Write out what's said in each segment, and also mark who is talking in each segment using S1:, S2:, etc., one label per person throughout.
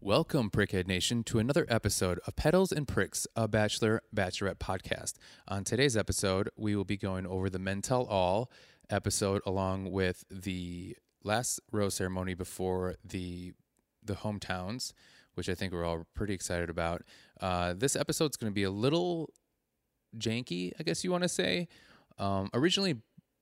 S1: Welcome, Prickhead Nation, to another episode of Petals and Pricks, a Bachelor Bachelorette podcast. On today's episode, we will be going over the Men Tell All episode along with the last rose ceremony before the the hometowns, which I think we're all pretty excited about. Uh, this episode's going to be a little janky, I guess you want to say. Um, originally,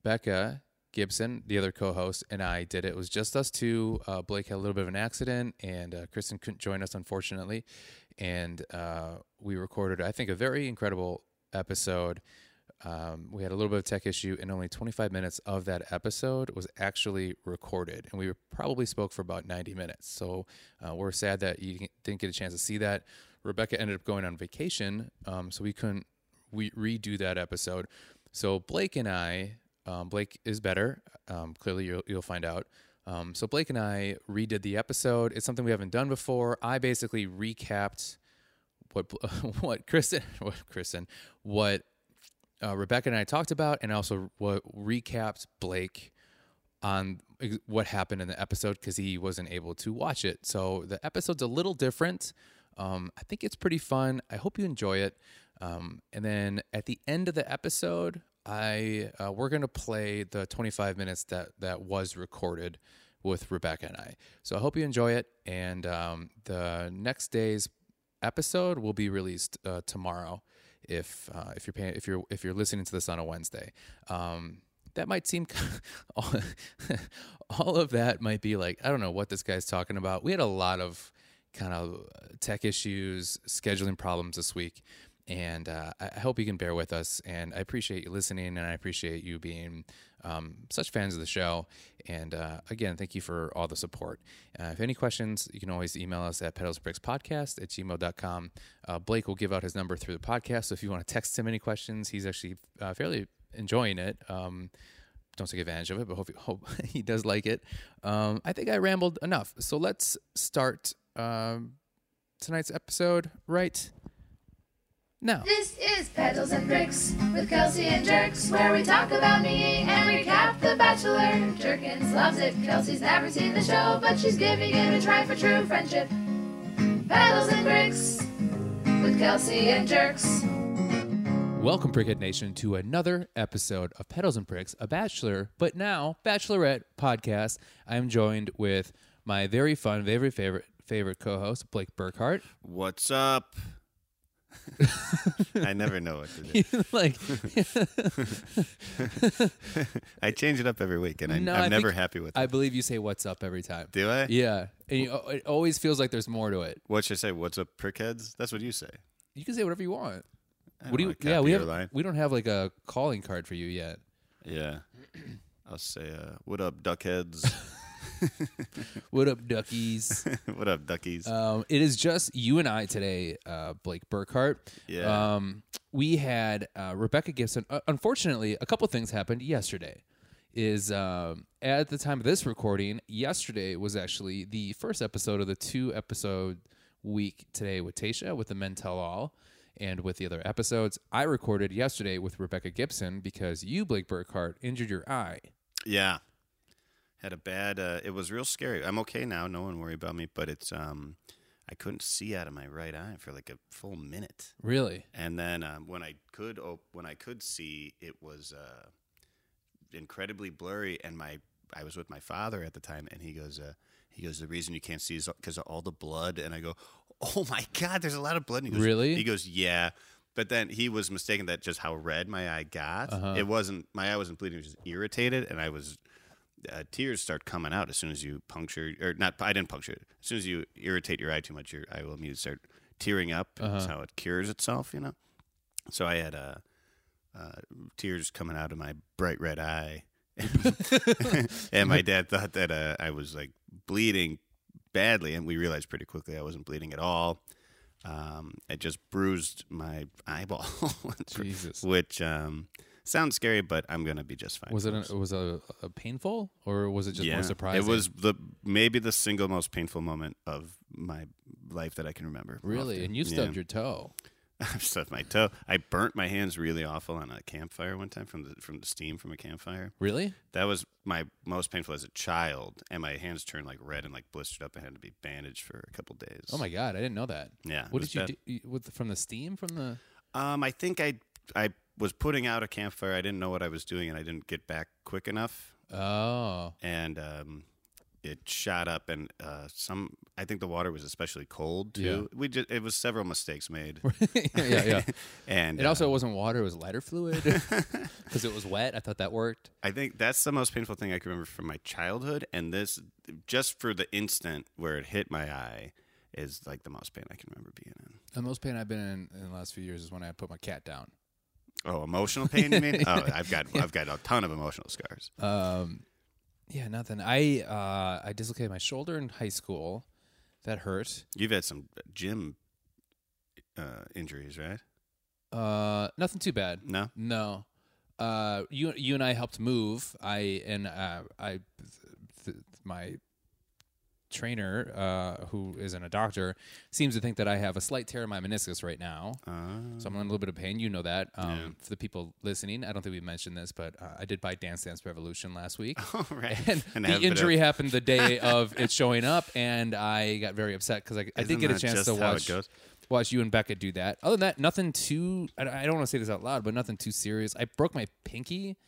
S1: Becca Gibson, the other co-host, and I did it. It was just us two. Uh, Blake had a little bit of an accident, and uh, Kristen couldn't join us, unfortunately. And uh, we recorded, I think, a very incredible episode. Um, we had a little bit of tech issue, and only 25 minutes of that episode was actually recorded, and we were- probably spoke for about 90 minutes. So uh, we're sad that you didn't get a chance to see that. Rebecca ended up going on vacation, um, so we couldn't we redo that episode. So Blake and I, um, Blake is better. Um, clearly, you'll, you'll find out. Um, so Blake and I redid the episode. It's something we haven't done before. I basically recapped what Bl- what Kristen what Kristen what uh, Rebecca and I talked about, and also what recapped Blake on ex- what happened in the episode because he wasn't able to watch it. So the episode's a little different. Um, I think it's pretty fun. I hope you enjoy it. Um, and then at the end of the episode, I uh, we're gonna play the 25 minutes that that was recorded with Rebecca and I. So I hope you enjoy it. And um, the next day's episode will be released uh, tomorrow. If uh, if you're paying, if you're if you're listening to this on a Wednesday, um, that might seem all, all of that might be like I don't know what this guy's talking about. We had a lot of kind of tech issues, scheduling problems this week, and uh, I I hope you can bear with us. And I appreciate you listening, and I appreciate you being um, such fans of the show. And uh, again, thank you for all the support. Uh, if any questions, you can always email us at pedalsbrickspodcast at gmail.com. Uh, Blake will give out his number through the podcast. So if you want to text him any questions, he's actually uh, fairly enjoying it. Um, don't take advantage of it, but hope, hope he does like it. Um, I think I rambled enough. So let's start um, tonight's episode right now.
S2: This is Petals and Bricks with Kelsey and Jerks, where we talk about me and recap The Bachelor. Jerkins loves it. Kelsey's never seen the show, but she's giving it a try for true friendship. Petals and Bricks with Kelsey and Jerks.
S1: Welcome, Prickhead Nation, to another episode of Petals and Pricks, a Bachelor, but now Bachelorette podcast. I am joined with my very fun, very favorite favorite co-host, Blake Burkhart.
S3: What's up? I never know what to do.
S1: like,
S3: I change it up every week, and I'm,
S1: No, I
S3: I'm never
S1: think-
S3: happy with it.
S1: I believe you say "What's up" every time.
S3: do I?
S1: Yeah, and you, oh, it always feels like there's more to it.
S3: What should I say? What's up, prickheads? That's what you say.
S1: You can say whatever you want.
S3: I
S1: What do you?
S3: don't wanna
S1: Yeah, we
S3: copy your
S1: have.
S3: line.
S1: We don't have like a calling card for you yet.
S3: Yeah. I'll say, uh, what up, duckheads?
S1: What up, duckies?
S3: what up, duckies?
S1: um, it is just you and I today, uh, Blake Burkhart.
S3: Yeah.
S1: Um, we had uh, Rebecca Gibson. Uh, unfortunately, a couple things happened yesterday. Is um, at the time of this recording, yesterday was actually the first episode of the two episode week today with Tasha with the Men Tell All and with the other episodes. I recorded yesterday with Rebecca Gibson because you, Blake Burkhart, injured your eye.
S3: yeah. Had a bad. Uh, it was real scary. I'm okay now. No one worry about me. But it's. Um, I couldn't see out of my right eye for like a full minute.
S1: Really?
S3: And then um, when I could op- when I could see, it was uh, incredibly blurry. And my I was with my father at the time, and he goes, uh, he goes, the reason you can't see is because of all the blood. And I go, oh my god, there's a lot of blood. And he goes,
S1: Really?
S3: He goes, yeah. But then he was mistaken that just how red my eye got.
S1: Uh-huh.
S3: It wasn't my eye wasn't bleeding; it was just irritated, and I was uh, tears start coming out as soon as you puncture or not I didn't puncture it. As soon as you irritate your eye too much, your eye will immediately start tearing up.
S1: Uh-huh.
S3: That's how it cures itself, you know. So I had uh, uh, tears coming out of my bright red eye, and my dad thought that uh, I was like bleeding badly, and we realized pretty quickly I wasn't bleeding at all. Um, it just bruised my eyeball,
S1: Jesus.
S3: which um, sounds scary, but I'm gonna be just fine.
S1: Was it
S3: I
S1: an, was a, a painful or was it just more surprising?
S3: It was the maybe the single most painful moment of my life that I can remember.
S1: really,
S3: often.
S1: and you stubbed
S3: Yeah.
S1: your toe.
S3: stubbed my toe. I burnt my hands really awful on a campfire one time from the from the steam from a campfire.
S1: Really?
S3: That was my most painful as a child, and my hands turned like red and like blistered up. I had to be bandaged for a couple days.
S1: Oh my god, I didn't know that.
S3: Yeah, it
S1: What
S3: was
S1: did you
S3: bad.
S1: do you- with from the steam from the?
S3: Um, I think I I was putting out a campfire. I didn't know what I was doing, and I didn't get back quick enough,
S1: Oh,
S3: and um, it shot up. And uh, some, I think the water was especially cold too. We just, it was several mistakes made.
S1: yeah, yeah.
S3: and
S1: It
S3: uh,
S1: also wasn't water; it was lighter fluid because it was wet. I thought that worked.
S3: I think that's the most painful thing I can remember from my childhood, and this, just for the instant where it hit my eye, is like the most pain I can remember being in.
S1: The most pain I've been in in the last few years is when I put my cat down.
S3: Oh, emotional pain, you mean? Oh, I've got, I've got a ton of emotional scars.
S1: Um, yeah, nothing. I uh, I dislocated my shoulder in high school. That hurt.
S3: You've had some gym uh, injuries, right?
S1: Uh, nothing too bad.
S3: No.
S1: No. Uh, you you and I helped move. I and uh, I th- th- my trainer, uh, who isn't a doctor, seems to think that I have a slight tear in my meniscus right now.
S3: Uh,
S1: So I'm in a little bit of pain. You know that. Um,
S3: Yeah.
S1: For the people listening, I don't think we mentioned this, but uh, I did buy Dance Dance Revolution last week.
S3: all right.
S1: And,
S3: have
S1: the
S3: a bit of-
S1: injury happened the day of it showing up, and I got very upset because I, I did
S3: Isn't
S1: get a
S3: that
S1: chance
S3: just
S1: to
S3: how it
S1: watch
S3: goes?
S1: watch you and Becca do that. Other than that, nothing too. I, I don't want to say this out loud, but nothing too serious. I broke my pinky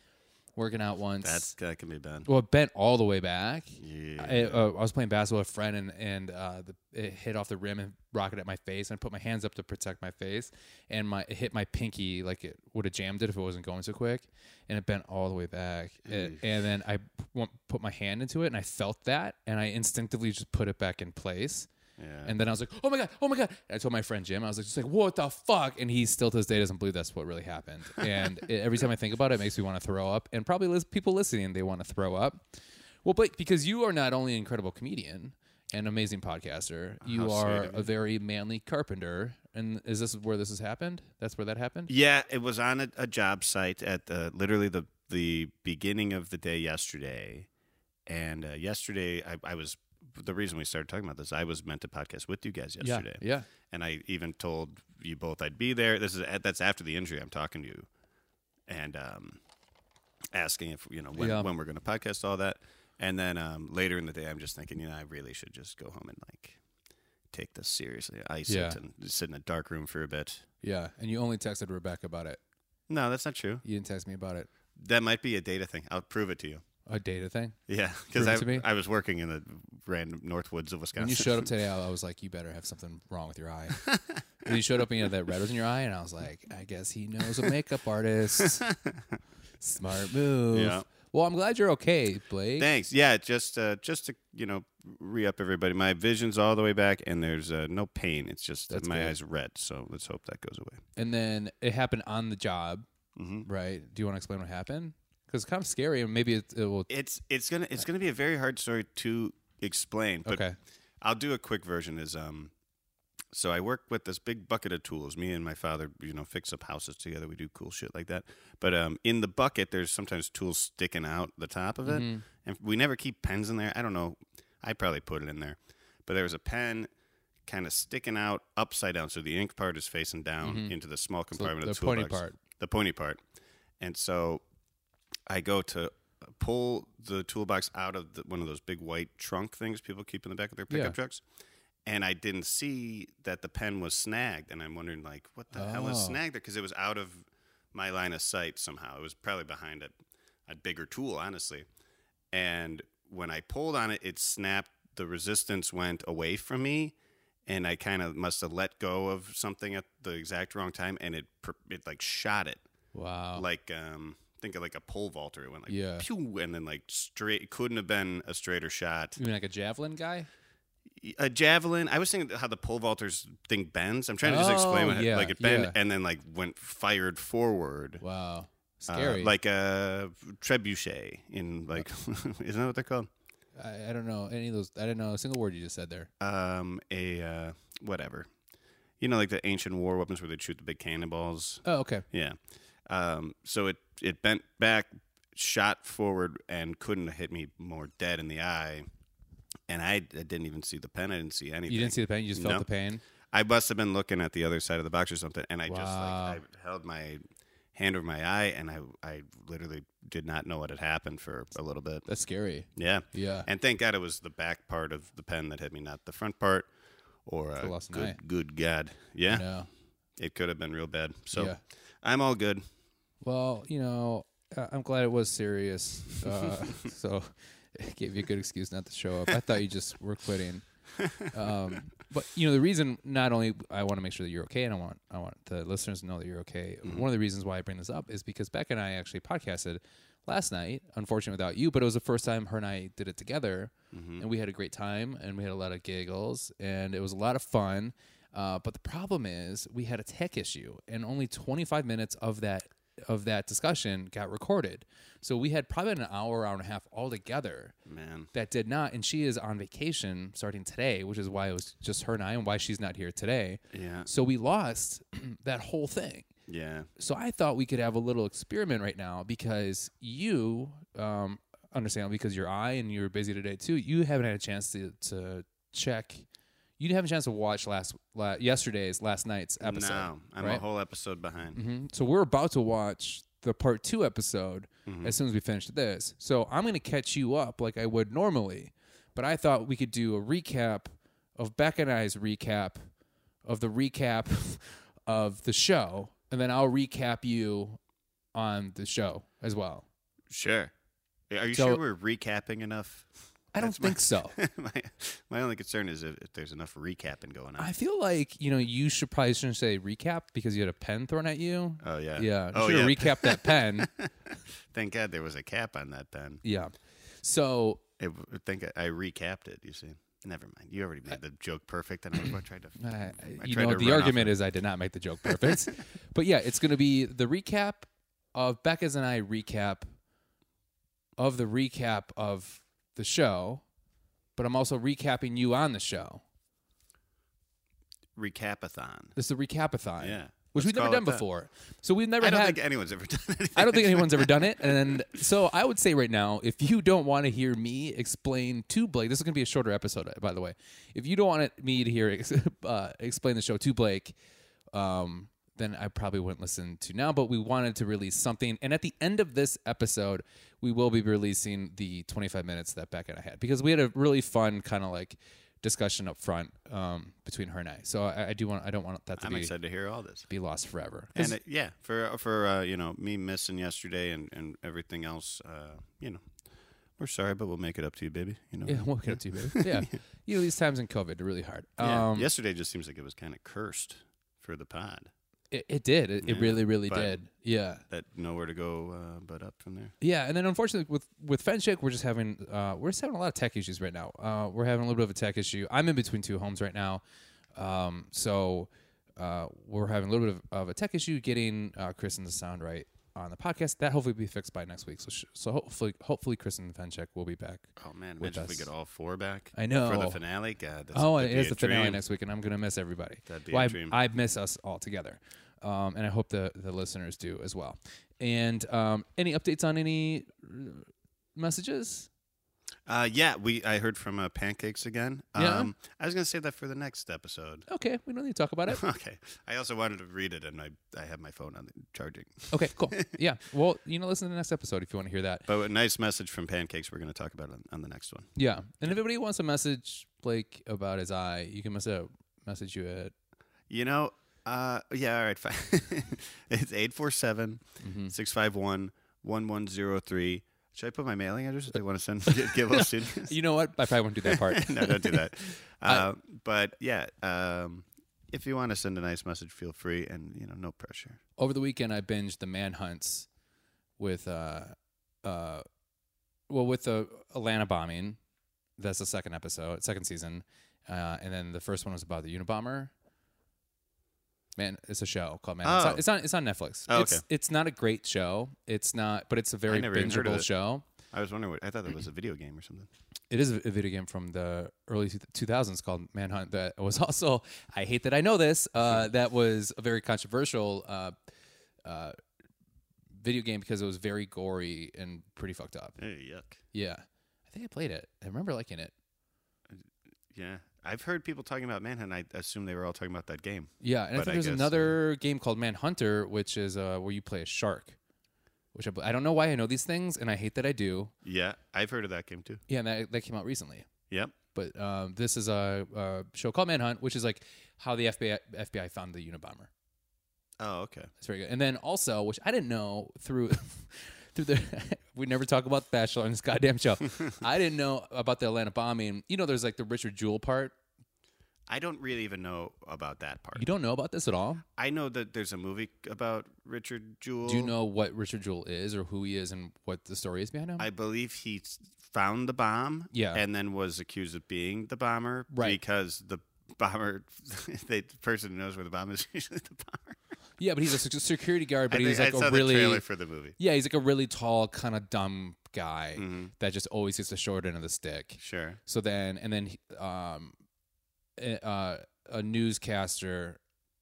S1: working out once.
S3: That's that can be bad.
S1: well, it bent all the way back.
S3: Yeah.
S1: I, uh, I was playing basketball with a friend, and and uh, the, it hit off the rim and rocketed at my face. And I put my hands up to protect my face, and my it hit my pinky like it would have jammed it if it wasn't going so quick, and it bent all the way back. And- and then I p- went- put my hand into it, and I felt that, and I instinctively just put it back in place.
S3: Yeah.
S1: And then I was like, "Oh my god, oh my god!" And I told my friend Jim, I was like, "Just like what the fuck?" And he still to this day doesn't believe that's what really happened. And it, every time I think about it, it makes me want to throw up. And probably lis- people listening, they want to throw up. Well, Blake, because you are not only an incredible comedian and amazing podcaster, you
S3: How sweet
S1: are
S3: of
S1: a very manly carpenter. And is this where this has happened? That's where that happened.
S3: yeah, it was on a, a job site at the literally the the beginning of the day yesterday, and uh, yesterday I, I was the reason we started talking about this. I was meant to podcast with you guys yesterday,
S1: Yeah, yeah.
S3: and I even told you both I'd be there. This is that's after the injury. I'm talking to you, and um, asking if you know when,
S1: Yeah.
S3: when we're going to podcast all that, and then um, later in the day, I'm just thinking, you know, I really should just go home and like take this seriously. Ice
S1: Yeah.
S3: it and sit in a dark room for a bit.
S1: Yeah. And you only texted Rebecca about it.
S3: No, that's not true.
S1: You didn't text me about it.
S3: That might be a data thing. I'll prove it to you.
S1: A data thing.
S3: Yeah, because
S1: Prove it to me?
S3: I, I was working in the random north woods of Wisconsin.
S1: When you showed up today, I I was like, "You better have something wrong with your eye." and you showed up and you had that red was in your eye, and I was like, "I guess he knows a makeup artist. Smart move."
S3: Yeah.
S1: Well, I'm glad you're okay, Blake.
S3: Thanks. Yeah, just uh, just to you know re up everybody. My vision's all the way back, and there's uh, no pain. It's just that
S1: That's
S3: my
S1: good.
S3: eyes red. So let's hope that goes away.
S1: and then it happened on the job,
S3: Mm-hmm.
S1: right? Do you want to explain what happened? Because it's kind of scary, and maybe it, it will.
S3: It's it's gonna it's gonna be a very hard story to explain. But
S1: okay.
S3: I'll do a quick version. Is um, so I work with this big bucket of tools. Me and my father, you know, fix up houses together. We do cool shit like that. But um, in the bucket, there's sometimes tools sticking out the top of it,
S1: Mm-hmm.
S3: and we never keep pens in there. I don't know. I probably put it in there, but there was a pen kind of sticking out upside down, so the ink part is facing down into the small
S1: Mm-hmm.
S3: compartment
S1: the
S3: of the
S1: pointy
S3: toolbox.
S1: part.
S3: The pointy part, and so I go to pull the toolbox out of the, one of those big white trunk things people keep in the back of their pickup
S1: Yeah.
S3: trucks. And I didn't see that the pen was snagged. And I'm wondering, like, what the hell is
S1: Oh.
S3: snagged there? Because it was out of my line of sight somehow. It was probably behind a, a bigger tool, honestly. And when I pulled on it, it snapped. The resistance went away from me. And I kind of must have let go of something at the exact wrong time. And it, per- it like shot it
S1: Wow.
S3: like um think of like a pole vaulter it went like
S1: Oh. Yeah.
S3: pew and then like straight it couldn't have been a straighter shot
S1: you mean like a javelin guy?
S3: a javelin i was thinking how the pole vaulters thing bends i'm trying to just explain
S1: Oh,
S3: what
S1: yeah,
S3: like it bent
S1: yeah.
S3: and then like went fired forward
S1: Wow.
S3: Uh,
S1: Scary.
S3: like a trebuchet in like isn't that what they're called
S1: I, I don't know any of those. I don't know a single word you just said there.
S3: um a uh whatever you know like the ancient war weapons where they'd shoot the big cannonballs
S1: Oh, okay.
S3: Yeah. Um, so it it bent back, shot forward, and couldn't have hit me more dead in the eye. And I, I didn't even see the pen. I didn't see anything.
S1: You didn't see the pain. You just felt
S3: No.
S1: the pain.
S3: I must have been looking at the other side of the box or something, and I just
S1: Wow.
S3: like I held my hand over my eye, and I I literally did not know what had happened for a little bit.
S1: That's scary.
S3: Yeah,
S1: Yeah.
S3: and thank God it was the back part of the pen that hit me, not the front part. Or
S1: a
S3: uh,
S1: loss of an eye.
S3: good, good God, yeah,
S1: yeah.
S3: it could have been real bad. So
S1: Yeah.
S3: I'm all good.
S1: Well, you know, uh, I'm glad it was serious. Uh, so it gave you a good excuse not to show up. I thought you just were quitting. Um, but you know, the reason not only I want to make sure that you're okay, and I want I want the listeners to know that you're okay. One of the reasons why I bring this up is because Beck and I actually podcasted last night. Unfortunately, without you, but it was the first time her and I did it together, and we had a great time, and we had a lot of giggles, and it was a lot of fun. Uh, but the problem is we had a tech issue, and only 25 minutes of that of that discussion got recorded. So we had probably an hour, hour and a half all together
S3: Man,
S1: that did not, and she is on vacation starting today, which is why it was just her and I, and why she's not here today.
S3: yeah,
S1: So we lost that whole thing.
S3: yeah,
S1: So I thought we could have a little experiment right now because you, um, understandably, because your eye and you were busy today too, you haven't had a chance to, to check. You didn't have a chance to watch last la- yesterday's last night's episode.
S3: no, I'm a
S1: right?
S3: whole episode behind.
S1: Mhm. So we're about to watch the part two episode as soon as we finish this. So I'm going to catch you up like I would normally, but I thought we could do a recap of Beck and I's recap of the recap of the show, and then I'll recap you on the show as well.
S3: Sure. Are you
S1: So-
S3: sure we're recapping enough?
S1: I don't
S3: That's my-
S1: think so.
S3: my, my only concern is if, if there's enough recapping going on.
S1: I feel like you know you should probably shouldn't say recap because you had a pen thrown at you.
S3: oh yeah.
S1: Uh, yeah, you
S3: Oh
S1: should
S3: yeah.
S1: have recapped that pen.
S3: thank God there was a cap on that pen.
S1: yeah. So
S3: I w- think I, I recapped it. You see. Never mind. You already made the joke perfect, and I was- I tried to.
S1: I,
S3: I
S1: Uh, you
S3: tried
S1: know,
S3: to
S1: the
S3: run off
S1: argument
S3: it.
S1: is I did not make the joke perfect. but yeah, it's going to be the recap of Becca's and I recap of the recap of the show, but I'm also recapping you on the show.
S3: recapathon.
S1: This is a recapathon,
S3: Yeah.
S1: which
S3: Let's
S1: we've never
S3: call it
S1: done
S3: that.
S1: before. So we've never
S3: I don't
S1: had.
S3: think anyone's ever done anything.
S1: I don't think anyone's ever done it. And so I would say right now, if you don't want to hear me explain to Blake, this is going to be a shorter episode, by the way. If you don't want it- me to hear ex- uh, explain the show to Blake, um, then I probably wouldn't listen to now. But we wanted to release something. And at the end of this episode, we will be releasing the 25 minutes that Beck and I had because we had a really fun kind of like discussion up front um, between her and I. So I, I do want, I don't want that to
S3: I'm
S1: be,
S3: excited to hear all this.
S1: be lost forever. 'Cause-
S3: And it, yeah, for for uh, you know me missing yesterday and and everything else, uh, you know, we're sorry, but we'll make it up to you, baby. You know.
S1: Yeah, we'll get up to you, baby. Yeah. You know, these times in COVID are really hard.
S3: Yeah.
S1: Um,
S3: yesterday just seems like it was kind of cursed for the pod.
S1: it, it did. It, it
S3: Yeah,
S1: really, really
S3: but-
S1: did. Yeah.
S3: That nowhere to go uh, but up from there.
S1: Yeah. And then unfortunately with, with Fenchick, we're just having, uh, we're just having a lot of tech issues right now. Uh, we're having a little bit of a tech issue. I'm in between two homes right now. Um, so, uh, we're having a little bit of, of a tech issue getting, uh, Chris and the sound right on the podcast that hopefully will be fixed by next week. So, sh- so hopefully, hopefully Chris and Fenchick will be back.
S3: Oh man,
S1: With
S3: imagine if we
S1: us.
S3: get all four back.
S1: I
S3: for
S1: know.
S3: the finale. God, that's,
S1: Oh,
S3: that'd
S1: it
S3: be
S1: is
S3: a
S1: the finale
S3: dream.
S1: next week, and I'm going to miss everybody.
S3: That'd be
S1: Well,
S3: a
S1: I,
S3: dream.
S1: I miss us all together, um, and I hope the the listeners do as well. And um, any updates on any uh, messages?
S3: Uh, yeah, we. I heard from uh, Pancakes again.
S1: Yeah?
S3: Um, I was gonna save that for the next episode.
S1: Okay, we don't need to talk about it.
S3: okay. I also wanted to read it, and I I have my phone on the charging.
S1: Okay, cool. Yeah. Well, you know, listen to the next episode if you want to hear that.
S3: But a nice message from Pancakes. We're gonna talk about on, on the next one.
S1: Yeah. And if anybody wants a message, Blake, about his eye, you can mess out, message you at.
S3: You know, uh, yeah, all right, fine. it's 847 651 1103. Should I put my mailing address if they want to send give us in?
S1: You know what? I probably won't do that part.
S3: no, don't do that. Uh, but yeah, um, if you want to send a nice message, feel free and, you know, no pressure.
S1: over the weekend I binged the manhunts with uh uh well with the Atlanta bombing. That's the second episode, second season. Uh, and then the first one was about the Unabomber. Man, it's a show called Man.
S3: Oh.
S1: It's, on, it's on it's on Netflix.
S3: Oh,
S1: It's
S3: okay.
S1: it's not a great show. It's not, but it's a very
S3: never even heard of
S1: bingeable
S3: it.
S1: show.
S3: I was wondering what I thought that was a video game or something.
S1: It is a video game from the early two- 2000s called Manhunt. That was also, I hate that I know this, uh, that was a very controversial uh, uh, video game because it was very gory and pretty fucked up.
S3: Hey, yuck.
S1: Yeah. I think I played it. I remember liking it.
S3: Yeah. I've heard people talking about Manhunt. I assume they were all talking about that game.
S1: Yeah, and I
S3: But
S1: think
S3: I
S1: there's
S3: guess,
S1: another game called Manhunter, which is uh, where you play a shark. Which I, I don't know why I know these things, and I hate that I do.
S3: Yeah, I've heard of that game too.
S1: Yeah, and that, that came out recently.
S3: Yep.
S1: But um, this is a, a show called Manhunt, which is like how the FBI, FBI found the Unabomber.
S3: Oh, okay.
S1: That's very good. And then also, which I didn't know through through the we never talk about the Bachelor on this goddamn show. I didn't know about the Atlanta bombing. You know, there's like the Richard Jewell part.
S3: I don't really even know about that part.
S1: You don't know about this at all.
S3: I know that there's a movie about Richard Jewell.
S1: Do you know what Richard Jewell is or who he is and what the story is behind him?
S3: I believe he s- found the bomb.
S1: Yeah.
S3: And then was accused of being the bomber.
S1: Right.
S3: Because the bomber, the person who knows where the bomb is, is usually the bomber.
S1: yeah, but he's a sec- security guard, but
S3: I,
S1: he's
S3: think-
S1: like
S3: I saw
S1: a
S3: the
S1: really
S3: trailer for the movie.
S1: yeah, he's like a really tall, kind of dumb guy
S3: Mhm.
S1: that just always gets the short end of the stick.
S3: Sure.
S1: So then, and then, um, a- uh, a newscaster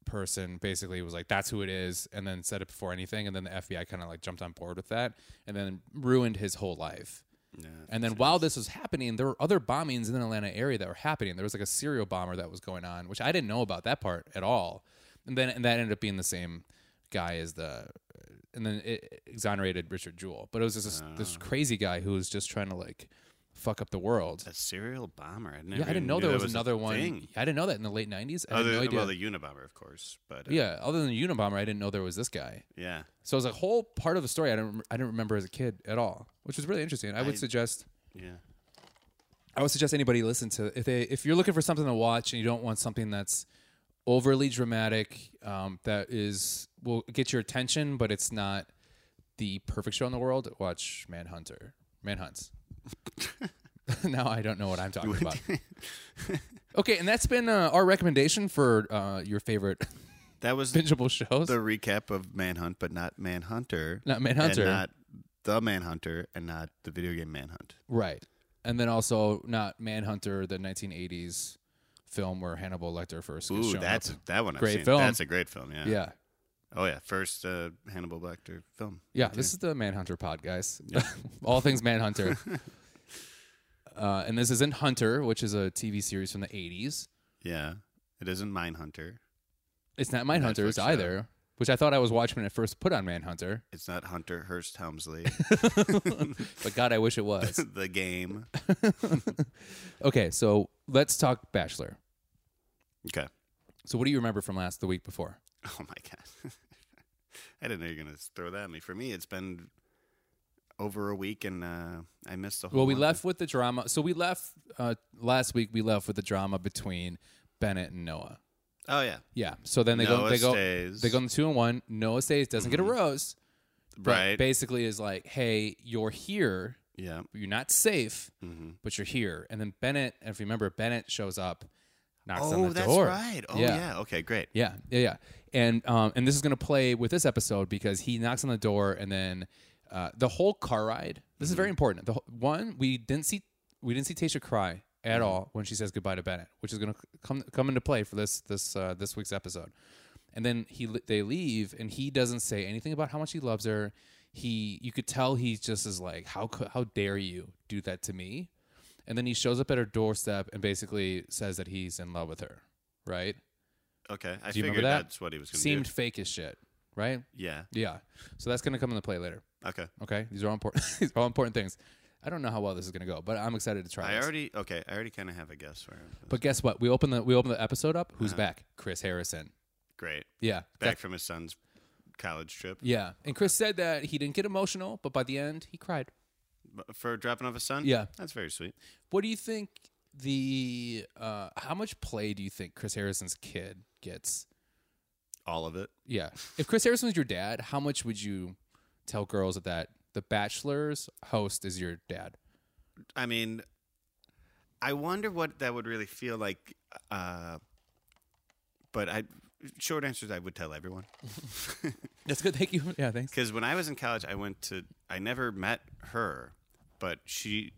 S1: person basically was like, "That's who it is," and then said it before anything, and then the FBI kind of like jumped on board with that, and then ruined his whole life.
S3: Yeah.
S1: And then while this was happening, there were other bombings in the Atlanta area that were happening. There was like a serial bomber that was going on, which I didn't know about that part at all. And then and that ended up being the same guy as the, and then it exonerated Richard Jewell. But it was just this, this crazy guy who was just trying to like fuck up the world.
S3: a serial bomber. I never
S1: Yeah, I
S3: even
S1: didn't know
S3: knew
S1: there
S3: that
S1: was,
S3: a
S1: another one.
S3: thing.
S1: I didn't know that in the late '90s. I had
S3: Other
S1: no
S3: than,
S1: idea.
S3: well, the Unabomber, of course, but uh,
S1: yeah, other than the Unabomber, I didn't know there was this guy.
S3: yeah.
S1: So it was a whole part of the story I didn't rem- I didn't remember as a kid at all, which was really interesting. I would
S3: I-
S1: suggest
S3: Yeah.
S1: I would suggest anybody listen to if they if you're looking for something to watch and you don't want something that's overly dramatic um, that is will get your attention, but it's not the perfect show in the world. Watch Manhunter, Manhunts. now I don't know what I'm talking about. Okay, and that's been uh, our recommendation for uh, your favorite
S3: That was
S1: bingeable shows.
S3: the recap of Manhunt, but not Manhunter.
S1: Not Manhunter.
S3: And not the Manhunter and not the video game Manhunt.
S1: right. And then also not Manhunter, the 1980s film where Hannibal Lecter first gets
S3: Ooh,
S1: shown
S3: that's
S1: up.
S3: that one. I've
S1: Great
S3: seen.
S1: film.
S3: That's a great film. Yeah.
S1: yeah.
S3: Oh yeah, first uh, Hannibal Lecter film.
S1: Yeah, this is the Manhunter pod, guys. All things Manhunter. uh, and this isn't Hunter, which is a TV series from the 80s.
S3: Yeah. It isn't Mindhunter.
S1: It's not Mindhunters
S3: Netflix show.
S1: either, which I thought I was watching when it first put on Manhunter.
S3: It's not Hunter Hearst Helmsley.
S1: But God, I wish it was.
S3: the game.
S1: okay, so let's talk Bachelor.
S3: Okay.
S1: So what do you remember from last the week before?
S3: Oh my god. I didn't know you were gonna throw that at me. For me, it's been over a week, and uh, I missed the whole.
S1: Well, we
S3: month.
S1: left with the drama. So we left uh, last week. We left with the drama between Bennett and Noah.
S3: Oh yeah,
S1: Yeah. So then they go.
S3: Noah
S1: They go.
S3: stays.
S1: They go on the two and one. Noah stays. Doesn't get a rose. but
S3: right.
S1: Basically, is like, hey, you're here.
S3: yeah,
S1: You're not safe,
S3: hmm
S1: but you're here. And then Bennett, if you remember, Bennett shows up, knocks on
S3: Oh,
S1: the
S3: that's
S1: door.
S3: right. Oh
S1: Yeah.
S3: yeah. Okay, great.
S1: Yeah, yeah, yeah. And um, and this is gonna play with this episode because he knocks on the door and then uh, the whole car ride. This is very important. The whole, one we didn't see we didn't see Tasha cry at all when she says goodbye to Bennett, which is gonna come come into play for this this uh, this week's episode. And then he they leave and he doesn't say anything about how much he loves her. He you could tell he's just as like how cou- how dare you do that to me. And then he shows up at her doorstep and basically says that he's in love with her, right?
S3: Okay, I
S1: Do you remember
S3: figured
S1: that?
S3: that's what he was going to
S1: seemed
S3: do.
S1: fake as shit, right?
S3: Yeah.
S1: Yeah. So that's gonna come into play later.
S3: Okay.
S1: Okay, these are all important. these are all important things. I don't know how well this is gonna go, but I'm excited to try.
S3: I
S1: this.
S3: already okay. I already kind of have a guess where. I'm-
S1: But guess what? We open the we open the episode up. Who's back? Chris Harrison.
S3: great,
S1: Yeah.
S3: Uh-huh. back
S1: That-
S3: from his son's college trip
S1: yeah. And Chris said that he didn't get emotional, but by the end he cried.
S3: b- for dropping off his son.
S1: Yeah.
S3: that's very sweet.
S1: What do you think? The uh, how much play do you think Chris Harrison's kid gets?
S3: All of it.
S1: Yeah. If Chris Harrison was your dad, how much would you tell girls that the Bachelor's host is your dad?
S3: I mean, I wonder what that would really feel like. Uh, but I, short answer is I would tell everyone.
S1: That's good. Thank you. Yeah. Thanks.
S3: Because when I was in college, I went to, I never met her, but she,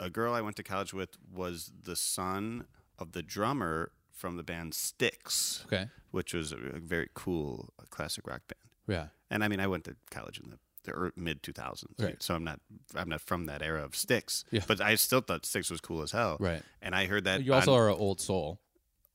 S3: a girl I went to college with was the son of the drummer from the band Styx,
S1: Okay.
S3: which was a very cool uh, classic rock band.
S1: Yeah.
S3: And I mean, I went to college in the the mid 2000s.
S1: Right.
S3: So I'm not I'm not from that era of Sticks.
S1: Yeah.
S3: But I still thought Sticks was cool as hell.
S1: Right.
S3: And I heard that
S1: You also
S3: on-
S1: are an old soul.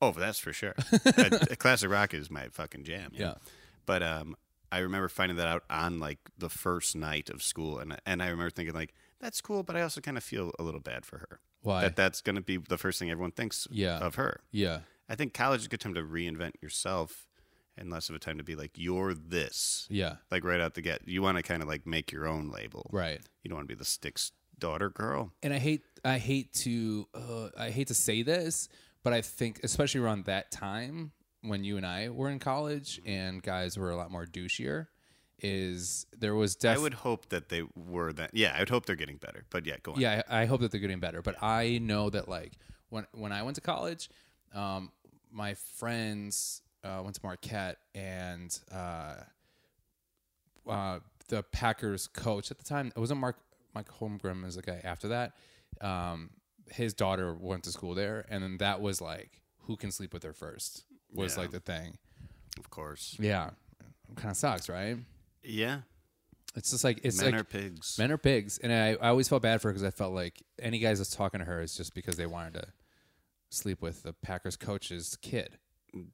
S3: Oh, that's for sure. A- a classic rock is my fucking jam. you
S1: Yeah.
S3: know? But um, I remember finding that out on like the first night of school, and and I remember thinking like, that's cool, but I also kind of feel a little bad for her.
S1: Why?
S3: That that's gonna be the first thing everyone thinks
S1: Yeah.
S3: of her.
S1: yeah.
S3: I think college is a good time to reinvent yourself, and less of a time to be like you're this.
S1: Yeah.
S3: Like right out the get, you want to kind of like make your own label.
S1: Right.
S3: You don't want to be the sticks daughter girl.
S1: and I hate I hate to uh, I hate to say this, but I think especially around that time when you and I were in college and guys were a lot more douchier, is there was
S3: I
S1: definitely
S3: would hope that they were that. Yeah, I would hope they're getting better. But yeah, go on.
S1: yeah I, I hope that they're getting better, but I know that like when when I went to college, um, my friends uh, went to Marquette and uh, uh, the Packers coach at the time it wasn't Mark Mike Holmgren is the guy after that. Um, his daughter went to school there, and then that was like who can sleep with her first was
S3: Yeah.
S1: like the thing.
S3: Of course.
S1: Yeah, kind of sucks, right?
S3: Yeah.
S1: It's just like it's
S3: Men
S1: like
S3: are pigs.
S1: men are pigs, and I, I always felt bad for her because I felt like any guys that's talking to her is just because they wanted to sleep with the Packers coach's kid.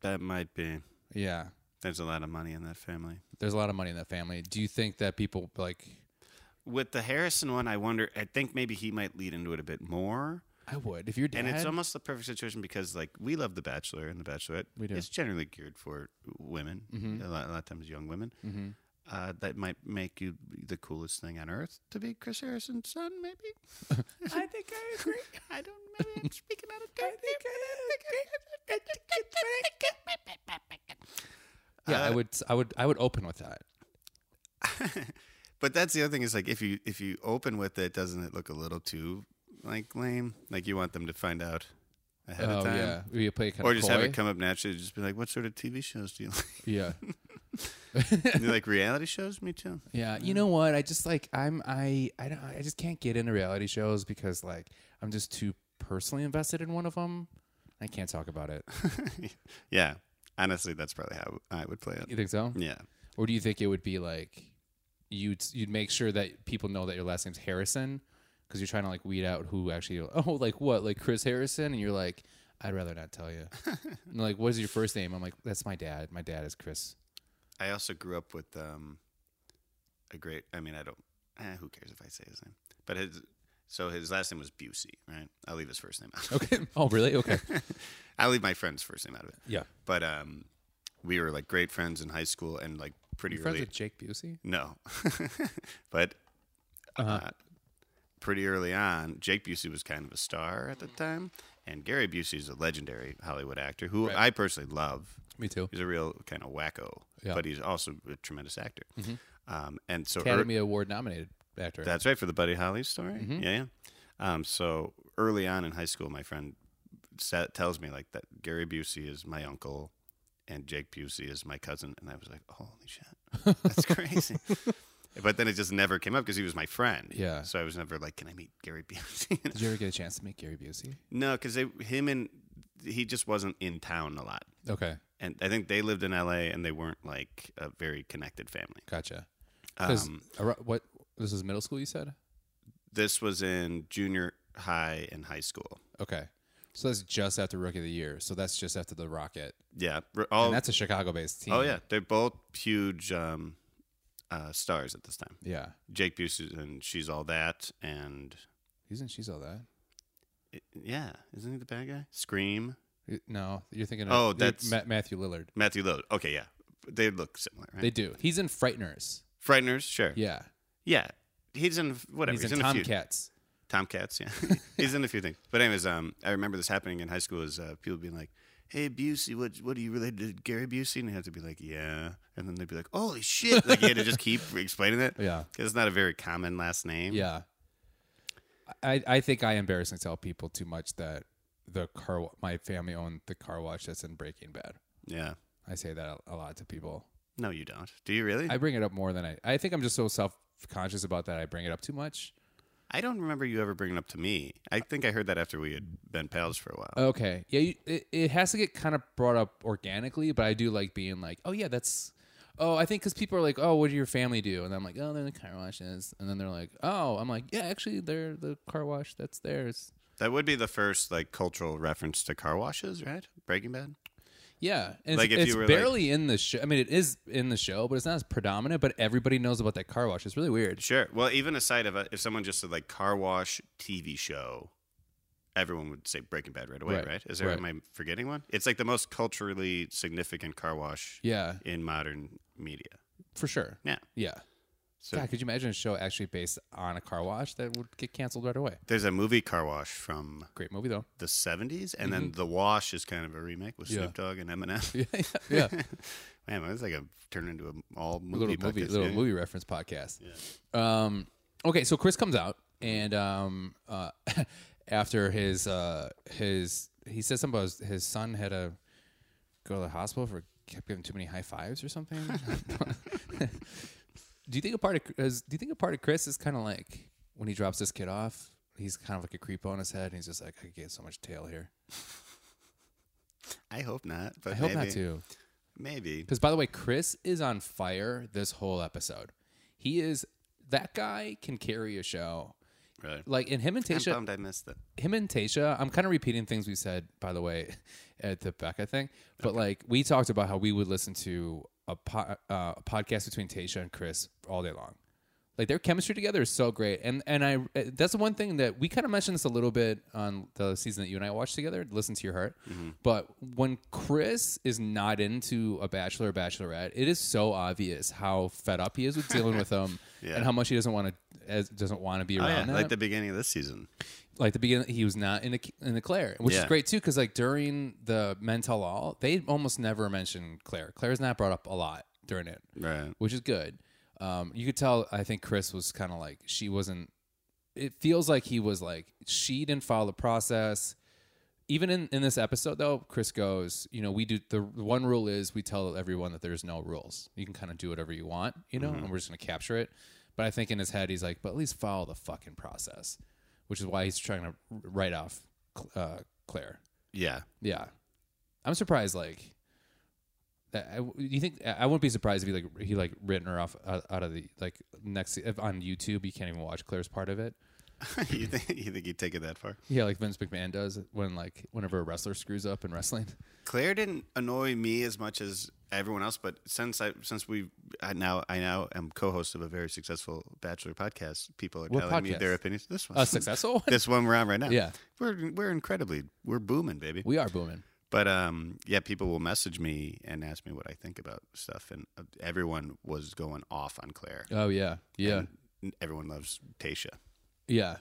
S3: That might be.
S1: Yeah,
S3: There's a lot of money in that family.
S1: there's a lot of money in that family. Do you think that people like?
S3: With the Harrison one, I wonder. I think maybe he might lead into it a bit more.
S1: I would if your dad.
S3: And it's almost the perfect situation because, like, we love The Bachelor and The Bachelorette.
S1: We do. Mm-hmm.
S3: It's generally geared for women, a, lot, a lot of times young women.
S1: Mhm.
S3: Uh, that might make you the coolest thing on earth to be Chris Harrison's son, maybe. I think I agree. I don't. Maybe I'm speaking out of turn.
S1: yeah,
S3: uh,
S1: I would I would I would open with that.
S3: But that's the other thing is like if you if you open with it, doesn't it look a little too like lame? Like you want them to find out ahead
S1: Oh
S3: of time,
S1: yeah, we play kind
S3: or
S1: of
S3: just have
S1: coy.
S3: it come up naturally. Just be like, what sort of TV shows do you like?
S1: Yeah,
S3: And you're like reality shows? Me too.
S1: yeah. You know what? I just like I'm I I don't I just can't get into reality shows because like I'm just too personally invested in one of them. I can't talk about it.
S3: yeah, honestly, that's probably how I would play
S1: You
S3: it.
S1: think so?
S3: Yeah,
S1: Or do you think it would be like you'd you'd make sure that people know that your last name's Harrison because you're trying to like weed out who actually oh like what like Chris Harrison and you're like I'd rather not tell you. and they're like what is your first name? I'm like that's my dad. My dad is Chris.
S3: I also grew up with um a great. I mean, I don't. Eh, who cares if I say his name? But his so his last name was Busey, right? I'll leave his first name out.
S1: Okay. oh really? Okay.
S3: I'll leave my friend's first name out of it.
S1: Yeah.
S3: but um, we were like great friends in high school and like pretty
S1: You
S3: early.
S1: friends with Jake Busey?
S3: no, but uh, pretty early on, Jake Busey was kind of a star at the time, and Gary Busey is a legendary Hollywood actor who I personally love.
S1: Me too.
S3: He's a real kind of wacko,
S1: Yeah.
S3: but he's also a tremendous actor. Um, and so ear-
S1: Academy Award nominated actor.
S3: that's right for the Buddy Holly story.
S1: Mm-hmm.
S3: Yeah, yeah. Um, so early on in high school, my friend sa tells me like that Gary Busey is my uncle, and Jake Busey is my cousin, and I was like, holy shit, that's crazy. but then it just never came up because he was my friend.
S1: Yeah.
S3: So I was never like, can I meet Gary Busey?
S1: Did you ever get a chance to meet Gary Busey?
S3: no, because him and he just wasn't in town a lot.
S1: Okay,
S3: And I think they lived in LA and they weren't like a very connected family.
S1: gotcha. 'Cause
S3: Um,
S1: ar- what this is middle school? You said
S3: this was in junior high and high school.
S1: okay. So that's just after Rookie of the Year. So that's just after the Rocket.
S3: Yeah. r- All,
S1: And that's a Chicago-based team.
S3: Oh yeah, they're both huge um, uh, stars at this time.
S1: yeah.
S3: Jake Busey and she's all that, and
S1: He's in She's All That.
S3: it- yeah, isn't he the bad guy? Scream,
S1: Y- No, you're thinking. Of,
S3: Oh,
S1: you're
S3: that's-
S1: Ma- Matthew Lillard.
S3: Matthew Lillard. Okay, yeah, they look similar, right?
S1: They do. He's in Frighteners.
S3: Frighteners, sure. Yeah.
S1: Yeah.
S3: he's in whatever.
S1: He's, in,
S3: a few.
S1: Tomcats.
S3: Tomcats, yeah. He's in a few things. But anyways, um, I remember this happening in high school is uh, people being like, "Hey Busey, what what are you related to Gary Busey?" And you have to be like, "Yeah," and then they'd be like, "Holy shit!" Like you had to just keep explaining that.
S1: Yeah.
S3: 'Cause it's not a very common last name.
S1: Yeah. I I think I embarrassingly tell people too much that the car wa- my family owned the car wash that's in Breaking Bad.
S3: yeah.
S1: I say that a, a lot to people.
S3: No, you don't. Do you really?
S1: I
S3: I,
S1: bring it up more than I. I think I'm just so self conscious about that. I bring it up too much.
S3: don't remember you ever bringing it up to me. I think I heard that after we had been pals for a while.
S1: Okay. Yeah. You, it, it has to get kind of brought up organically, but I do like being like, oh yeah, that's. oh, I think because people are like, oh, what do your family do? And I'm like, oh, they're the car washes. And then they're like, oh, I'm like, yeah, actually, they're the car wash that's theirs.
S3: That would be the first like cultural reference to car washes, right? Breaking Bad.
S1: Yeah, and
S3: Like,
S1: it's,
S3: if you
S1: it's
S3: were, like-
S1: barely in the show. I mean, it is in the show, but it's not as predominant. But everybody knows about that car wash. It's really weird.
S3: Sure. Well, even aside of a, if someone just said like car wash TV show, everyone would say Breaking Bad right away,
S1: Right.
S3: right? Is there
S1: Right.
S3: am I forgetting one? It's like the most culturally significant car wash
S1: Yeah,
S3: in modern media.
S1: for sure.
S3: Yeah.
S1: Yeah.
S3: So
S1: God, could you imagine a show actually based on a car wash that would get canceled right away?
S3: there's a movie Car Wash from
S1: Great movie though.
S3: the 70s, and then The Wash is kind of a remake with
S1: Mm-hmm. Yeah.
S3: Snoop Dogg and Eminem.
S1: yeah, yeah.
S3: Man, it's like a turned into a all
S1: A
S3: movie
S1: little movie,
S3: podcast.
S1: little
S3: Yeah.
S1: movie reference podcast. Um, okay, so Chris comes out and um, uh, after his uh, his he says something about his, his son had to go to the hospital for kept giving too many high fives or something. do you think a part of is, do you think a part of Chris is kind of like when he drops this kid off, he's kind of like a creep on his head, and he's just like, I could get so much tail here.
S3: I hope not. But
S1: I hope
S3: maybe,
S1: not too.
S3: Maybe.
S1: Because by the way, Chris is on fire this whole episode. He is that guy can carry a show.
S3: Right.
S1: Like in him and
S3: I'm
S1: Tasha,
S3: bummed I missed that.
S1: him and Tasha. I'm kind of repeating things we said by the way at the Becca thing, but like we talked about how we would listen to a, po- uh, a podcast between Tasha and Chris all day long. Like their chemistry together is so great, and and I uh, that's the one thing that we kind of mentioned this a little bit on the season that you and I watched together. Listen to your heart,
S3: Mm-hmm.
S1: but when Chris is not into a bachelor or bachelorette, it is so obvious how fed up he is with dealing with them,
S3: Yeah.
S1: and how much he doesn't want to as doesn't want to be
S3: Oh,
S1: around.
S3: yeah.
S1: them
S3: Like the beginning of this season.
S1: like the beginning he was not in the in the claire which is
S3: Yeah.
S1: great too because like during the mental all they almost never mention claire claire's not brought up a lot during it
S3: Right.
S1: which is good um, you could tell i think chris was kind of like she wasn't it feels like he was like she didn't follow the process even in, in this episode though chris goes you know we do the the one rule is we tell everyone that there's no rules you can kind of do whatever you want you know and we're just going to capture it but i think in his head he's like but at least follow the fucking process which is why he's trying to write off Cl- uh, claire
S3: Yeah.
S1: yeah i'm surprised like that I, you think i I wouldn't be surprised if he like he like written her off out, out of the like next if on youtube you can't even watch claire's part of it
S3: you think you think you'd take it that far?
S1: yeah like vince mcmahon does when like whenever a wrestler screws up in wrestling
S3: Claire didn't annoy me as much as everyone else, but since I since we I now I now am co-host of a very successful bachelor podcast, people are
S1: What
S3: telling me
S1: podcast?
S3: their opinions. This one,
S1: a successful one
S3: this one we're on right now.
S1: Yeah.
S3: we're we're incredibly we're booming, baby.
S1: we are booming
S3: but um, yeah, people will message me and ask me what I think about stuff, and uh, everyone was going off on Claire.
S1: oh yeah yeah
S3: And everyone loves Tasha.
S1: Yeah.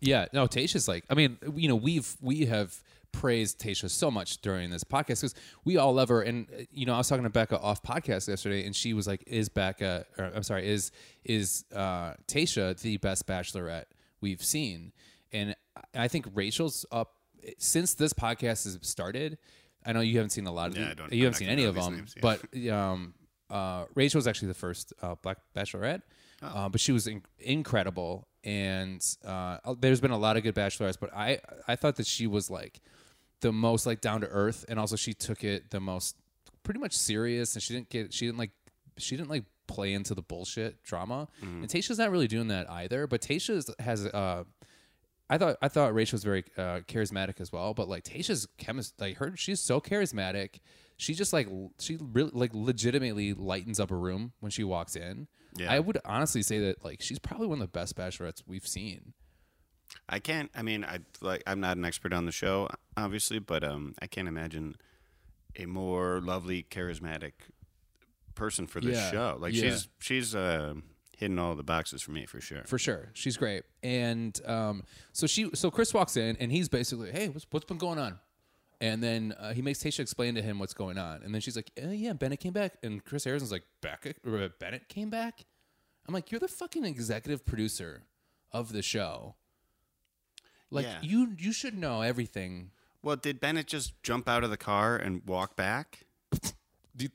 S1: Yeah. No, Tasha's like, I mean, you know, we've, we have praised Tasha so much during this podcast because we all love her. And, uh, you know, I was talking to Becca off podcast yesterday and she was like, is Becca, or I'm sorry, is, is, uh, Tasha the best bachelorette we've seen? And I- I think Rachel's up since this podcast has started. I know you haven't seen a lot of,
S3: Yeah,
S1: the-
S3: I don't-
S1: you
S3: I'm
S1: haven't seen
S3: not gonna
S1: any
S3: know
S1: of
S3: these
S1: them,
S3: names, yeah.
S1: but but um, uh, Rachel was actually the first uh, black bachelorette, uh, but she was in- incredible. And uh, there's been a lot of good bachelorettes, but I I thought that she was like the most like down to earth, and also she took it the most pretty much serious, and she didn't get she didn't like she didn't like play into the bullshit drama. And Tasha's not really doing that either, but Tasha has uh. I thought I thought Rachel was very uh, charismatic as well, but like Tasha's chemist, like her, she's so charismatic. She just like l- she really like legitimately lightens up a room when she walks in.
S3: Yeah.
S1: I would honestly say that like she's probably one of the best bachelorettes we've seen.
S3: I can't. I mean, I like. I'm not an expert on the show, obviously, but um, I can't imagine a more lovely, charismatic person for this
S1: Yeah,
S3: show. Like
S1: yeah.
S3: she's she's uh, hitting all the boxes for me for sure.
S1: for sure. She's great. And um, so she, so Chris walks in, and he's basically, "Hey, what's, what's been going on?" And then uh, he makes Tasha explain to him what's going on, and then she's like, uh, "Yeah, Bennett came back." And Chris Harrison's like, "Becca, or, uh, Bennett came back." I'm like, "You're the fucking executive producer of the show. Like,
S3: Yeah.
S1: you you should know everything."
S3: well, did Bennett just jump out of the car and walk back?
S1: Do you,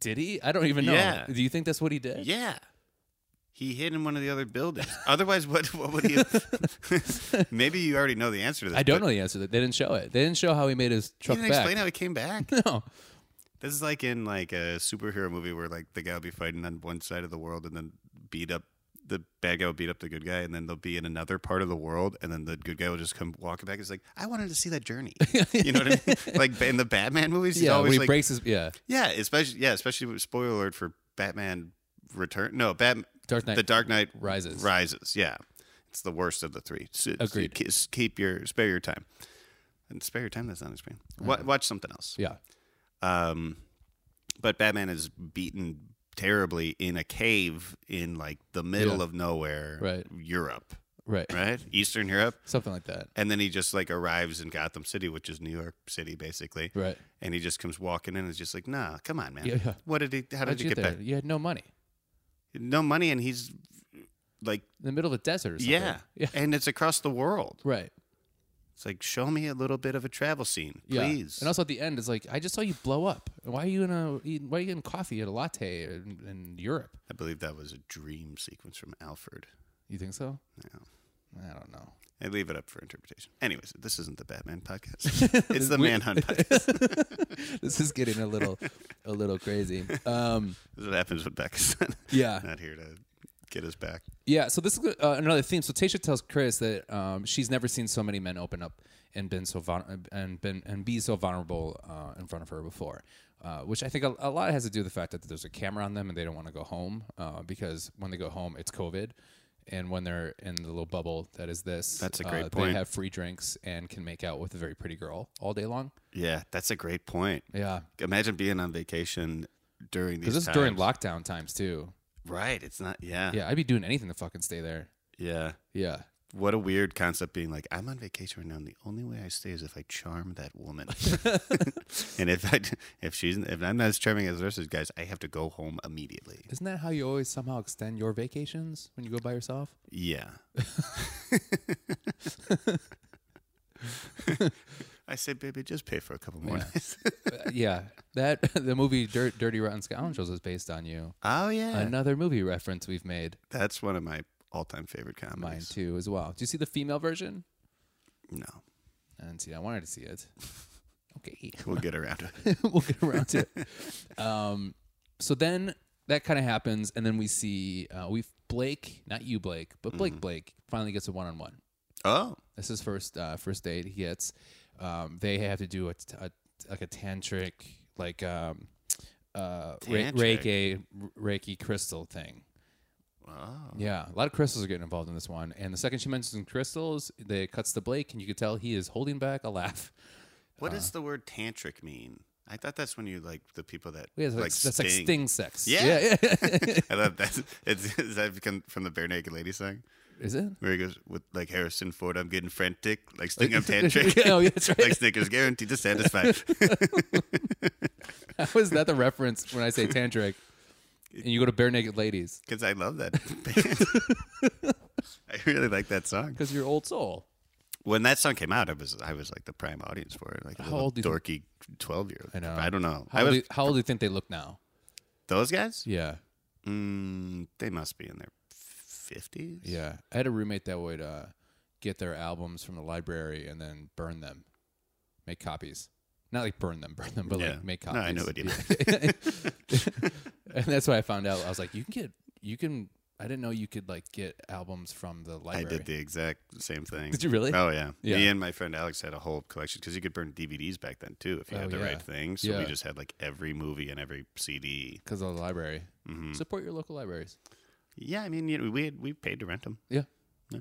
S1: did he? I don't even know.
S3: Yeah.
S1: Do you think that's what he did?
S3: Yeah. He hid in one of the other buildings. Otherwise, what what would he? Have? Maybe you already know the answer to this.
S1: I don't
S3: but
S1: know the answer. They didn't show it. They didn't show how he made his
S3: He
S1: truck
S3: didn't
S1: back.
S3: explain how he came back.
S1: no.
S3: This is like in like a superhero movie where like the guy will be fighting on one side of the world and then beat up the bad guy will beat up the good guy and then they'll be in another part of the world and then the good guy will just come walking back. It's like I wanted to see that journey. You know what I mean? like in the Batman movies, he's
S1: yeah, when
S3: always
S1: he
S3: like
S1: breaks his yeah,
S3: yeah, especially yeah, especially with- spoiler alert for Batman Return. No, Batman
S1: Dark Knight
S3: The Dark Knight
S1: Rises.
S3: Rises. Yeah, it's the worst of the three. So, so
S1: Agreed.
S3: ke- s- keep your spare your time, and spare your time. That's not explained. Wa-
S1: Mm-hmm.
S3: watch something else.
S1: Yeah,
S3: Um, but Batman is beaten terribly in a cave in like the middle
S1: Yeah.
S3: of nowhere,
S1: Right.
S3: Europe,
S1: right,
S3: right, Eastern Europe,
S1: something like that.
S3: and then he just like arrives in Gotham City, which is New York City, basically.
S1: Right?
S3: And he just comes walking in and is just like, nah, come on, man.
S1: Yeah, yeah.
S3: What did he, how
S1: How'd
S3: did
S1: you
S3: he
S1: get
S3: get
S1: there?
S3: back?
S1: You had no money
S3: No money. And he's like,
S1: in the middle of the desert. Or something.
S3: yeah.
S1: yeah,
S3: And it's across the world.
S1: right.
S3: It's like, show me a little bit of a travel scene,
S1: Yeah.
S3: please.
S1: And also at the end, it's like I just saw you blow up. Why are you in a? Why are you getting coffee at a latte in, in Europe?
S3: I believe that was a dream sequence from Alfred.
S1: You think so?
S3: Yeah.
S1: I don't know.
S3: I leave it up for interpretation. Anyways, this isn't the Batman podcast. it's the Manhunt podcast.
S1: This is getting a little, a little crazy. Um,
S3: This is what happens when Becca's not,
S1: yeah.
S3: not here to get us back.
S1: Yeah, so this is uh, another theme. So Tasha tells Chris that um, she's never seen so many men open up and been so vul- and been and be so vulnerable uh, in front of her before, uh, which I think a, a lot has to do with the fact that there's a camera on them and they don't want to go home uh, because when they go home it's COVID, and when they're in the little bubble that is this,
S3: That's a
S1: uh,
S3: great
S1: They
S3: point.
S1: have free drinks and can make out with a very pretty girl all day long.
S3: Yeah, that's a great point.
S1: Yeah,
S3: Imagine being on vacation during
S1: because
S3: these
S1: this is
S3: times.
S1: during lockdown times too.
S3: Right. It's not. Yeah.
S1: Yeah, I'd be doing anything to fucking stay there.
S3: Yeah.
S1: Yeah.
S3: What a weird concept being like, I'm on vacation right now, and the only way I stay is if I charm that woman. and if I, if she's if I'm not as charming as the rest of these guys, I have to go home immediately.
S1: Isn't that how you always somehow extend your vacations when you go by yourself?
S3: Yeah. I said, baby, just pay for a couple more
S1: Yeah.
S3: nights.
S1: Uh, yeah, that the movie Dirt, Dirty Rotten Scoundrels is based on you.
S3: oh yeah,
S1: Another movie reference we've made,
S3: that's one of my all-time favorite comedies.
S1: mine too, as well. Do you see the female version?
S3: No,
S1: I didn't see. It. I wanted to see it. Okay,
S3: we'll get around to it.
S1: we'll get around to it. Um, so then that kind of happens, and then we see uh, we Blake, not you, Blake, but Blake, Blake finally gets a one-on-one.
S3: Oh,
S1: That's his first uh, first date. He gets. Um, they have to do a, t- a- like a tantric like um, uh, re-
S3: Tantric?
S1: reiki reiki crystal thing.
S3: wow.
S1: Yeah, a lot of crystals are getting involved in this one. And the second she mentions crystals, they cuts to Blake, and you can tell he is holding back a laugh. Uh.
S3: What does the word tantric mean? I thought that's when you like the people that
S1: Yeah, it's like,
S3: like
S1: that's like sting sex.
S3: Yeah.
S1: yeah.
S3: I thought that's it's, is that become from the Bare Naked Lady song
S1: is it?
S3: where he goes with like Harrison Ford, I'm getting frantic, like sting I'm tantric,
S1: oh, yeah, that's right.
S3: like Snickers guaranteed to satisfy.
S1: How is that the reference when I say tantric? And you go to bare naked ladies
S3: Because I love that band. I really like that song.
S1: because you're old soul.
S3: When that song came out, I was I was like the prime audience for it, like a
S1: How
S3: little
S1: old do you think-
S3: dorky twelve year old.
S1: I know.
S3: I don't know.
S1: How,
S3: I
S1: old
S3: was
S1: do you- how old do you think they look now?
S3: those guys.
S1: Yeah.
S3: Mm, they must be in their fifties.
S1: Yeah, I had a roommate that would uh, get their albums from the library and then burn them, make copies. Not like burn them, burn them, but
S3: Yeah.
S1: like make
S3: No,
S1: copies.
S3: I know what you
S1: mean. and that's why I found out. I was like, you can get, you can. I didn't know you could like get albums from the
S3: I
S1: library.
S3: did the exact same thing.
S1: Did you really?
S3: Oh yeah.
S1: Yeah.
S3: Me and my friend Alex had a whole collection because you could burn DVDs back then too if you
S1: Oh,
S3: had the
S1: yeah.
S3: right thing. So
S1: Yeah.
S3: we just had like every movie and every CD.
S1: Because of the library.
S3: Mm-hmm.
S1: Support your local libraries.
S3: Yeah, I mean, you know, we had, we paid to rent them
S1: Yeah.
S3: Yeah.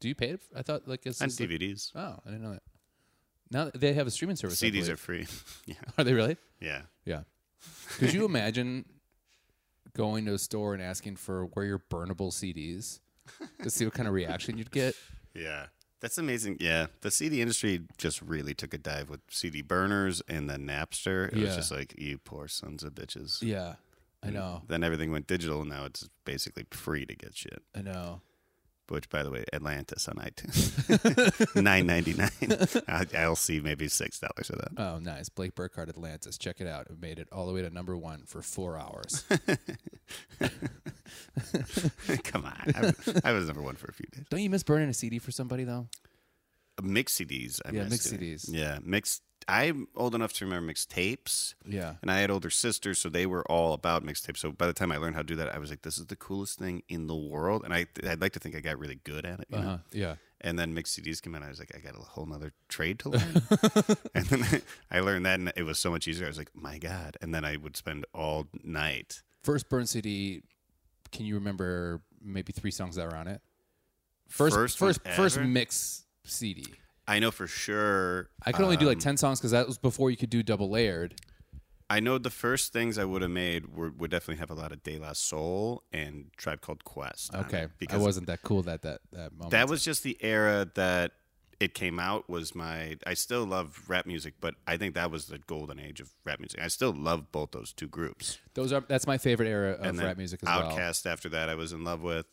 S1: Do you pay it? I thought like it's
S3: on
S1: just, like-
S3: DVDs.
S1: oh, I didn't know that. Now they have a streaming service. I
S3: CDs are
S1: believe.
S3: free. yeah,
S1: are they really?
S3: yeah.
S1: Yeah. Could you imagine going to a store and asking for where your burnable CDs to see what kind of reaction you'd get?
S3: Yeah. That's amazing. Yeah. The CD industry just really took a dive with CD burners and then Napster. It
S1: Yeah.
S3: was just like, you poor sons of bitches.
S1: Yeah. I know.
S3: Then everything went digital. and Now it's basically free to get shit.
S1: I know.
S3: Which, by the way, Atlantis on iTunes, nine ninety nine. I'll see maybe six dollars of that.
S1: Oh, nice. Blake Burkhardt Atlantis. Check it out. It made it all the way to number one for four hours. Oh.
S3: Come on, I was, I was number one for a few days.
S1: Don't you miss burning a CD for somebody, though?
S3: Mixed CDs. I
S1: Yeah,
S3: miss
S1: mixed
S3: doing.
S1: CDs.
S3: Yeah, mixed. I'm old enough to remember mixtapes.
S1: Yeah.
S3: And I had older sisters, so they were all about mixtapes. So by the time I learned how to do that, I was like, "This is the coolest thing in the world," and I I'd like to think I got really good at it. You know?
S1: Uh-huh. Yeah.
S3: And then mixed CDs came out. And I was like, I got a whole nother trade to learn. and then I learned that, and it was so much easier. I was like, my God. And then I would spend all night.
S1: First Burn City, can you remember maybe three songs that were on it?
S3: First one
S1: first, first
S3: ever?
S1: mix CD.
S3: I know for sure.
S1: I could only do like
S3: um,
S1: ten songs because that was before you could do double layered.
S3: I know the first things I would have made were, would definitely have a lot of De La Soul and Tribe Called Quest. on
S1: Okay,
S3: it,
S1: I wasn't that cool that that that moment.
S3: That was just the era that it came out was my I still love rap music, but I think that was the golden age of rap music. I still love both those two groups.
S1: Those are that's my favorite era of
S3: then
S1: rap music as well.
S3: Outcast after that I was in love with.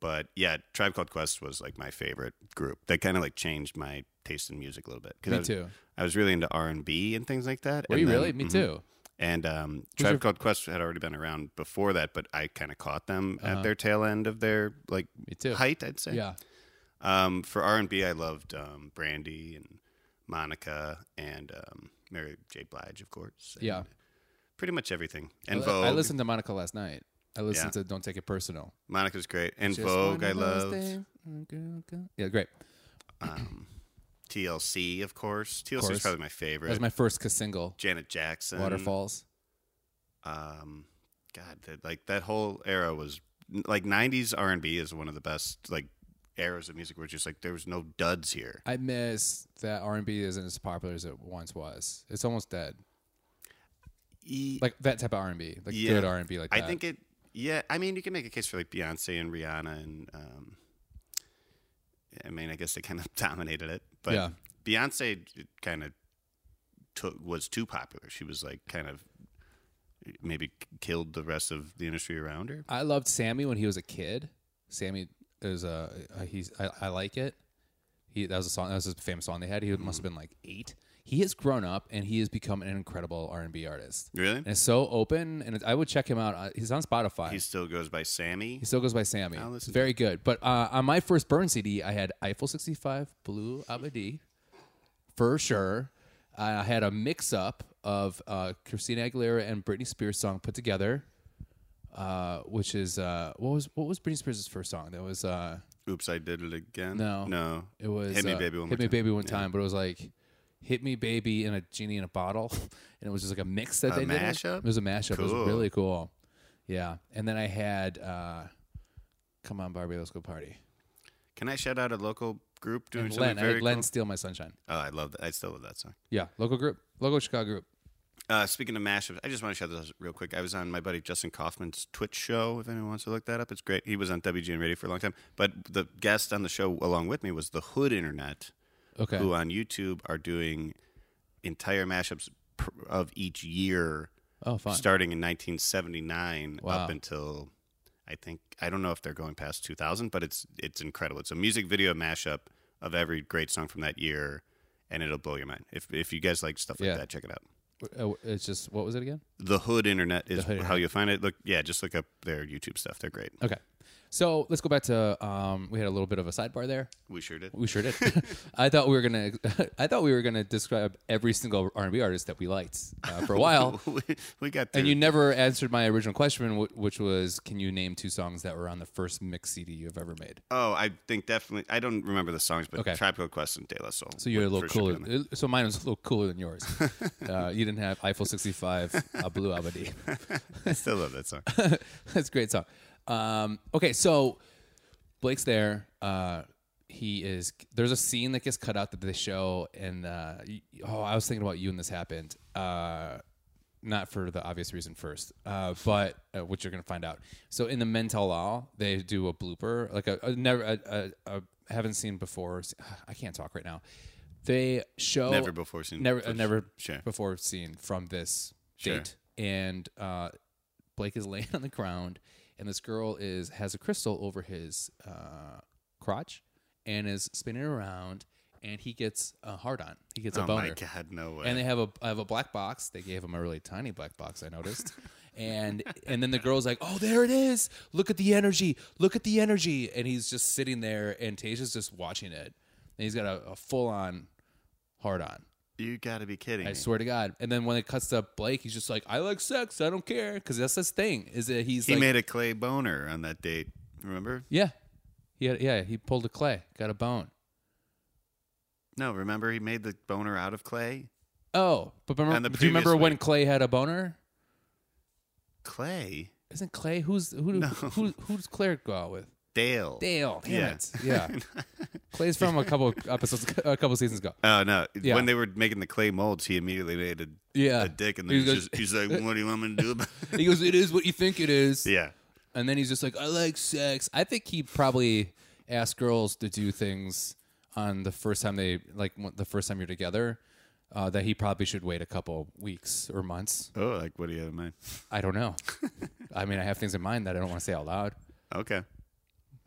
S3: But yeah, Tribe Called Quest was like my favorite group. That kind of like changed my taste in music a little bit. 'Cause
S1: Me
S3: I was,
S1: too.
S3: I was really into R and B and things like that.
S1: Were
S3: and
S1: you
S3: then-
S1: really? Me
S3: mhm.
S1: too.
S3: And um,
S1: Who's
S3: Tribe
S1: your-
S3: Called Quest had already been around before that, but I kind of caught them at their tail end of their like
S1: Me too.
S3: height, I'd say.
S1: Uh-huh. Yeah.
S3: Um, for R and B, I loved um, Brandy and Monica and um, Mary J. Blige, of course. and
S1: Yeah.
S3: pretty much everything. And
S1: I,
S3: Vogue,
S1: I listened to Monica last night. I listened
S3: Yeah.
S1: to Don't Take It Personal.
S3: Monica's great, and
S1: Just
S3: Vogue,
S1: one
S3: I
S1: of those
S3: loved.
S1: days- Mm, girl, girl. Yeah, great.
S3: Um, TLC, of course. TLC
S1: course.
S3: is probably my
S1: That
S3: favorite.
S1: was my first kiss single.
S3: Janet Jackson,
S1: Waterfalls.
S3: Um, God, that, like that whole era was like '90s R and B is one of the best like eras of music where it's just like there was no duds here.
S1: I miss that R and B isn't as popular as it once was. It's almost dead.
S3: E-
S1: Like that type of R and B, like
S3: Yeah.
S1: good R and B, like that.
S3: I think it. Yeah, I mean, you can make a case for like Beyonce and Rihanna, and um, I mean, I guess they kind of dominated it. But
S1: Yeah.
S3: Beyonce kind of took was too popular. She was like kind of maybe killed the rest of the industry around her.
S1: I loved Sammy when he was a kid. Sammy is a uh, he's I, I like it. He that was a song that was his famous song they had. He must have been like eight. He has grown up and he has become an incredible R and B artist.
S3: Really,
S1: And it's so open. And it, I would check him out. Uh, He's on Spotify.
S3: he still goes by Sammy.
S1: he still goes by Sammy.
S3: I'll listen to
S1: Very good. But uh, on my first Burn CD, I had Eiffel 65, Blue Abadi, for sure. I had a mix up of uh, Christina Aguilera and Britney Spears song put together, uh, which is uh, what was what was Britney Spears' first song? That was uh,
S3: Oops, I did it again.
S1: No.
S3: no,
S1: it was
S3: Hit Me
S1: uh,
S3: Baby One
S1: hit
S3: More
S1: me
S3: Time.
S1: baby one time, but it was like hit me baby and a genie in a bottle, and it was just like a mix that
S3: A
S1: they did.
S3: mashup?
S1: It was a mashup. It
S3: Cool.
S1: was really cool. Yeah, and then I had uh, come on Barbie, let's go party.
S3: Can I shout out a local group doing
S1: And
S3: something
S1: Len, I
S3: very
S1: had Len
S3: cool?
S1: steal my sunshine.
S3: Oh, I love that. I still love that song.
S1: Yeah, local group, local Chicago group.
S3: Uh, speaking of mashups, I just want to shout this out real quick. I was on my buddy Justin Kaufman's Twitch show. If anyone wants to look that up, it's great. He was on WGN Radio for a long time. But the guest on the show along with me was the Hood Internet,
S1: Okay,
S3: who on YouTube are doing entire mashups pr- of each year,
S1: oh fun.
S3: starting in 1979
S1: Wow.
S3: up until I think I don't know if they're going past 2000, but it's it's incredible. It's a music video mashup of every great song from that year, and it'll blow your mind. If if you guys like stuff like
S1: Yeah.
S3: that, check it out.
S1: Uh, It's just what was it again?
S3: The Hood Internet is
S1: Hood
S3: how you find it. Look, yeah, just look up their YouTube stuff. They're great.
S1: Okay, so let's go back to um, we had a little bit of a sidebar there.
S3: We sure did.
S1: We sure did. I thought we were gonna. I thought we were gonna describe every single R and B artist that we liked uh, for a while,
S3: we, we got through.
S1: and you never answered my original question, wh- which was, can you name two songs that were on the first mix CD you've ever made?
S3: oh, I think definitely. I don't remember the songs, but
S1: Okay.
S3: Tropical Quest and De La Soul.
S1: So you're a
S3: would
S1: little
S3: for sure
S1: cooler.
S3: be on
S1: uh, So mine was a little cooler than yours. uh, you didn't have Eiffel 65, uh, Blue Abadi.
S3: there. I still love that song.
S1: That's a great song. Um, okay, so Blake's there. Uh, he is. There's a scene that gets cut out that they show, and uh, y- oh, I was thinking about you when this happened. Uh, not for the obvious reason first, uh, but uh, which you're gonna find out. So in the Mental Law, they do a blooper, like a, a never, a, a, a haven't seen before. I can't talk right now. They show
S3: Never before seen.
S1: never,
S3: first.
S1: never
S3: Sure.
S1: before seen from this
S3: Sure.
S1: date. And uh, Blake is laying on the ground, and this girl is has a crystal over his uh, crotch, and is spinning around, and he gets a hard on. He gets a
S3: Oh
S1: boner.
S3: my God, no way.
S1: And they have a I have a black box. They gave him a really tiny black box. I noticed. And and then the girl's like, "Oh, there it is! Look at the energy! Look at the energy!" And he's just sitting there, and Tasia's just watching it, and he's got a, a full on hard on.
S3: You gotta be kidding
S1: I
S3: me.
S1: swear to God. And then when it cuts to Blake, he's just like, I like sex. I don't care. Because that's his thing. Is that he's
S3: he
S1: like,
S3: made a clay boner on that date. Remember?
S1: yeah, he had, yeah, he pulled a clay, got a bone.
S3: No, remember he made the boner out of clay?
S1: Oh, but
S3: And
S1: remember,
S3: the
S1: do you remember
S3: previous
S1: when
S3: week-
S1: Clay had a boner?
S3: Clay?
S1: Isn't Clay who's who?
S3: No.
S1: Who who's Claire go out with?
S3: Dale.
S1: Dale. Damn
S3: Yeah.
S1: it. Yeah. Clay's from a couple episodes, a couple seasons ago.
S3: Oh no!
S1: Yeah.
S3: When they were making the clay molds, he immediately made a,
S1: Yeah.
S3: a dick, and
S1: He
S3: then he's,
S1: goes-
S3: just, he's like, "What do you want me to do about?" it?"
S1: He goes, "It is what you think it is."
S3: yeah,
S1: And then he's just like, "I like sex." I think he probably asked girls to do things on the first time they like when- the first time you're together. Uh, that he probably should wait a couple weeks or months.
S3: Oh, like what do you have in mind?
S1: I don't know. I mean, I have things in mind that I don't want to say out loud.
S3: Okay.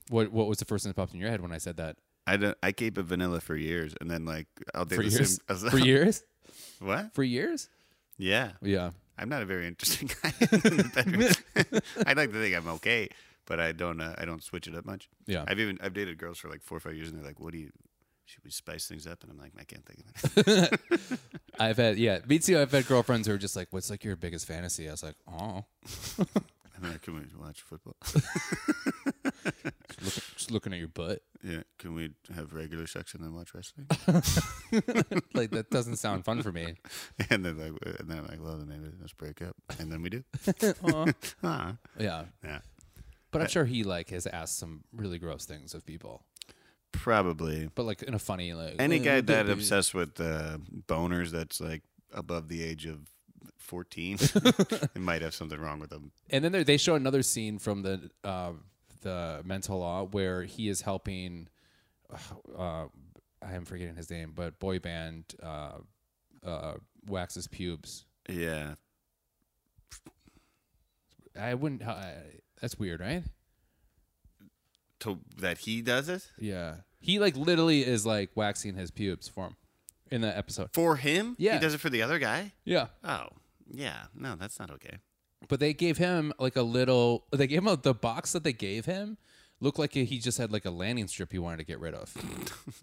S1: What What was the first thing that popped in your head when I said that?
S3: I don't. I keep it vanilla for years, and then like I'll date
S1: For
S3: the
S1: years?
S3: Same,
S1: For years?
S3: What?
S1: For years?
S3: Yeah,
S1: Yeah.
S3: I'm not a very interesting guy. in the bedroom. I like to think I'm okay, but I don't. Uh, I don't switch it up much.
S1: Yeah.
S3: I've even I've dated girls for like four or five years, and they're like, "What do you? Should we spice things up?" And I'm like, "I can't think of it."
S1: I've had yeah, me too. I've had girlfriends who are just like, "What's like your biggest fantasy?" I was like, "Oh,
S3: I'm like, "Can we watch football?
S1: just, look, just looking at your butt."
S3: yeah. Can we have regular sex and then watch wrestling?"
S1: Like that doesn't sound fun for me.
S3: and then like, and then I'm like, "Well, then maybe let's break up." And then we do.
S1: Aw.
S3: Huh.
S1: Yeah,
S3: Yeah.
S1: but I'm sure he like has asked some really gross things of people,
S3: Probably.
S1: but like in a funny like
S3: Any guy that
S1: upset.
S3: obsessed with uh, boners that's like above the age of 14, they might have something wrong with them.
S1: And then there- they show another scene from the uh, the mental law where he is helping. Uh, I am forgetting his name, but boy band uh, uh, waxes pubes.
S3: Yeah.
S1: I wouldn't. I that's weird, right?
S3: To, that he does it?
S1: Yeah, he like literally is like waxing his pubes for him in that episode.
S3: For him?
S1: Yeah.
S3: He does it for the other guy?
S1: Yeah,
S3: Oh, yeah. No, that's not okay.
S1: but they gave him like a little. They gave him a, the box that they gave him. Looked like he just had like a landing strip he wanted to get rid of.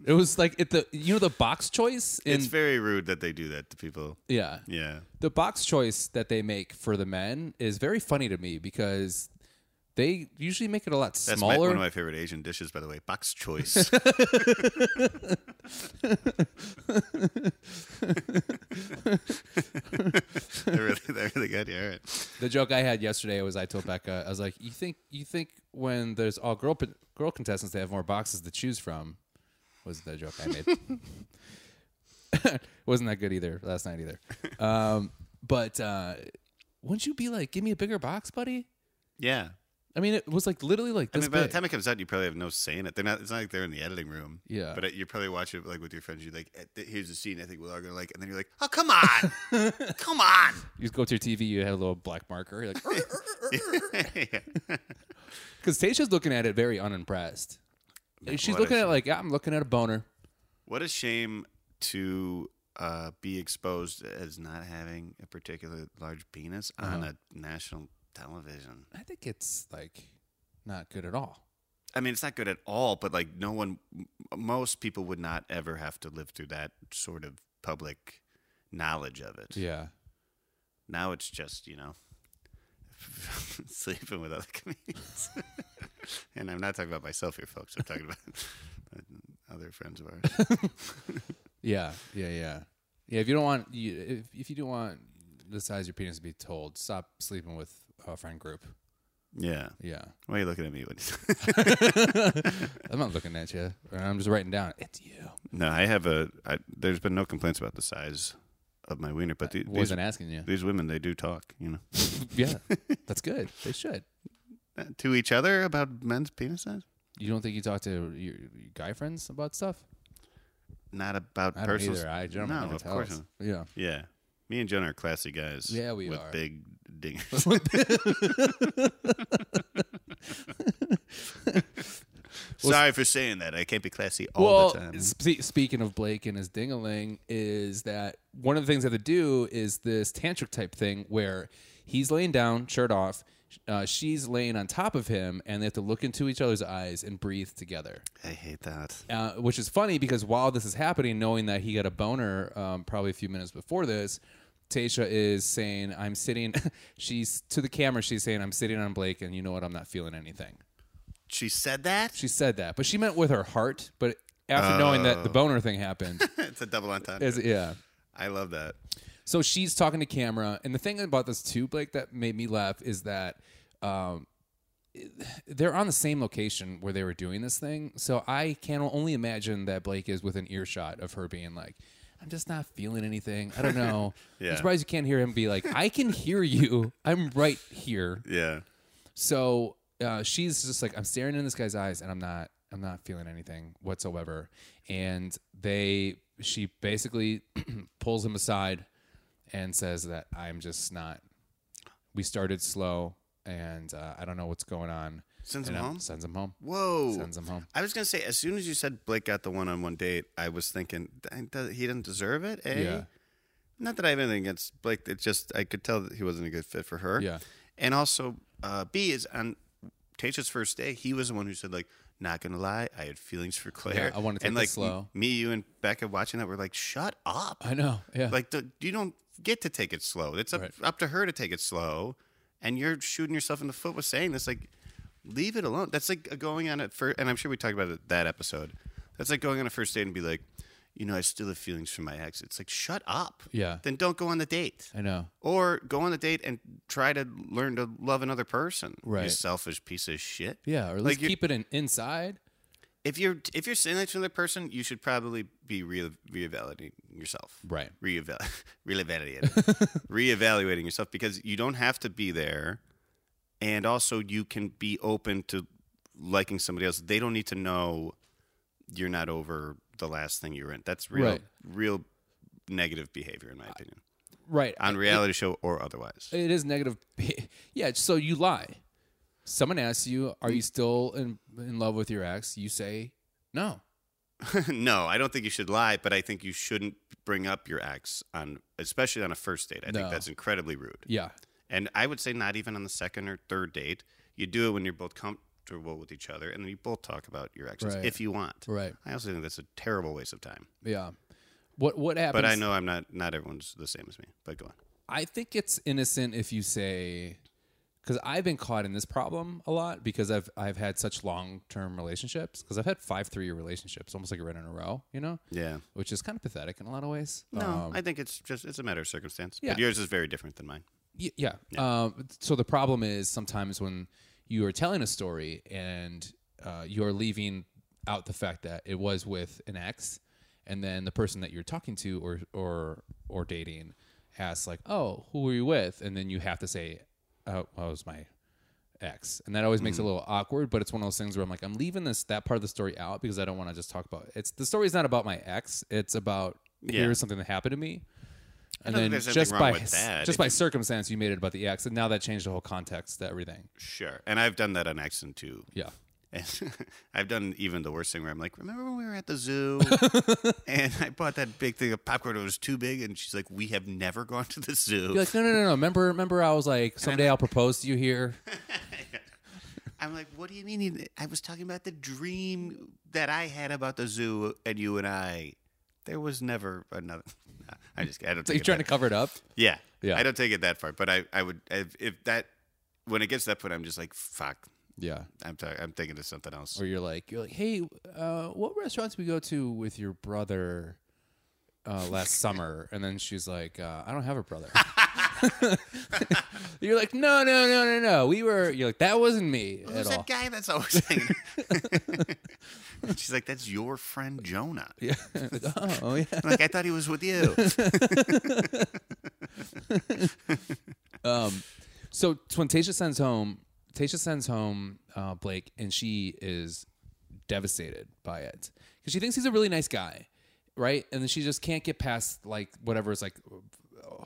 S1: it was like at the you know the box choice in
S3: it's very rude that they do that to people.
S1: yeah
S3: Yeah.
S1: the box choice that they make for the men is very funny to me because they usually make it a lot
S3: That's my,
S1: smaller.
S3: one of my favorite Asian dishes, by the way. Box choice. they're, really, they're really good. Yeah, all right.
S1: the joke I had yesterday was I told Becca I was like, "You think you think when there's all girl girl contestants, they have more boxes to choose from?" Was the joke I made. Wasn't that good either last night either. Um, but uh, wouldn't you be like, "Give me a bigger box, buddy"?
S3: Yeah.
S1: I mean, it was like literally like
S3: I
S1: this
S3: mean, by the
S1: big.
S3: time it comes out, you probably have no say in it. They're not. It's not like they're in the editing room.
S1: Yeah.
S3: But you probably watch it like with your friends. You're like, "Eh, th- here's the scene. I think we're all gonna like, and then you're like, oh come on, come on.
S1: you go to your TV, you had a little black marker, you're like,
S3: Yeah.
S1: Because Tasha's looking at it very unimpressed. She's
S3: what
S1: looking
S3: is
S1: at it like, "Yeah, I'm looking at a boner.
S3: What a shame to uh, be exposed as not having a particular large penis on
S1: Uh-huh.
S3: a national television.
S1: I think it's like not good at all.
S3: I mean, it's not good at all. But like, no one, m- most people would not ever have to live through that sort of public knowledge of it.
S1: Yeah.
S3: Now it's just, you know, sleeping with other comedians. and I'm not talking about myself here, folks. I'm talking about other friends of ours.
S1: Yeah. Yeah. Yeah. Yeah. If you don't want, you, if, if you don't want the size of your penis to be told, stop sleeping with a friend group.
S3: Yeah.
S1: Yeah.
S3: Why are you looking at me? When
S1: I'm not looking at you. I'm just writing down, it's you.
S3: no, I have a. I, there's been no complaints about the size of my wiener, but the, these,
S1: Wasn't asking you.
S3: these women, they do talk, you know,
S1: yeah. That's good. They should.
S3: Uh, to each other about men's penis size.
S1: You don't think you talk to your, your guy friends about stuff?
S3: Not about
S1: I don't
S3: personal.
S1: either. I generally
S3: no,
S1: never
S3: of
S1: tell
S3: course.
S1: us.
S3: Not.
S1: Yeah.
S3: Yeah, me and John are classy guys.
S1: Yeah, we
S3: with
S1: are.
S3: Big dingers. Sorry for saying that. I can't be classy all
S1: well,
S3: the time.
S1: spe- speaking of Blake and his dingaling, is that one of the things they have to do is this tantric type thing where he's laying down, shirt off, Uh, she's laying on top of him, and they have to look into each other's eyes and breathe together.
S3: I hate that.
S1: Uh, which is funny because while this is happening, knowing that he got a boner um, probably a few minutes before this, Tasha is saying, "I'm sitting." she's to the camera. She's saying, "I'm sitting on Blake, and you know what? I'm not feeling anything."
S3: She said that.
S1: She said that, but she meant with her heart. But after knowing that the
S3: Oh.
S1: boner thing happened,
S3: it's a double entendre.
S1: is yeah.
S3: I love that.
S1: So she's talking to camera, and the thing about this too, Blake, that made me laugh is that um, they're on the same location where they were doing this thing. So I can only imagine that Blake is within earshot of her being like, "I'm just not feeling anything. I don't know."
S3: Yeah.
S1: I'm surprised you can't hear him be like, "I can hear you. I'm right here."
S3: Yeah.
S1: So uh, she's just like, I'm staring in this guy's eyes, and I'm not, I'm not feeling anything whatsoever. And they, she basically pulls him aside and says that I'm just not. We started slow, and uh, I don't know what's going on.
S3: Sends
S1: And
S3: him
S1: I'm-
S3: home?
S1: Sends him home.
S3: Whoa.
S1: Sends him home.
S3: I was gonna say, as soon as you said Blake got the one-on-one date, I was thinking "Th- does- he didn't deserve it. A.
S1: Yeah.
S3: Not that I have anything against Blake. It's just I could tell that he wasn't a good fit for her.
S1: Yeah.
S3: And also, uh, B is on Tayshia's first day. He was the one who said like, "Not gonna lie, I had feelings for Claire."
S1: I wanna take
S3: and,
S1: this
S3: like,
S1: slow.
S3: m- Me, you, and Becca watching that were like, "Shut up!"
S1: I know. Yeah.
S3: Like the, you don't get to take it slow. It's up,
S1: Right.
S3: up to her to take it slow, and you're shooting yourself in the foot with saying this. Like, leave it alone. That's like going on at first, and I'm sure we talked about it that episode. That's like going on a first date and be like, you know, I still have feelings for my ex. It's like, shut up.
S1: Yeah.
S3: Then don't go on the date,
S1: I know.
S3: or go on the date and try to learn to love another person. You
S1: Right.
S3: selfish piece of shit.
S1: Yeah. Or at
S3: Like
S1: least
S3: you-
S1: keep it in, inside.
S3: If you're if you're saying that to another person, you should probably be re- reevaluating yourself.
S1: Right.
S3: reeval- reevaluating reevaluating yourself because you don't have to be there and also you can be open to liking somebody else they don't need to know you're not over the last thing you were in that's real
S1: Right.
S3: real negative behavior in my opinion
S1: Right.
S3: on reality show or otherwise
S1: It is negative. yeah, so you lie. Someone asks you, "Are you still in in love with your ex?" You say, "No."
S3: no i don't think you should lie but i think you shouldn't bring up your ex on especially on a first date i
S1: No.
S3: think that's incredibly rude
S1: Yeah.
S3: And I would say not even on the second or third date. You do it when you're both comfortable with each other, and then you both talk about your exes
S1: Right.
S3: if you want.
S1: Right.
S3: I also think that's a terrible waste of time.
S1: Yeah. What what happens?
S3: But I know I'm not. Not everyone's the same as me. But go on.
S1: I think it's innocent if you say because I've been caught in this problem a lot because I've I've had such long term relationships because I've had five three year relationships almost like a right in a row, you know,
S3: Yeah.
S1: which is kind of pathetic in a lot of ways.
S3: No,
S1: Um,
S3: I think it's just it's a matter of circumstance.
S1: Yeah.
S3: But yours is very different than mine.
S1: Y- yeah. Um, so the problem is sometimes when you are telling a story and uh, you're leaving out the fact that it was with an ex, and then the person that you're talking to or or or dating asks like, "Oh, who were you with?" and then you have to say, "Oh, well, it was my X. And that always makes it a little awkward, but it's one of those things where I'm like, I'm leaving this that part of the story out because I don't want to just talk about it's the story's not about my ex. It's about
S3: Yeah.
S1: here's something that happened to me. And then
S3: don't think there's anything
S1: just
S3: wrong
S1: by
S3: with that.
S1: just
S3: If
S1: by circumstance you made it about the ex, and now that changed the whole context to everything.
S3: Sure. And I've done that on accident too.
S1: Yeah.
S3: And I've done even the worst thing where I'm like, remember when we were at the zoo and I bought that big thing of popcorn? It was too big. And she's like, we have never gone to the zoo.
S1: You're like, no, no, no, no. Remember, remember, I was like, someday I'll propose to you here.
S3: I'm like, what do you mean? he- I was talking about the dream that I had about the zoo and you and I. There was never another. Nah, I just, I don't.
S1: So
S3: take
S1: you're
S3: it
S1: trying to
S3: that-
S1: cover it up.
S3: Yeah,
S1: Yeah.
S3: I don't take it that far, but I, I would, if, if that, when it gets to that point, I'm just like, fuck.
S1: Yeah.
S3: I'm, talk, I'm thinking of something else.
S1: Or you're like, you're like, hey, uh, what restaurants we go to with your brother uh, last summer? And then she's like, uh, I don't have a brother. you're like, no, no, no, no, no. We were. You're like, that wasn't me
S3: Who's
S1: at all.
S3: that guy that's always saying? that?" She's like, that's your friend Jonah.
S1: Yeah. oh, oh, yeah.
S3: I'm like I thought he was with you.
S1: Um, so it's when Tasha sends home, Tasha sends home uh, Blake, and she is devastated by it because she thinks he's a really nice guy, right? And then she just can't get past like whatever is like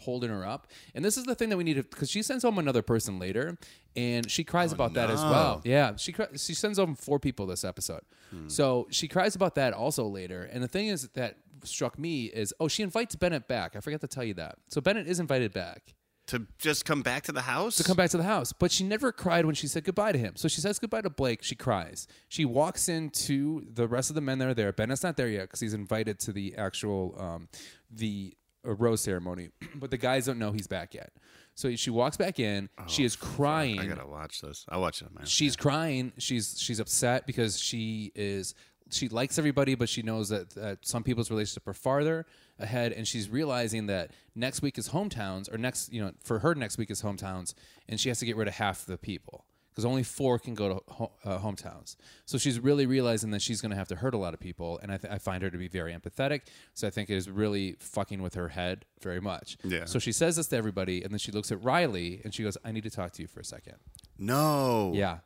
S1: holding her up. And this is the thing that we need to because she sends home another person later, and she cries about that as well. Yeah, she cri- she sends home four people this episode, so she cries about that also later. And the thing is that struck me is oh she invites Bennett back. I forgot to tell you that. So Bennett is invited back
S3: to just come back to the house.
S1: to come back to the house. But she never cried when she said goodbye to him. So she says goodbye to Blake. She cries. She walks into the rest of the men that are there. Bennett's not there yet because he's invited to the actual um, the uh, rose ceremony, but the guys don't know he's back yet. So she walks back in. she is crying.
S3: Oh, I gotta watch this. I'll watch it, man.
S1: She's crying. She's she's upset because she is she likes everybody, but she knows that, that some people's relationship are farther ahead, and she's realizing that next week is hometowns, or next you know for her next week is hometowns, and she has to get rid of half the people because only four can go to ho- uh, hometowns. So she's really realizing that she's going to have to hurt a lot of people, and I, th- I find her to be very empathetic. So I think it is really fucking with her head very much.
S3: Yeah.
S1: So she says this to everybody, and then she looks at Riley and she goes, "I need to talk to you for a second.
S3: No.
S1: Yeah.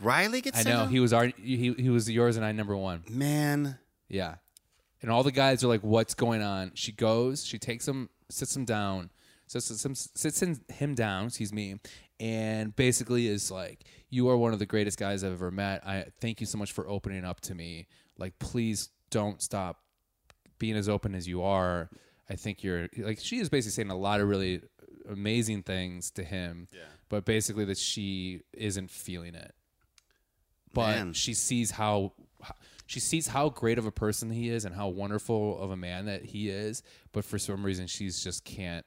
S3: Riley gets.
S1: I
S3: sent
S1: know
S3: out?
S1: he was our he he was yours and I number one.
S3: Man.
S1: Yeah, and all the guys are like, "What's going on?" She goes, she takes him, sits him down, sits sits him, sits in- him down. Excuse me, and basically is like, "You are one of the greatest guys I've ever met. I thank you so much for opening up to me. Like, please don't stop being as open as you are. I think you're like she is basically saying a lot of really amazing things to him. Yeah. But basically that she isn't feeling it. But
S3: Man.
S1: she sees how she sees how great of a person he is and how wonderful of a man that he is, but for some reason she's just can't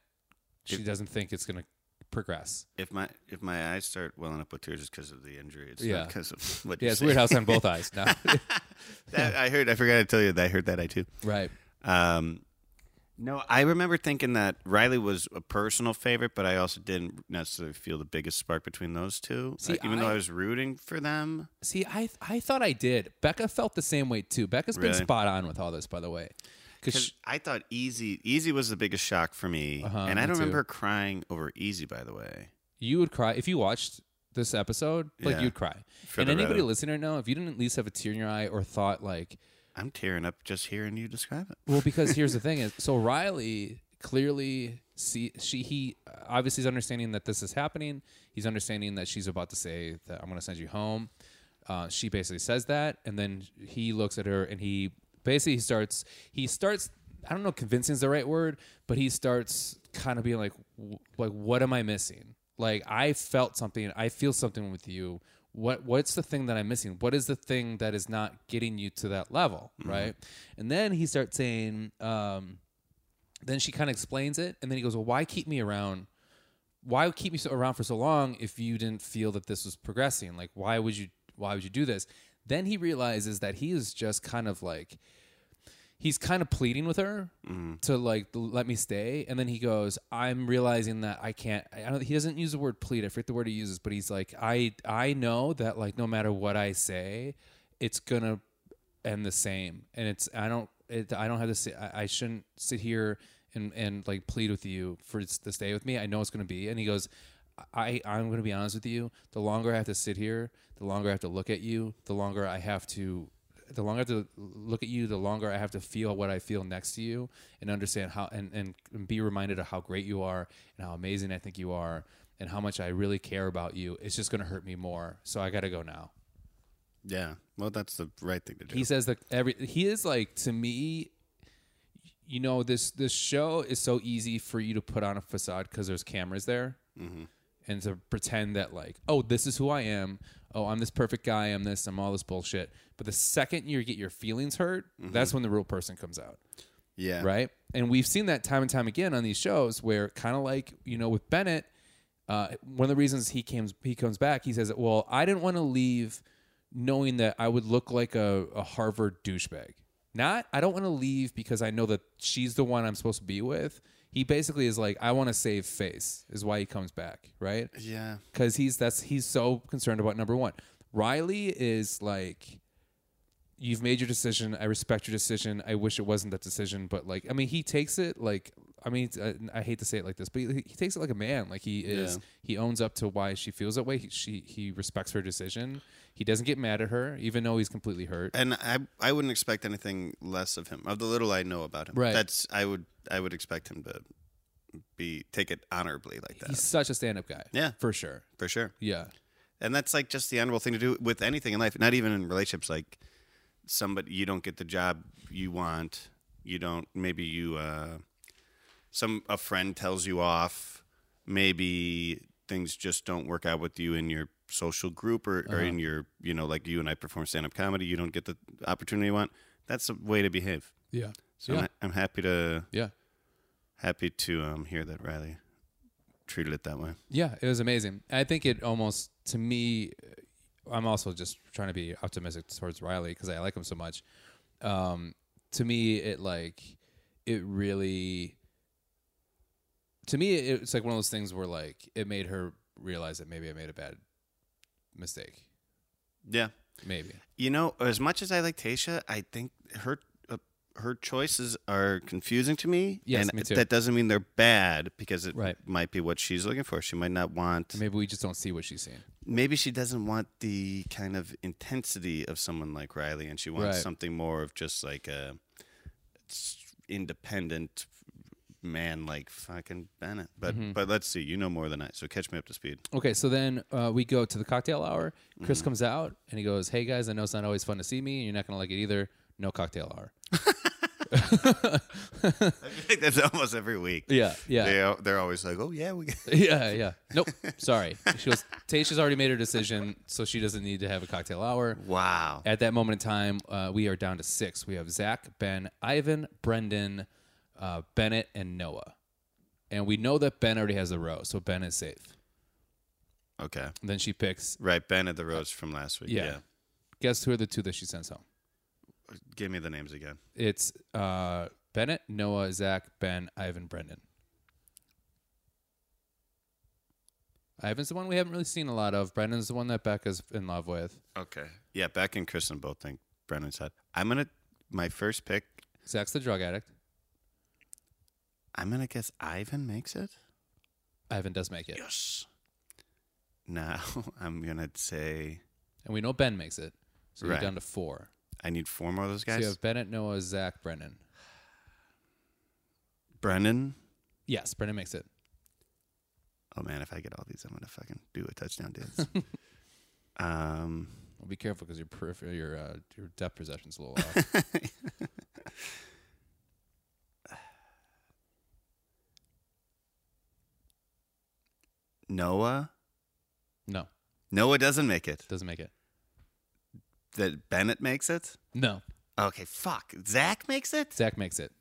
S1: she doesn't think it's going to progress.
S3: If my if my eyes start welling up with tears, it's because of the injury. It's
S1: Yeah.
S3: not because of what.
S1: Yeah,
S3: you
S1: it's
S3: said.
S1: weird how it's on both eyes now.
S3: That- I heard. I forgot to tell you that I heard that I too.
S1: right.
S3: Um, no, I remember thinking that Riley was a personal favorite, but I also didn't necessarily feel the biggest spark between those two.
S1: See,
S3: Like, even though
S1: I-
S3: I was rooting for them,
S1: See, I I thought I did. Becca felt the same way too. Becca's been
S3: Really?
S1: spot on with all this by the way. 'Cause
S3: because
S1: she-
S3: I thought Easy Easy was the biggest shock for me,
S1: Uh-huh,
S3: and I
S1: me
S3: don't
S1: too.
S3: remember crying over Easy. By the way,
S1: you would cry if you watched this episode. Like
S3: Yeah.
S1: you'd cry.
S3: For
S1: and
S3: the
S1: anybody
S3: Reddit.
S1: listening right now, if you didn't at least have a tear in your eye or thought like,
S3: I'm tearing up just hearing you describe it.
S1: well, because here's the thing is, so Riley clearly see she he uh, obviously is understanding that this is happening. He's understanding that she's about to say that I'm going to send you home. Uh, she basically says that, and then he looks at her and he basically starts he starts. I don't know, convincing is the right word, but he starts kind of being like, w- like, what am I missing? Like, I felt something. I feel something with you. What what's the thing that I'm missing? What is the thing that is not getting you to that level, right? And then he starts saying, um, then she kind of explains it, and then he goes, "Well, why keep me around? Why keep me so around for so long if you didn't feel that this was progressing? Like, why would you? Why would you do this?" Then he realizes that he is just kind of like he's kind of pleading with her to like let me stay and then he goes i'm realizing that i can't i don't he doesn't use the word plead i forget the word he uses but he's like i i know that like no matter what i say it's gonna end the same and it's i don't it, i don't have to sit I, I shouldn't sit here and and like plead with you for s- to stay with me i know it's gonna be and he goes I, I'm going to be honest with you. The longer I have to sit here, the longer I have to look at you, the longer I have to the longer I have to look at you, the longer I have to feel what I feel next to you and understand how and, and, and be reminded of how great you are and how amazing I think you are and how much I really care about you. It's just gonna hurt me more. So I gotta go now.
S3: Yeah, well, that's the right thing to do.
S1: He says that every he is like to me. You know this this show is so easy for you to put on a facade because there's cameras there,
S3: Mm-hmm.
S1: and to pretend that like oh this is who I am, oh I'm this perfect guy, I'm this, I'm all this bullshit. But the second you get your feelings hurt,
S3: Mm-hmm.
S1: that's when the real person comes out
S3: yeah,
S1: right? And we've seen that time and time again on these shows where kind of like you know with Bennett, uh, one of the reasons he came he comes back, he says, "Well, I didn't want to leave, knowing that I would look like a, a Harvard douchebag. Not I don't want to leave because I know that she's the one I'm supposed to be with." He basically is like, "I want to save face," is why he comes back, right?
S3: Yeah,
S1: because he's that's he's so concerned about number one. Riley is like, you've made your decision. I respect your decision. I wish it wasn't that decision, but like, I mean, he takes it like, I mean, it's- uh, I, I hate to say it like this, but he, he takes it like a man. Like he is,
S3: Yeah.
S1: he owns up to why she feels that way. He, she he respects her decision. He doesn't get mad at her, even though he's completely hurt.
S3: and I I wouldn't expect anything less of him. Of the little I know about him,
S1: Right.
S3: That's I would I would expect him to be take it honorably like that
S1: He's such a stand-up guy.
S3: Yeah.
S1: for sure.
S3: for sure.
S1: Yeah,
S3: and that's like just the honorable thing to do with anything in life not even in relationships like somebody you don't get the job you want you don't maybe you uh some a friend tells you off maybe things just don't work out with you in your social group or, or in your you know like you and I perform stand up comedy, you don't get the opportunity you want. That's a way to behave.
S1: Yeah.
S3: So
S1: yeah.
S3: I'm, I'm happy to
S1: yeah.
S3: happy to um, hear that Riley treated it that way.
S1: Yeah, it was amazing. I think it almost to me. uh, I'm also just trying to be optimistic towards Riley because I like him so much. Um, to me, it like it really. To me, it- it's like one of those things where like it made her realize that maybe I made a bad mistake.
S3: Yeah.
S1: Maybe.
S3: You know, as much as I like Tasha, I think her uh, her choices are confusing to me.
S1: Yes,
S3: and
S1: me too.
S3: That doesn't mean they're bad because it
S1: Right.
S3: might be what she's looking for. She might not want.
S1: Maybe we just don't see what she's seeing.
S3: Maybe she doesn't want the kind of intensity of someone like Riley, and she wants
S1: Right.
S3: something more of just like a s- independent man, like fucking Bennett. But
S1: Mm-hmm.
S3: but let's see. You know more than I, so catch me up to speed.
S1: Okay, so then uh, we go to the cocktail hour. Chris comes out and he goes, "Hey guys, I know it's not always fun to see me, and you're not gonna like it either. No cocktail hour."
S3: I think that's almost every week.
S1: Yeah, yeah.
S3: They, al- they're always like, oh yeah, we.
S1: Yeah, yeah. Nope. Sorry. She goes, Tasha's already made her decision, so she doesn't need to have a cocktail hour.
S3: Wow.
S1: At that moment in time, uh, we are down to six. We have Zach, Ben, Ivan, Brendan, uh, Bennett, and Noah. And we know that Ben already has a row, so Ben is safe.
S3: Okay.
S1: And then she picks,
S3: Right, Ben at the Rose from last week.
S1: Uh, yeah.
S3: Yeah.
S1: Guess who are the two that she sends home?
S3: Give me the names again.
S1: It's uh, Bennett, Noah, Zach, Ben, Ivan, Brendan. Ivan's the one we haven't really seen a lot of. Brendan's the one that Becca's in love with.
S3: Okay. Yeah, Beck and Kristen both think Brendan said. I'm gonna my first pick.
S1: Zach's the drug addict.
S3: I'm gonna guess Ivan makes it.
S1: Ivan does make it.
S3: Yes. Now I'm gonna say
S1: And we know Ben makes it. So you're
S3: Right.
S1: down to four.
S3: I need four more of those
S1: So
S3: guys.
S1: you have Bennett, Noah, Zach, Brennan.
S3: Brendan.
S1: Yes, Brennan makes it.
S3: Oh man, if I get all these, I'm gonna fucking do a touchdown dance. um,
S1: Well, be careful because your peripheral, your uh, your depth perception's a little off.
S3: Noah.
S1: no,
S3: Noah doesn't make it.
S1: doesn't make it.
S3: That Bennett makes it.
S1: No,
S3: Okay, fuck. Zach makes it,
S1: Zach makes it.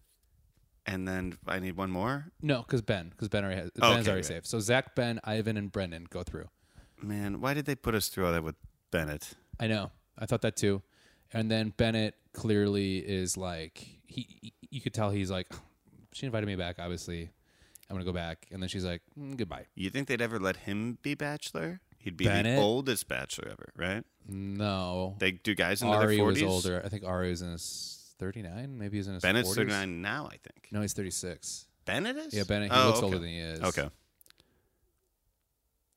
S3: and then I need one more.
S1: No, because Ben, because Ben already has,
S3: Oh, Okay,
S1: Ben's already
S3: right.
S1: safe. So Zach, Ben, Ivan, and Brennan go through.
S3: Man, why did they put us through all that with Bennett?
S1: I know. I thought that too. And then Bennett clearly is like he. he- You could tell he's like, "Oh, she invited me back. Obviously, I'm gonna go back. And then she's like, "Mm, goodbye.
S3: You think they'd ever let him be bachelor? He'd be
S1: Bennett?
S3: the oldest bachelor ever, right?
S1: No,
S3: They do guys in
S1: Ari
S3: their
S1: was
S3: 40s.
S1: older. I think Ari was in his 39, maybe he's in his
S3: Bennett's
S1: 40s.
S3: 39 now, I think.
S1: No, he's 36.
S3: Bennett is?
S1: Yeah, Bennett, he
S3: Oh,
S1: looks
S3: okay.
S1: older than he is.
S3: Okay.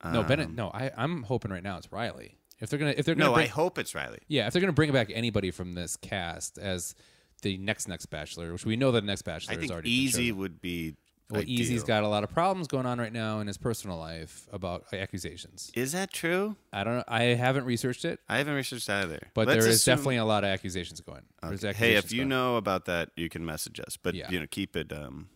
S1: No, Bennett.
S3: Um,
S1: No, I, I'm hoping right now it's Riley. If they're gonna, if they're gonna,
S3: No, I
S1: bring,
S3: hope it's Riley.
S1: yeah, if they're gonna bring back anybody from this cast as the next next Bachelor, which we know the next Bachelor
S3: I
S1: is
S3: think
S1: already been
S3: Easy
S1: chosen.
S3: would be.
S1: Well, Easy's
S3: ideal.
S1: got a lot of problems going on right now in his personal life about accusations.
S3: Is that true?
S1: I don't. know. I haven't researched it,
S3: I haven't researched either.
S1: but
S3: Let's
S1: there is
S3: assume-
S1: definitely a lot of accusations going. There's
S3: Okay. Hey, if
S1: accusations
S3: you
S1: going.
S3: know about that, you can message us. But
S1: Yeah.
S3: you know, keep it. Um,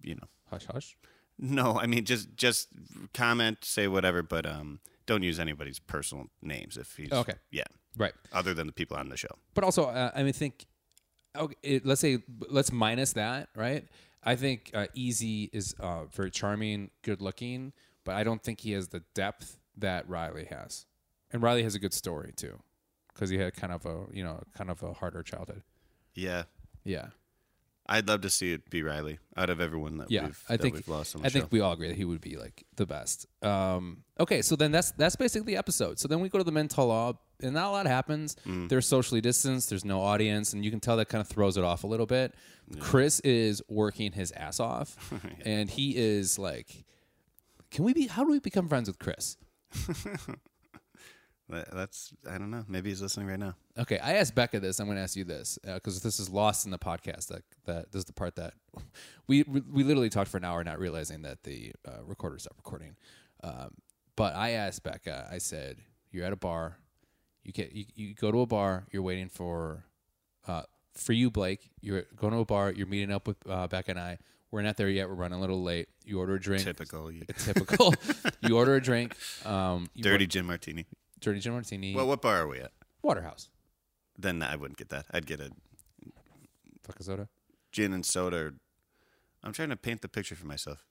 S3: you know,
S1: hush hush.
S3: No, I mean just just comment, say whatever, but um, don't use anybody's personal names if he's
S1: Okay.
S3: Yeah,
S1: Right.
S3: other than the people on the show.
S1: But also, uh, I mean, think. Okay, it, let's say let's minus that, right? I think uh, Easy is uh, very charming, good looking, but I don't think he has the depth that Riley has. And Riley has a good story too, because he had kind of a you know kind of a harder childhood.
S3: Yeah,
S1: Yeah,
S3: I'd love to see it be Riley out of everyone that
S1: yeah.
S3: we've
S1: I
S3: that
S1: think
S3: we've lost on the
S1: I
S3: show.
S1: think we all agree that he would be like the best. Um, okay, so then that's that's basically the episode. So then we go to the mental law, and not a lot happens.
S3: Mm.
S1: They're socially distanced. There's no audience, and you can tell that kind of throws it off a little bit. Chris is working his ass off, and he is like, "Can we be? How do we become friends with Chris?"
S3: That- That's I don't know. Maybe he's listening right now.
S1: Okay, I asked Becca this. I'm going to ask you this because this is lost in the podcast. That that this is the part that we we, we literally talked for an hour, not realizing that the uh, recorder stopped recording. Um, but I asked Becca. I said, "You're at a bar. You get you, you go to a bar. You're waiting for uh, for you, Blake. You're going to a bar. You're meeting up with uh, Becca and I. We're not there yet. We're running a little late. You order a drink.
S3: Typical. You,
S1: Typical. you order a drink. Um, you
S3: dirty
S1: order-
S3: gin martini.
S1: dirty gin martini.
S3: Well, what bar are we at?
S1: Waterhouse.
S3: Then I wouldn't get that. I'd get a
S1: Fuck a soda.
S3: gin and soda. Or, I'm trying to paint the picture for myself.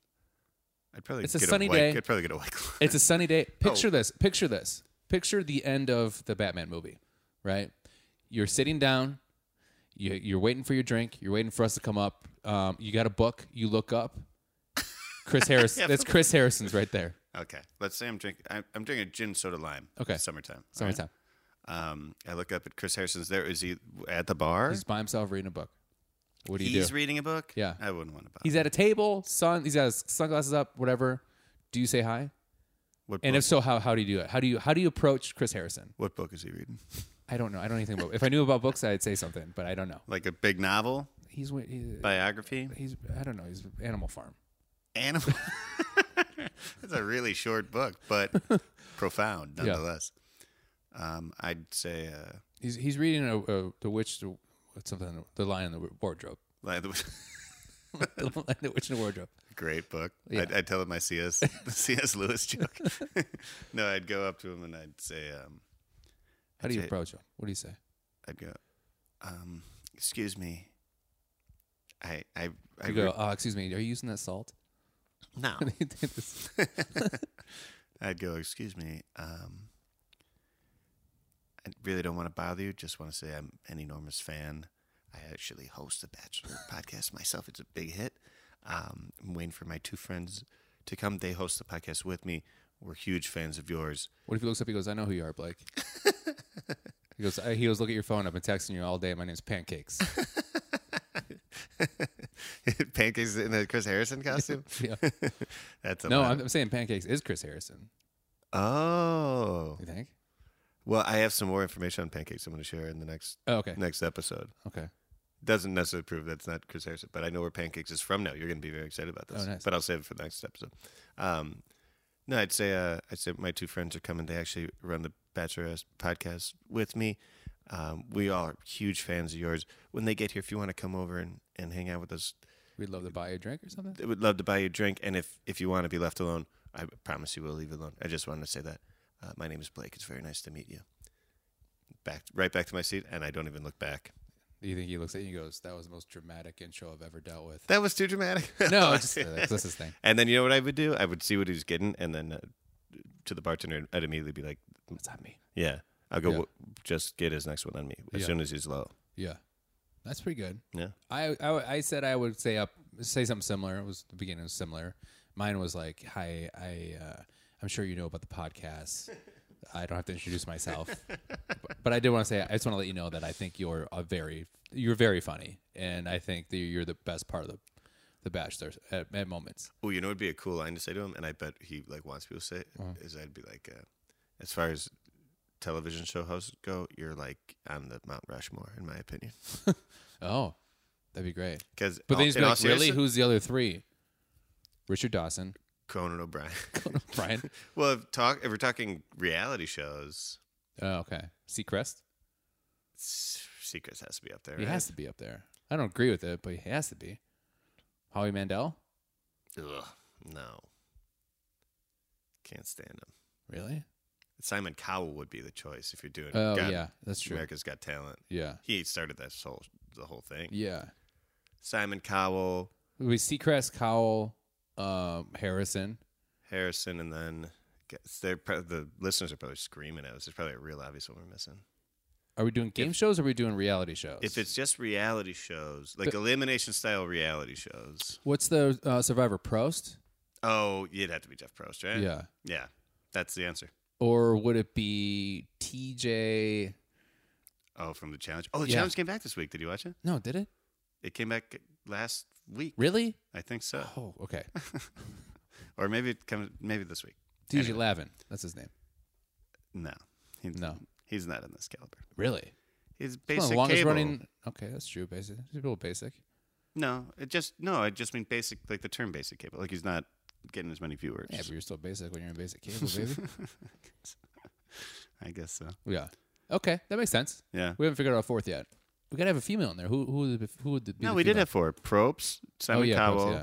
S3: I'd probably
S1: It's a
S3: get
S1: sunny
S3: white,
S1: day.
S3: I'd probably get a white claw.
S1: It's a sunny day. Picture this. Picture this. Picture the end of the Batman movie, right? You're sitting down. You, you're waiting for your drink. You're waiting for us to come up. Um, you got a book. You look up. Chris Harris. That's Chris Harrison's right there.
S3: okay. Let's say I'm drinking. I'm, I'm drinking a gin soda lime.
S1: Okay.
S3: Summertime. all right?
S1: Summertime.
S3: Um, I look up at Chris Harrison's. There is he at the bar.
S1: He's by himself reading a book. What do you
S3: He's
S1: do?
S3: reading a book.
S1: Yeah.
S3: I wouldn't want to buy.
S1: he's at a table. Sun. He's got his sunglasses up. Whatever. Do you say hi?
S3: what
S1: And
S3: book,
S1: if so, how, how do you do it? How do you how do you approach Chris Harrison?
S3: what book is he reading?
S1: I don't know. I don't know anything about. if I knew about books, I'd say something, but I don't know.
S3: Like a big novel
S1: He's wi- he-
S3: biography?
S1: he's I don't know. He's Animal Farm.
S3: Animal. That's a really short book, but profound nonetheless. Um, I'd say uh,
S1: He's he's reading a, a the witch the, what's something the lion in the wardrobe.
S3: like the-
S1: the lion the witch in the wardrobe.
S3: great book.
S1: Yeah.
S3: I'd, I'd tell him my C.S. the C.S. Lewis joke. no, I'd go up to him and I'd say, um,
S1: How do you
S3: That's it.
S1: approach him? What do you say?
S3: I'd go, um, excuse me. I I I
S1: You
S3: re-
S1: go. Oh, excuse me. Are you using that salt?
S3: no.
S1: They did this.
S3: I'd go, excuse me. Um, I really don't want to bother you. Just want to say I'm an enormous fan. I actually host the Bachelor podcast myself. It's a big hit. Um, I'm waiting for my two friends to come. They host the podcast with me. We're huge fans of yours.
S1: what if he looks up? He goes. I know who you are, Blake. he goes. I, he goes. Look at your phone. I've been texting you all day. My name's Pancakes.
S3: Pancakes in the Chris Harrison costume.
S1: Yeah.
S3: That's a
S1: no,
S3: lot.
S1: I'm, I'm saying Pancakes is Chris Harrison.
S3: oh,
S1: You think?
S3: well, I have some more information on pancakes. I'm going to share in the next
S1: Oh, okay.
S3: next episode.
S1: Okay.
S3: doesn't necessarily prove that's not Chris Harrison, but I know where Pancakes is from now. You're going to be very excited about this.
S1: Oh, nice.
S3: But I'll save it for the next episode. Um, no, I'd say uh, I'd say my two friends are coming. They actually run the Bachelor podcast with me. Um, we all are huge fans of yours. When they get here, if you want to come over and, and hang out with us,
S1: We'd love to buy you a drink or something.
S3: they would love to buy you a drink. And if, if you want to be left alone, I promise you we'll leave you alone. I just wanted to say that. Uh, my name is Blake. It's very nice to meet you. Back right back to my seat, and I don't even look back.
S1: Do you think he looks at you and goes, "That was the most dramatic intro I've ever dealt with"?
S3: That was too dramatic.
S1: no, it's uh, just that's that's his thing.
S3: And then you know what I would do? I would see what he was getting, and then uh, to the bartender, I'd immediately be like,
S1: It's on me.
S3: "Yeah, I'll go.
S1: Yeah.
S3: "Well, Just get his next one on me as
S1: Yeah.
S3: soon as he's low."
S1: Yeah, that's pretty good.
S3: Yeah.
S1: I, I I said I would say up say something similar. It was the beginning was similar. Mine was like, "Hi, I uh, I'm sure you know about the podcast. I don't have to introduce myself, but, but I did want to say I just want to let you know that I think you're a very you're very funny, and I think that you're the best part of the the Bachelor at, at moments.
S3: Oh, you know, it'd be a cool line to say to him, and I bet he like wants people to say it,
S1: Uh-huh.
S3: is I'd be like, uh, "As far as television show hosts go, you're like on the Mount Rushmore, in my opinion."
S1: Oh, that'd be great.
S3: Because
S1: But then he's like, really? Who's the other three? Richard Dawson,
S3: Conan O'Brien?
S1: Brian.
S3: well, if talk if we're talking reality shows,
S1: Oh, okay. Seacrest.
S3: S- Secrets has to be up there.
S1: He
S3: right?
S1: has to be up there. I don't agree with it, but he has to be. Howie Mandel?
S3: Ugh, no, can't stand him.
S1: Really?
S3: Simon Cowell would be the choice if you're doing.
S1: Oh
S3: God,
S1: yeah, that's true.
S3: America's Got Talent.
S1: Yeah,
S3: He started that whole the whole thing.
S1: yeah.
S3: Simon Cowell,
S1: We Seacrest, Cowell, um, Harrison.
S3: Harrison, and then guess they're pro- the listeners are probably screaming at us. There's probably a real obvious one we're missing.
S1: Are we doing game shows or are we doing reality shows?
S3: If it's just reality shows, like elimination style reality shows.
S1: what's the uh, Survivor Prost?
S3: Oh, you'd have to be Jeff Prost, right?
S1: Yeah.
S3: yeah, that's the answer.
S1: Or would it be TJ?
S3: Oh, from the challenge. Oh, the
S1: Yeah.
S3: challenge came back this week. Did you watch it?
S1: No, did it
S3: It came back last week.
S1: really?
S3: I think so,
S1: Oh, okay.
S3: or maybe it comes maybe this week.
S1: TJ Lavin. That's his name.
S3: No, he,
S1: No,
S3: he's not in this caliber.
S1: really.
S3: He's
S1: It's one of
S3: basic
S1: the longest
S3: cable.
S1: running. Okay, that's true. Basic. It's a little basic.
S3: No, it just no. I just mean basic, like the term basic cable. Like he's not getting as many viewers.
S1: Yeah, but you're still basic when you're in basic cable, baby.
S3: I guess so.
S1: yeah. Okay, that makes sense.
S3: Yeah,
S1: We haven't figured out a fourth yet. we gotta have a female in there. Who who would- who would be
S3: No,
S1: the
S3: we did
S1: female?
S3: have four. Probes,
S1: oh
S3: Simon
S1: yeah,
S3: Cowell,
S1: Probst,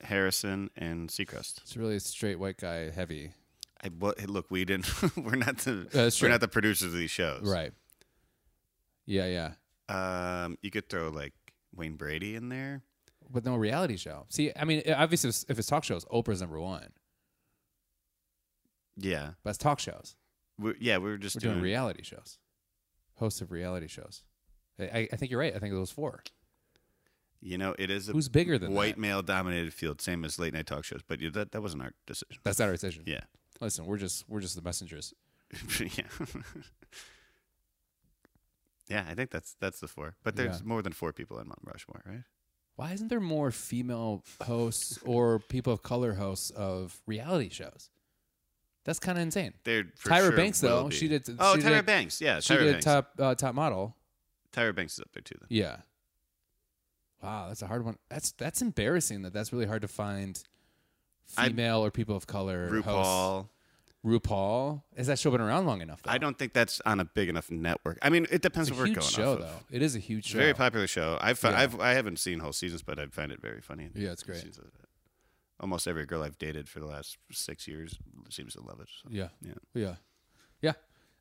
S1: yeah.
S3: Harrison, and Seacrest.
S1: It's really a straight white guy heavy,
S3: I, what, look, we didn't. we're not the
S1: That's
S3: we're
S1: true.
S3: not the producers of these shows.
S1: right? Yeah, yeah.
S3: Um, you could throw like Wayne Brady in there.
S1: But no reality show. See, I mean, obviously, if it's- if it's talk shows, Oprah's number one.
S3: Yeah.
S1: But it's talk shows.
S3: We're, yeah, we were just
S1: We're doing reality shows. Hosts of reality shows. I- I, I think you're right. I think those four.
S3: You know, it is a
S1: Who's bigger than
S3: white
S1: that?
S3: male dominated field, same as late night talk shows. But yeah, that that wasn't our decision.
S1: That's not our decision.
S3: Yeah,
S1: Listen, we're just we're just the messengers.
S3: yeah, yeah. I think that's that's the four. But there's
S1: Yeah.
S3: more than four people in Mount Rushmore, right?
S1: Why isn't there more female hosts or people of color hosts of reality shows? That's kind of insane.
S3: There, for
S1: Tyra
S3: sure
S1: Banks,
S3: will
S1: though,
S3: be.
S1: she did-
S3: Oh,
S1: she
S3: Tyra
S1: did-
S3: Banks. Yeah,
S1: she
S3: Tyra
S1: did
S3: Banks.
S1: top uh, top model.
S3: Tyra Banks is up there too, though.
S1: Yeah. Wow, that's a hard one. That's that's embarrassing that that's really hard to find
S3: I-
S1: female or people of color hosts.
S3: RuPaul.
S1: RuPaul. Has that show been around long enough? Though?
S3: I don't think that's on a big enough network. I mean, it depends
S1: It's a
S3: what we're
S1: huge
S3: going
S1: show,
S3: off
S1: though.
S3: of.
S1: It is a huge
S3: It's
S1: show.
S3: a very popular show. I've, fi-
S1: Yeah.
S3: I've I haven't seen whole seasons, but I find it very funny.
S1: Yeah, it's great.
S3: Seasons of it. Almost every girl I've dated for the last six years seems to love it. so.
S1: Yeah.
S3: Yeah.
S1: Yeah. Yeah.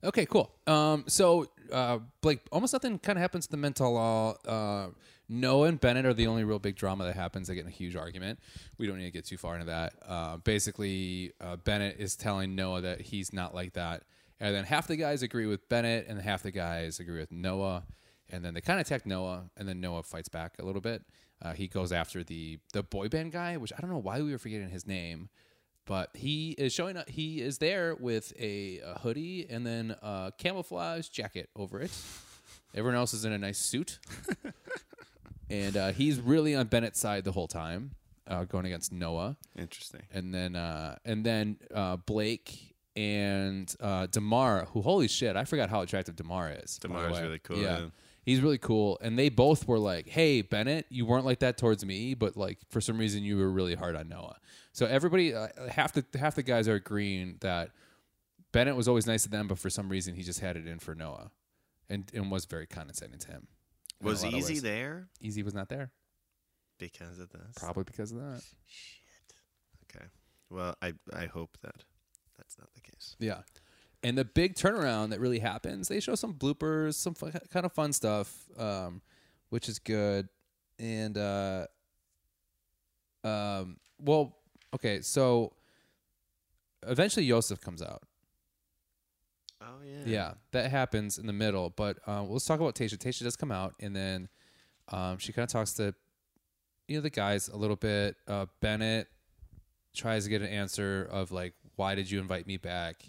S1: Okay, cool. Um, so, uh, Blake, almost nothing kind of happens to the mental law. Uh, Noah and Bennett are the only real big drama that happens. They get in a huge argument. We don't need to get too far into that. Uh, basically, uh, Bennett is telling Noah that he's not like that. And then half the guys agree with Bennett, and half the guys agree with Noah. And then they kind of attack Noah, and then Noah fights back a little bit. Uh, he goes after the the boy band guy, which I don't know why we were forgetting his name but he is showing up. He is there with a, a hoodie and then a camouflage jacket over it. Everyone else is in a nice suit, and uh, he's really on Bennett's side the whole time, uh, going against Noah.
S3: Interesting.
S1: And then, uh, and then uh, Blake and uh, Demar. Who, holy shit, I forgot how attractive Demar is. by the
S3: Damar is
S1: way.
S3: really cool, yeah.
S1: he's really cool. And they both were like, "Hey, Bennett, you weren't like that towards me, but like for some reason you were really hard on Noah." So everybody, uh, half the half the guys are agreeing that Bennett was always nice to them, but for some reason he just had it in for Noah, and and was very condescending to him. in a
S3: Was
S1: lot of
S3: Easy
S1: ways.
S3: there
S1: Easy was not there,
S3: because of this?
S1: probably because of that.
S3: Okay. Well, I I hope that that's not the case.
S1: Yeah. And the big turnaround that really happens, they show some bloopers, some fu- kind of fun stuff, um, which is good. And, uh, um, well, okay, so eventually Yosef comes out.
S3: Oh yeah.
S1: Yeah, that happens in the middle. But uh, let's talk about Tasha. Tasha does come out, and then um, she kind of talks to you know the guys a little bit. Uh, Bennett tries to get an answer of like, why did you invite me back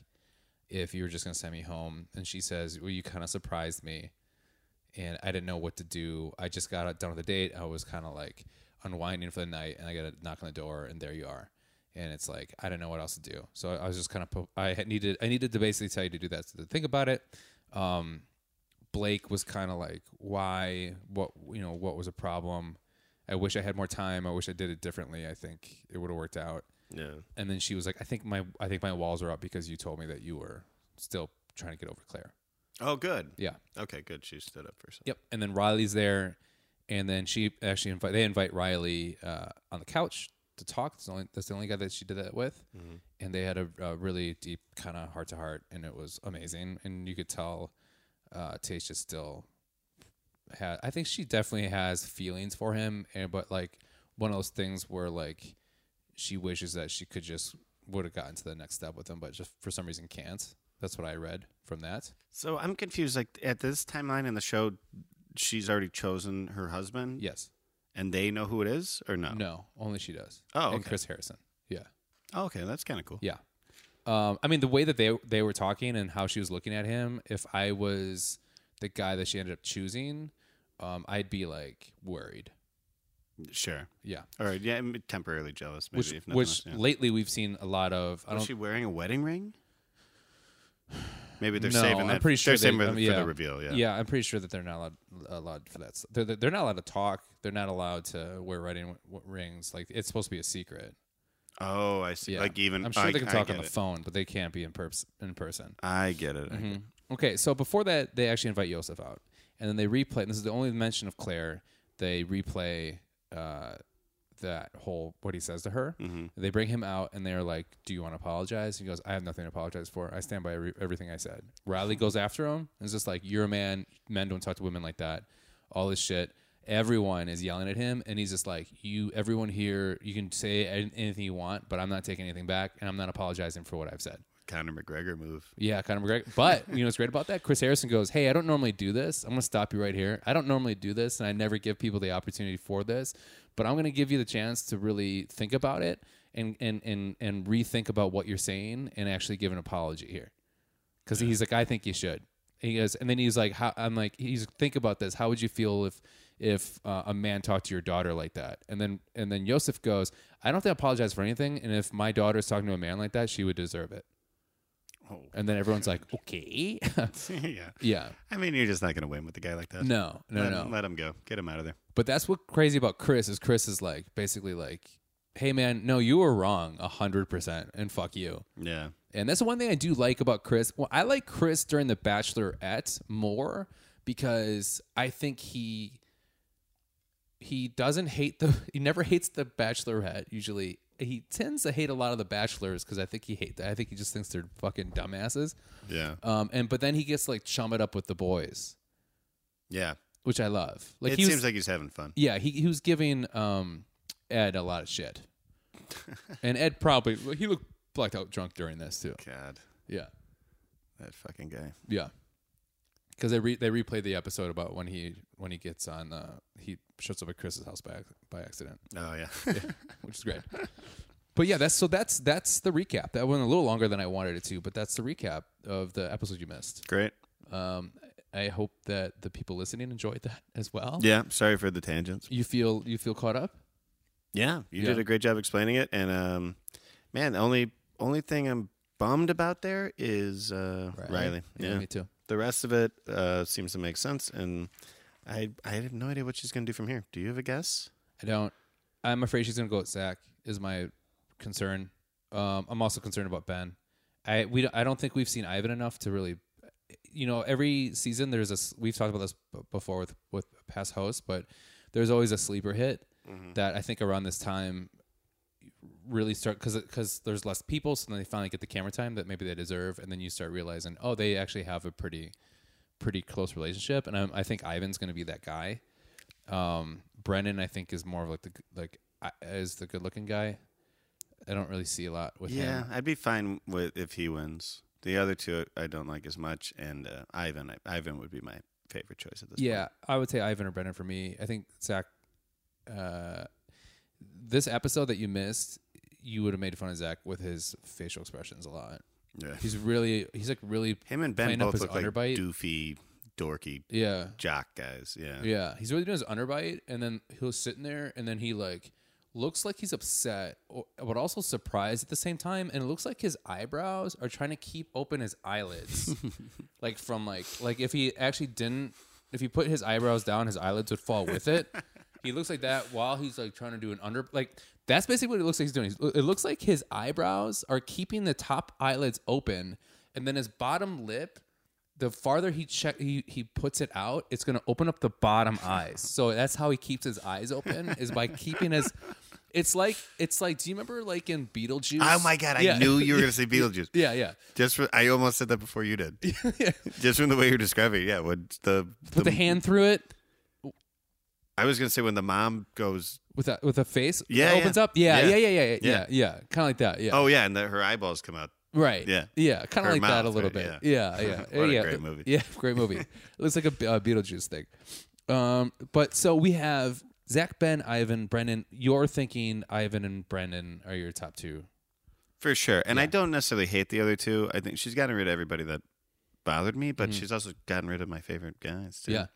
S1: if you were just gonna send me home? And she says, well, you kind of surprised me, and I didn't know what to do. I just got done with the date. I was kind of like unwinding for the night, and I got a knock on the door, and there you are. And it's like I didn't know what else to do, so I I was just kind of po- I had needed I needed to basically tell you to do that. So to think about it, um, Blake was kind of like, why? What you know? What was a problem? I wish I had more time. I wish I did it differently. I think it would have worked out.
S3: Yeah.
S1: And then she was like, I think my I think my walls are up because you told me that you were still trying to get over Claire.
S3: Oh, good.
S1: Yeah.
S3: Okay, good. She stood up for something.
S1: Yep. And then Riley's there, and then she actually invite they invite Riley uh, on the couch to talk. That's the only that's the only guy that she did that with, and they had a, a really deep kind of heart to heart, and it was amazing. And you could tell uh, Tasha still had. I think she definitely has feelings for him, and but like one of those things where like she wishes that she could just would have gotten to the next step with him, but just for some reason can't. That's what I read from that.
S3: So I'm confused. Like at this timeline in the show, she's already chosen her husband.
S1: Yes.
S3: And they know who it is or no?
S1: No, only she does.
S3: Oh,
S1: and
S3: okay.
S1: Chris Harrison. Yeah,
S3: Oh, okay, that's kind of cool.
S1: yeah. Um, I mean, the way that they they were talking and how she was looking at him, if I was the guy that she ended up choosing, um, I'd be like worried.
S3: Sure.
S1: Yeah,
S3: All right. Yeah, I'm temporarily jealous. Maybe
S1: which
S3: if nothing
S1: which
S3: else, yeah.
S1: lately we've seen a lot of. I
S3: was
S1: don't.
S3: she wearing a wedding ring? Maybe they're
S1: no,
S3: saving that.
S1: I'm pretty sure
S3: they're saving
S1: they-
S3: it
S1: um,
S3: for
S1: yeah.
S3: the reveal. Yeah.
S1: I'm pretty sure that they're not allowed, allowed for that. s- They're, they're they're not allowed to talk. They're not allowed to wear wedding w- rings. Like it's supposed to be a secret.
S3: Oh, I see.
S1: Yeah,
S3: Like even
S1: I'm sure
S3: I,
S1: they can
S3: I
S1: talk
S3: get
S1: on the
S3: it.
S1: phone, but they can't be in, perps in person.
S3: I get it. I get it.
S1: Mm-hmm. Okay, so before that, they actually invite Yosef out, and then they replay. And this is the only mention of Claire. They replay uh, that whole what he says to her. They bring him out, and they're like, "Do you want to apologize?" He goes, "I have nothing to apologize for. I stand by every, everything I said." Riley goes after him and is just like, "You're a man. Men don't talk to women like that. All this shit." Everyone is yelling at him, and he's just like, "You, everyone here, you can say an- anything you want, but I'm not taking anything back, and I'm not apologizing for what I've said."
S3: Conor McGregor move.
S1: Yeah, Conor McGregor. But you know what's great about that? Chris Harrison goes, "Hey, I don't normally do this. I'm going to stop you right here. I don't normally do this, and I never give people the opportunity for this. But I'm going to give you the chance to really think about it and and and and rethink about what you're saying and actually give an apology here." Because he's like, "I think you should." He goes, and then he's like, how, "I'm like, he's think about this. How would you feel if?" If uh, a man talked to your daughter like that, and then and then Yosef goes, I don't have to apologize for anything. And if my daughter is talking to a man like that, she would deserve it.
S3: Oh,
S1: And then everyone's like, okay.
S3: yeah.
S1: yeah.
S3: I mean, you're just not going to win with a guy like that.
S1: No, no,
S3: let,
S1: no.
S3: Let him go. Get him out of there.
S1: But that's what crazy about Chris is Chris is like basically like, hey man, no, you were wrong hundred percent and fuck you.
S3: Yeah.
S1: And that's the one thing I do like about Chris. Well, I like Chris during the Bachelorette more because I think he he doesn't hate the he never hates the Bachelorette. Usually, he tends to hate a lot of the Bachelors because I think he hates. I think he just thinks they're fucking dumbasses.
S3: Yeah.
S1: Um, and but then he gets like chum it up with the boys,
S3: Yeah.
S1: which I love. Like
S3: it
S1: he was,
S3: seems like he's having fun.
S1: yeah, he, he was giving um, Ed a lot of shit, and Ed probably well, he looked blacked out drunk during this too.
S3: God,
S1: Yeah,
S3: that fucking guy.
S1: yeah, because they re- they replayed the episode about when he when he gets on uh, he shuts up at Chris's house by ac- by accident,
S3: Oh yeah.
S1: which is great. But yeah, that's so that's that's the recap. That went a little longer than I wanted it to, but that's the recap of the episode you missed.
S3: Great.
S1: Um, I hope that the people listening enjoyed that as well.
S3: Yeah. Sorry for the tangents.
S1: You feel you feel caught up?
S3: Yeah. You
S1: Yeah.
S3: did a great job explaining it. And um, man, the only only thing I'm bummed about there is uh, Riley.
S1: Yeah, me too.
S3: The rest of it uh, seems to make sense. And I I have no idea what she's gonna do from here. Do you have a guess?
S1: I don't. I'm afraid she's gonna go with Zach. Is my concern. Um, I'm also concerned about Ben. I we don't, I don't think we've seen Ivan enough to really, you know, every season there's a s- we've talked about this b- before with with past hosts, but there's always a sleeper hit that I think around this time really start because because there's less people, so then they finally get the camera time that maybe they deserve, and then you start realizing oh they actually have a pretty pretty close relationship, and I'm, I think Ivan's gonna be that guy. Um, Brennan, I think, is more of like the g- like I- is the good looking guy. I don't really see a lot with
S3: Yeah,
S1: him.
S3: I'd be fine with if he wins. The other two I don't like as much, and uh, Ivan Ivan would be my favorite choice at this point.
S1: Yeah, I would say Ivan or Brennan for me. I think Zach. Uh, this episode that you missed, you would have made fun of Zach with his facial expressions a lot.
S3: Yeah.
S1: He's really he's like really
S3: Him and Ben
S1: playing up
S3: both
S1: his
S3: look like
S1: underbite.
S3: doofy, dorky
S1: yeah
S3: jock guys. Yeah.
S1: Yeah, he's really doing his underbite, and then he'll sitting there, and then he like looks like he's upset, or, but also surprised at the same time, and it looks like his eyebrows are trying to keep open his eyelids, like from like like if he actually didn't, if he put his eyebrows down, his eyelids would fall with it. he looks like that while he's like trying to do an under like. That's basically what it looks like he's doing. He's- It looks like his eyebrows are keeping the top eyelids open, and then his bottom lip the farther he check he, he puts it out, it's gonna open up the bottom eyes. So that's how he keeps his eyes open is by keeping his. It's like it's like. Do you remember like in Beetlejuice?
S3: Oh my god! I
S1: Yeah.
S3: knew you were going to say Beetlejuice.
S1: Yeah, yeah.
S3: Just for, I almost said that before you did. Just from the way you're describing, it, yeah. When the,
S1: Put the hand through it
S3: I was going to say when the mom goes,
S1: with a with a face. that
S3: Yeah, yeah.
S1: opens up. Yeah, yeah,
S3: Yeah.
S1: yeah, yeah, yeah, yeah.
S3: Yeah.
S1: Kind of like that. Yeah.
S3: oh yeah, and the, her eyeballs come out.
S1: Right.
S3: Yeah.
S1: Yeah. Kind of
S3: Or
S1: like that
S3: mouth,
S1: a little
S3: right,
S1: bit. Yeah.
S3: yeah.
S1: Yeah.
S3: What a
S1: yeah.
S3: great movie.
S1: Yeah. Great movie. Looks like a Be- uh, Beetlejuice thing. Um, but so we have Zach, Ben, Ivan, Brennan. You're thinking Ivan and Brennan are your top two.
S3: For sure. And I don't necessarily hate the other two. I think she's gotten rid of everybody that bothered me, but she's also gotten rid of my favorite guys
S1: Mm-hmm.
S3: too.
S1: Yeah.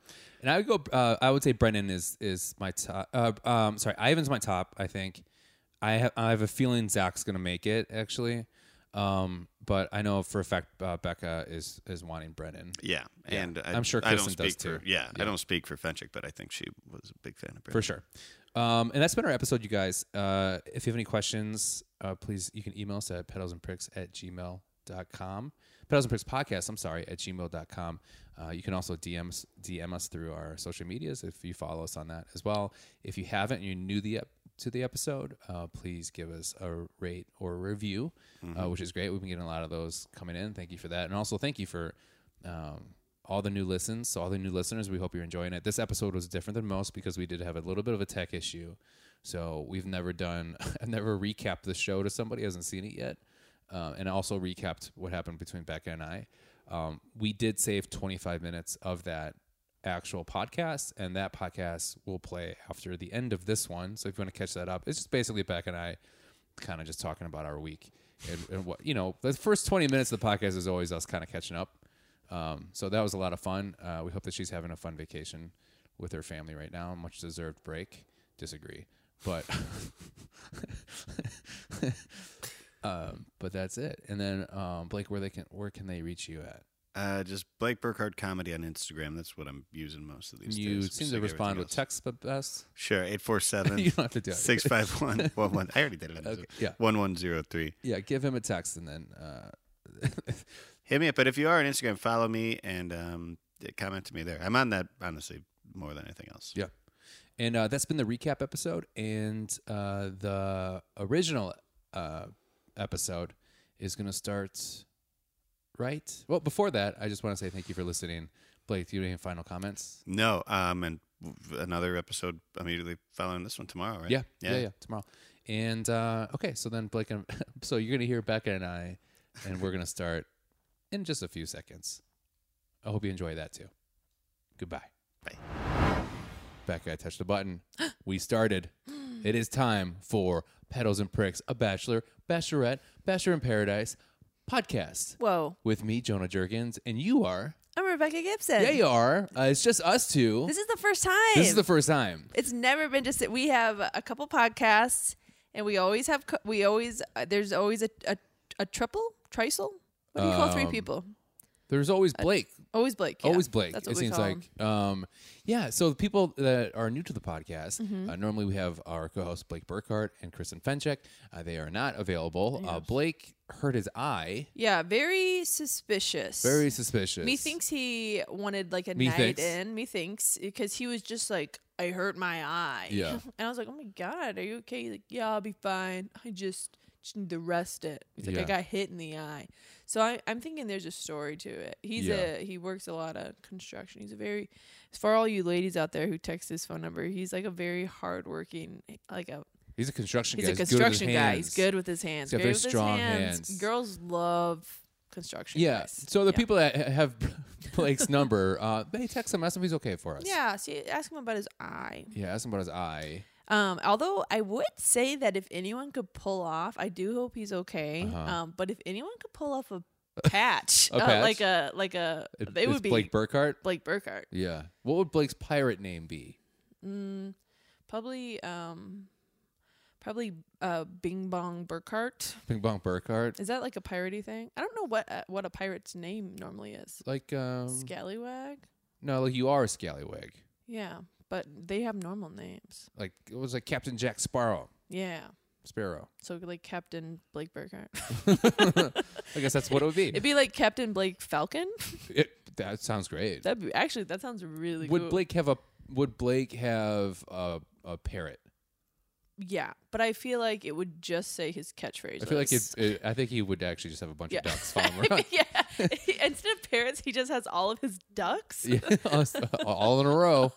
S1: And I would go. Uh, I would say Brennan is is my top. Uh, um, sorry, Ivan's my top. I think. I have I have a feeling Zach's gonna make it actually, um, but I know for a fact uh, Becca is is wanting Brennan.
S3: Yeah, and I,
S1: I'm sure
S3: I don't
S1: Kristen does
S3: speak for,
S1: too.
S3: Yeah, I don't speak for Fenchick, but I think she was a big fan of Britney.
S1: for sure. Um, and that's been our episode, you guys. Uh, if you have any questions, uh, please, you can email us at pedalsandpricks at gmail.com. gmail.com. Pedals and Pricks Podcast, I'm sorry, at gmail.com. Uh, you can also DM, us- DM us through our social medias if you follow us on that as well. If you haven't and you're new the ep- to the episode, uh, please give us a rate or review, uh, which is great. We've been getting a lot of those coming in. Thank you for that. And also, thank you for. Um, all the new listens, so all the new listeners, we hope you're enjoying it. This episode was different than most because we did have a little bit of a tech issue. So we've never done, I've never recapped the show to somebody who hasn't seen it yet, um, and also recapped what happened between Becca and I. Um, we did save 25 minutes of that actual podcast, and that podcast will play after the end of this one. So if you want to catch that up, it's just basically Becca and I kind of just talking about our week and, and what you know. The first 20 minutes of the podcast is always us kind of catching up. Um, so that was a lot of fun. Uh, we hope that she's having a fun vacation with her family right now. Much deserved break. Disagree, but um, but that's it. And then um, Blake, where they can where can they reach you at?
S3: Uh, just Blake Burkhardt comedy on Instagram. That's what I'm using most of these
S1: you
S3: days.
S1: seem
S3: Just
S1: to
S3: like
S1: respond
S3: everything
S1: with
S3: else.
S1: text the best.
S3: Sure, eight four
S1: you
S3: seven
S1: don't have to do it.
S3: six five one one one. I already did it.
S1: Okay, yeah.
S3: one one zero three.
S1: Yeah, give him a text and then uh,
S3: Hit me up. But if you are on Instagram, follow me and um, comment to me there. I'm on that honestly more than anything else.
S1: Yeah. And uh, that's been the recap episode. And uh, the original uh, episode is going to start right. Well, before that, I just want to say thank you for listening. Blake, do you have any final comments?
S3: No. Um, and w- another episode immediately following this one tomorrow, right?
S1: Yeah. Yeah. Yeah. tomorrow. And uh, okay. So then, Blake, and so you're going to hear Becca and I, and we're going to start in just a few seconds. I hope you enjoy that too. Goodbye.
S3: Bye.
S1: Becca, I touched the button. we started. It is time for Petals and Pricks, a Bachelor, Bachelorette, Bachelor in Paradise podcast
S4: Whoa.
S1: with me, Jonah Jerkins, and you are.
S4: I'm Rebecca Gibson.
S1: Yeah, you are. Uh, it's just us two.
S4: This is the first time.
S1: This is the first time.
S4: It's never been just that we have a couple podcasts and we always have, co- we always, uh, there's always a, a, a triple, trisel. What do you call three
S1: Um,
S4: people?
S1: There's always
S4: Uh,
S1: Blake.
S4: Always Blake. yeah.
S1: Always Blake.
S4: That's
S1: It
S4: what we
S1: seems
S4: call 'em.
S1: like, um, yeah. So the people that are new to the podcast,
S4: Mm-hmm.
S1: uh, normally we have our co-hosts Blake Burkhardt and Kristen Fenchek. Uh, they are not available. Uh, Blake hurt his eye.
S4: Yeah, very suspicious.
S1: Very suspicious.
S4: Methinks he wanted like a night
S1: Methinks.
S4: in. Methinks because he was just like, I hurt my eye.
S1: Yeah.
S4: and I was like, Oh my god, are you okay? He's like, Yeah, I'll be fine. I just just need to rest it. He's like, I
S1: Yeah.
S4: got hit in the eye. So I, I'm thinking there's a story to it. He's
S1: Yeah.
S4: a he works a lot of construction. He's a very for all you ladies out there who text his phone number, he's like a very hardworking like a
S1: He's a construction
S4: he's
S1: guy.
S4: a
S1: good with his
S4: construction guy. He's
S1: hands.
S4: good with his hands.
S1: He's got very
S4: Great with his
S1: strong hands.
S4: Girls love construction.
S1: Yeah.
S4: guys.
S1: So the
S4: Yeah.
S1: people that ha- have Blake's number, uh, they text him, ask him if he's okay for us.
S4: Yeah, see, ask him about his eye.
S1: Yeah. Ask him about his eye.
S4: Um, although I would say that if anyone could pull off, I do hope he's okay.
S1: Uh-huh.
S4: Um, but if anyone could pull off a patch,
S1: A
S4: uh,
S1: patch?
S4: like a like a,
S1: It-
S4: it
S1: it's
S4: would be
S1: Blake Burkhart.
S4: Blake Burkhart.
S1: Yeah. What would Blake's pirate name be?
S4: Mm, probably, um, probably uh, Bing Bong Burkhart.
S1: Bing Bong Burkhart.
S4: Is that like a piratey thing? I don't know what uh, what a pirate's name normally is.
S1: Like um,
S4: Scallywag.
S1: no, like you are a scallywag.
S4: Yeah, but they have normal names.
S1: Like it was like Captain Jack Sparrow.
S4: Yeah.
S1: Sparrow.
S4: So like Captain Blake Burkhart.
S1: I guess that's what it would be.
S4: It'd be like Captain Blake Falcon.
S1: It- that sounds great.
S4: That'd be actually that sounds really
S1: would
S4: cool.
S1: Blake have a Would Blake have a, a parrot?
S4: yeah, but I feel like it would just say his catchphrase.
S1: I feel like it,
S4: was-
S1: it. I think he would actually just have a bunch
S4: Yeah.
S1: of ducks following around.
S4: yeah, instead of parrots, he just has all of his ducks. Yeah,
S1: yeah, all in a row.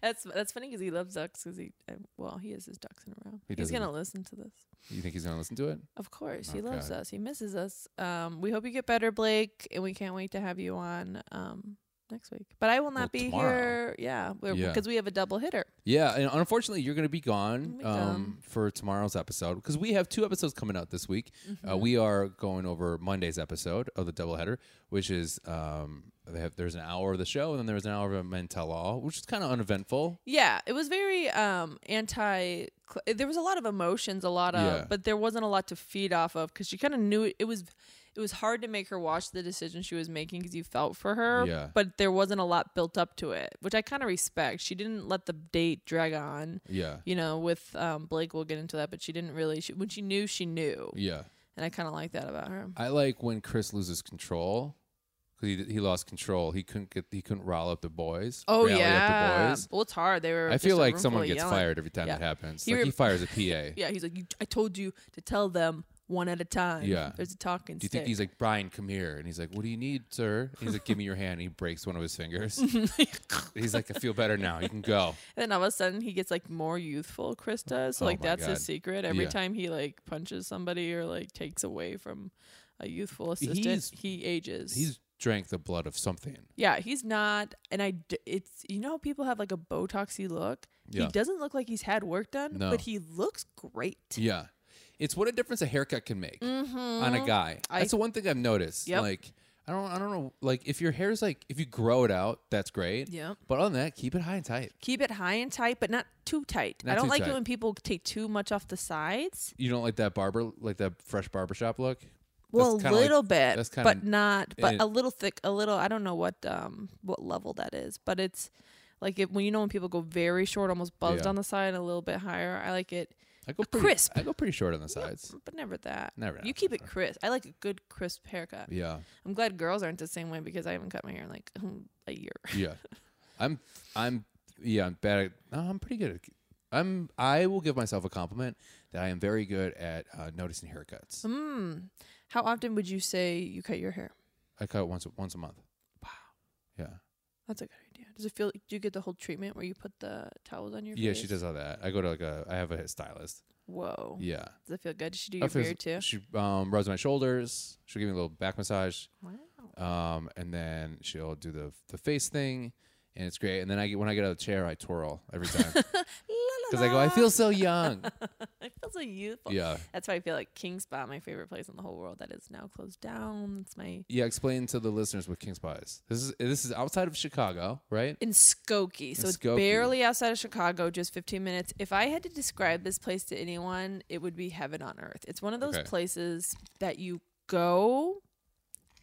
S4: that's that's funny because he loves ducks because he uh, well he has his ducks in a row.
S1: He
S4: He's
S1: doesn't-
S4: gonna listen to this.
S1: You think he's gonna listen to it?
S4: Of course,
S1: Oh,
S4: he loves
S1: God.
S4: us. He misses us. Um, we hope you get better, Blake, and we can't wait to have you on um next week. But I will not
S1: Well,
S4: be
S1: tomorrow.
S4: here. Yeah, because
S1: Yeah.
S4: we have a double hitter.
S1: Yeah, and unfortunately, you're going to be gone
S4: be
S1: um,
S4: gone.
S1: for tomorrow's episode because we have two episodes coming out this week. Uh,
S4: Mm-hmm.
S1: we are going over Monday's episode of the doubleheader, which is um, they have, there's an hour of the show and then there's an hour of a men tell all, which is kind of uneventful.
S4: Yeah, it was very um anti. cl- eh, There was a lot of emotions, a lot of,
S1: Yeah.
S4: but there wasn't a lot to feed off of because she kind of knew it, it was. It was hard to make her watch the decision she was making because you felt for her,
S1: Yeah.
S4: but there wasn't a lot built up to it, which I kind of respect. She didn't let the date drag on.
S1: Yeah,
S4: You know, with um, Blake, we'll get into that, but she didn't really. She, when she knew, she knew.
S1: yeah,
S4: and I kind of like that about her.
S1: I like when Chris loses control because he, he lost control. He couldn't get he couldn't rile up the boys.
S4: Oh
S1: rally up the
S4: yeah,
S1: boys.
S4: well it's hard. They were.
S1: I
S4: just
S1: feel
S4: a
S1: like
S4: room
S1: someone
S4: full of
S1: gets
S4: yelling.
S1: fired every time
S4: Yeah.
S1: that happens.
S4: He
S1: like
S4: rem-
S1: he fires a PA. Do
S4: Yeah, he's like, you, I told you to tell them one at a time.
S1: Yeah.
S4: there's a talking
S1: you think
S4: stick.
S1: he's like Brian? Come here, and he's like, "What do you need, sir?" And he's like, "Give me your hand." And he breaks one of his fingers. he's like, "I feel better now. You can go."
S4: And then all of a sudden he gets like more youthful, Chris does. So
S1: Oh
S4: like
S1: my
S4: that's
S1: God.
S4: his secret. Every
S1: Yeah.
S4: time he like punches somebody or like takes away from a youthful assistant,
S1: He's-
S4: he ages.
S1: He's drank the blood of something.
S4: yeah, he's not. And I, d- it's you know how people have like a Botoxy look.
S1: Yeah.
S4: He doesn't look like he's had work done,
S1: No.
S4: but he looks great.
S1: Yeah, it's what a difference a haircut can make on a guy.
S4: Mm-hmm. I-
S1: that's the one thing I've noticed.
S4: Yep.
S1: Like, I don't, I don't know. Like, if your hair's like, if you grow it out, that's great.
S4: Yep.
S1: But other than that, keep it high and tight.
S4: Keep it high and tight, but not too tight.
S1: Not
S4: I don't
S1: too
S4: like
S1: tight.
S4: it when people take too much off the sides.
S1: You don't like that barber, like that fresh barbershop look.
S4: Well,
S1: That's
S4: a
S1: kinda like-
S4: little bit,
S1: that's kinda-
S4: but not, but
S1: and-
S4: a little thick, a little. I don't know what um what level that is, but it's like if when you know when people go very short, almost buzzed
S1: Yeah.
S4: on the side, and a little bit higher. I like it,
S1: I go
S4: A
S1: pretty,
S4: crisp.
S1: I go pretty short on the sides.
S4: but never that.
S1: Never
S4: You
S1: that
S4: keep it crisp. I like a good crisp haircut.
S1: Yeah,
S4: I'm glad girls aren't the same way because I haven't cut my hair in like a year.
S1: yeah. I'm, I'm, yeah. I'm bad. At, no, I'm pretty good. At, I'm. I will give myself a compliment that I am very good at uh, noticing haircuts.
S4: Um, Hmm, How often would you say you cut your hair?
S1: I cut once, once a month. Wow. Yeah.
S4: That's a good idea. Does it feel? Do you get the whole treatment where you put the towels on your
S1: Yeah,
S4: face?
S1: she does all that. I go to like a. I have a stylist.
S4: Whoa.
S1: Yeah.
S4: Does it feel good? Does she do
S1: I
S4: your
S1: feel-
S4: beard Oh. too?
S1: She um, rubs my shoulders. She'll give me a little back massage,
S4: Wow.
S1: um, and then she'll do the the face thing, and it's great. And then I get when I get out of the chair, I twirl every time because I go, I feel so young.
S4: I feel so youthful.
S1: yeah,
S4: That's why I feel like King Spa, my favorite place in the whole world, that is now closed down. It's my
S1: yeah. Explain to the listeners what King Spa is. This is this is outside of Chicago, right?
S4: in Skokie, so it's
S1: Skokie.
S4: barely outside of Chicago, just 15 minutes. If I had to describe this place to anyone, it would be heaven on earth. It's one of those
S1: Okay.
S4: places that you go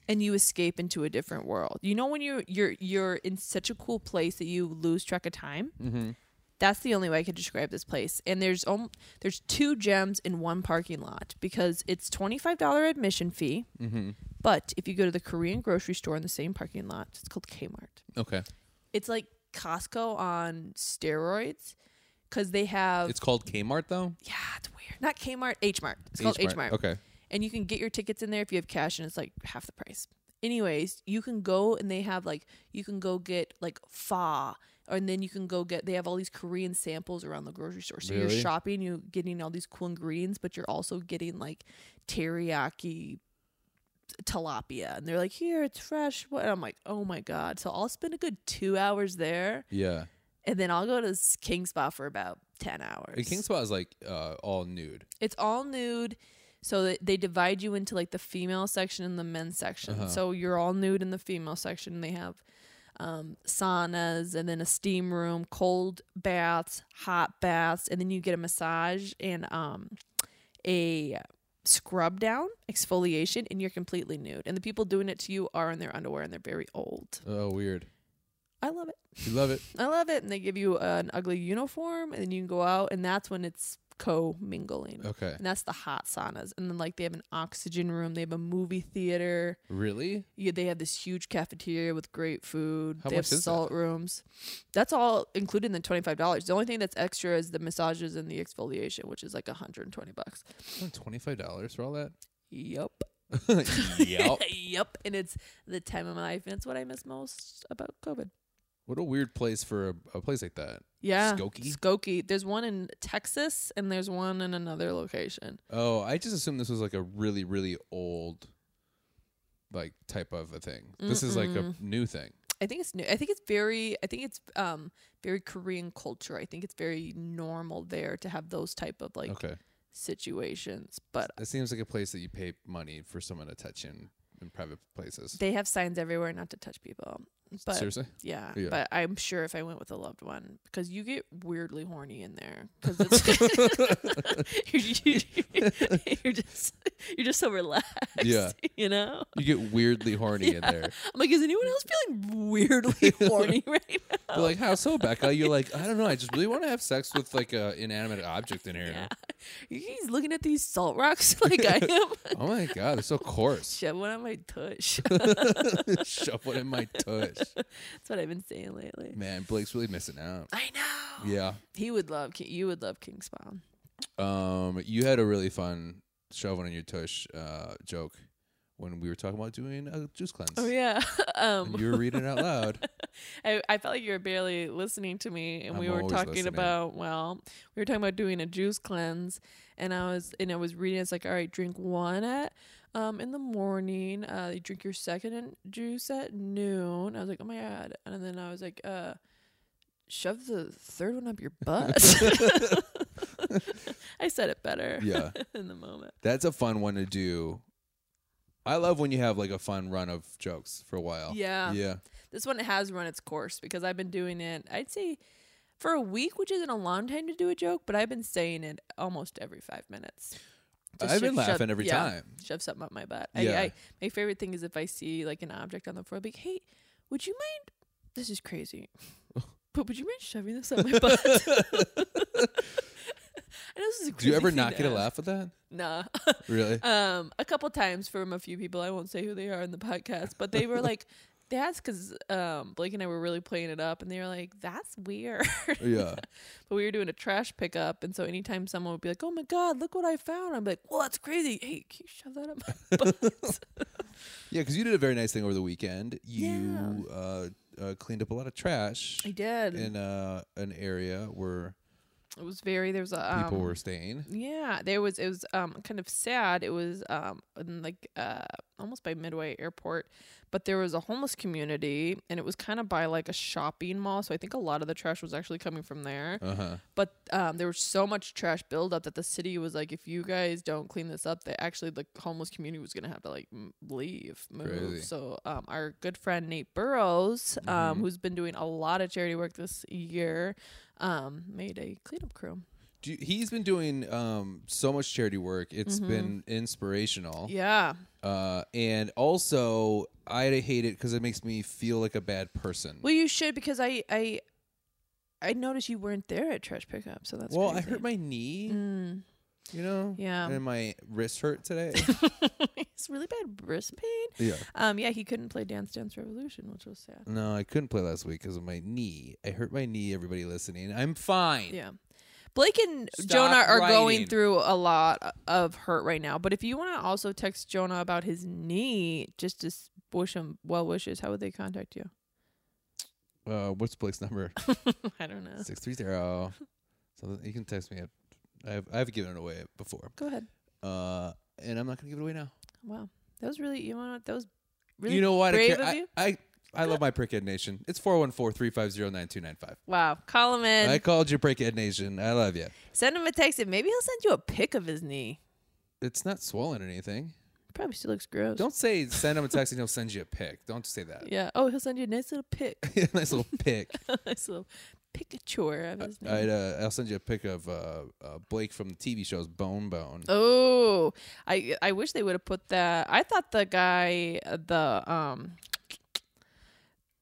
S4: and you escape into a different world. You know when you you're you're in such a cool place that you lose track of time.
S1: Mm-hmm.
S4: That's the only way I could describe this place. And there's om- there's two gems in one parking lot because it's twenty five dollar admission fee.
S1: Mm-hmm.
S4: But if you go to the Korean grocery store in the same parking lot, it's called Kmart.
S1: Okay,
S4: It's like Costco on steroids because they have
S1: it's called Kmart though.
S4: yeah, it's weird. Not Kmart, H Mart. It's called H Mart.
S1: Okay,
S4: And you can get your tickets in there if you have cash, and it's like half the price. Anyways, you can go and they have like you can go get like pho, and then you can go get they have all these Korean samples around the grocery store. So
S1: Really?
S4: you're shopping, you're getting all these cool ingredients, but you're also getting like teriyaki tilapia, and they're like, here it's fresh. What? And I'm like, oh my god. So I'll spend a good two hours there,
S1: yeah.
S4: and then I'll go to s- King Spa for about ten hours.
S1: And King Spa is like uh, all nude.
S4: It's all nude. So that they divide you into like the female section and the men's section. So you're all nude in the female section. They have um, saunas and then a steam room, cold baths, hot baths, and then you get a massage and um, a scrub down, exfoliation, and you're completely nude. And the people doing it to you are in their underwear and they're very old.
S1: Oh, weird.
S4: I love it.
S1: You love it.
S4: I love it. And they give you an ugly uniform, and then you can go out, and that's when it's co mingling.
S1: Okay.
S4: And that's the hot saunas. And then, like, they have an oxygen room, they have a movie theater,
S1: Really?
S4: yeah, they have this huge cafeteria with great food,
S1: How
S4: they have
S1: much is
S4: salt
S1: that?
S4: rooms. That's all included in the $25. The only thing that's extra is the massages and the exfoliation, which is like 120 bucks.
S1: Twenty five dollars for all that?
S4: Yep.
S1: yep.
S4: yep. And it's the time of my life, and it's what I miss most about COVID.
S1: What a weird place for a, a place like that.
S4: Yeah.
S1: Skokie?
S4: Skokie. There's one in Texas and there's one in another location.
S1: Oh, I just assumed this was like a really, really old, like type of a thing. This is like a new thing.
S4: I think it's new. I think it's very I think it's um very Korean culture. I think it's very normal there to have those type of like
S1: Okay,
S4: situations. But
S1: it seems like a place that you pay money for someone to touch in in private places.
S4: they have signs everywhere not to touch people. But
S1: Seriously,
S4: Yeah,
S1: Yeah.
S4: but I'm sure if I went with a loved one, because you get weirdly horny in there, because it's you're, you're just you're just so relaxed,
S1: Yeah.
S4: you know.
S1: you get weirdly horny in there.
S4: I'm like, is anyone else feeling weirdly horny right now?
S1: But like, how so, Becca? You're like, I don't know. I just really want to have sex with like a inanimate object in here.
S4: he's looking at these salt rocks like I am.
S1: Oh my god, they're so coarse.
S4: Shove one on my tush.
S1: Shove one in my tush.
S4: That's what I've been saying lately.
S1: Man, Blake's really missing out.
S4: I know.
S1: Yeah.
S4: He would love. Ki- You would love King Spawn. Oh.
S1: Um, you had a really fun shove one in your tush uh, joke when we were talking about doing a juice cleanse.
S4: Oh yeah. um.
S1: And you were reading it out loud.
S4: I, I felt like you were barely listening to me, and we
S1: I'm
S4: were
S1: always
S4: talking
S1: listening.
S4: about well, we were talking about doing a juice cleanse, and I was and I was reading. It's like, all right, drink one at um in the morning. Uh, you drink your second in- juice at noon. I was like, oh my god, and then I was like, uh, shove the third one up your butt. I said it better.
S1: Yeah.
S4: in the moment.
S1: That's a fun one to do. I love when you have like a fun run of jokes for a while.
S4: Yeah.
S1: Oh, Yeah.
S4: This one has run its course because I've been doing it, I'd say, for a week, which isn't a long time to do a joke, but I've been saying it almost every five minutes. Just
S1: I've been
S4: shove- shove-
S1: laughing every
S4: yeah,
S1: time.
S4: Shove something up my butt.
S1: Yeah.
S4: I, I, my favorite thing is if I see like an object on the floor, I'll be like, hey, would you mind? This is crazy. But would you mind shoving this up my butt? I know this is a
S1: Do you
S4: crazy
S1: ever
S4: thing
S1: not
S4: to
S1: get a
S4: ask.
S1: laugh with that?
S4: Nah.
S1: Really?
S4: um a couple times from a few people i won't say who they are in the podcast but they were like that's because um blake and i were really playing it up and they were like that's weird
S1: yeah.
S4: but we were doing a trash pickup and so anytime someone would be like oh my god look what i found i'm like well that's crazy hey can you shove that up my butt
S1: Yeah, because you did a very nice thing over the weekend. You uh, uh, cleaned up a lot of trash
S4: i did
S1: in uh, an area where
S4: it was very there was a um,
S1: people were staying.
S4: Yeah, there was it was um kind of sad. It was um in like uh almost by Midway Airport, but there was a homeless community and it was kind of by like a shopping mall, so I think a lot of the trash was actually coming from there.
S1: Uh huh.
S4: But um there was so much trash buildup that the city was like if you guys don't clean this up, that actually the homeless community was going to have to like m- leave, move.
S1: Crazy. Mm-hmm.
S4: So um our good friend Nate Burrows, um who's been doing a lot of charity work this year, um made a cleanup crew.
S1: Do you- he's been doing um, so much charity work. It's been inspirational.
S4: Mm-hmm. Yeah.
S1: Uh, and also, I hate it because it makes me feel like a bad person.
S4: Well, you should because I I I noticed you weren't there at trash pickup, so that's
S1: well,
S4: crazy.
S1: I hurt my knee,
S4: Mm.
S1: you know?
S4: Yeah.
S1: And my wrist hurt today.
S4: it's really bad wrist pain.
S1: yeah.
S4: Um, yeah, he couldn't play Dance Dance Revolution, which was sad.
S1: No, I couldn't play last week because of my knee. I hurt my knee, everybody listening. I'm fine.
S4: Yeah. Blake and
S1: Stop
S4: Jonah are
S1: writing.
S4: going through a lot of hurt right now. But if you want to also text Jonah about his knee, just to s- wish him well wishes, how would they contact you?
S1: Uh, what's Blake's number?
S4: I don't know.
S1: Six three zero. So you can text me. I've I've given it away before,
S4: Go ahead.
S1: uh, and I'm not gonna give it away now.
S4: Wow, that was really you know what? that was really
S1: you know what?
S4: brave
S1: I, care-
S4: of
S1: I,
S4: you.
S1: I I love my Prickhead Nation. It's four one four three five zero nine two nine five.
S4: Wow, call him in.
S1: I called you Prickhead Nation. I love you.
S4: Send him a text and maybe he'll send you a pic of his knee.
S1: It's not swollen or anything.
S4: Probably still looks gross.
S1: Don't say send him a text and he'll send you a pic. Don't say that.
S4: Yeah. Oh, he'll send you a nice little pic.
S1: nice little pic.
S4: nice little picture of his
S1: I'd,
S4: knee.
S1: uh, I'll send you a pic of uh, uh, Blake from the TV shows Bone Bone.
S4: Oh, I I wish they would have put that. I thought the guy, uh, the um,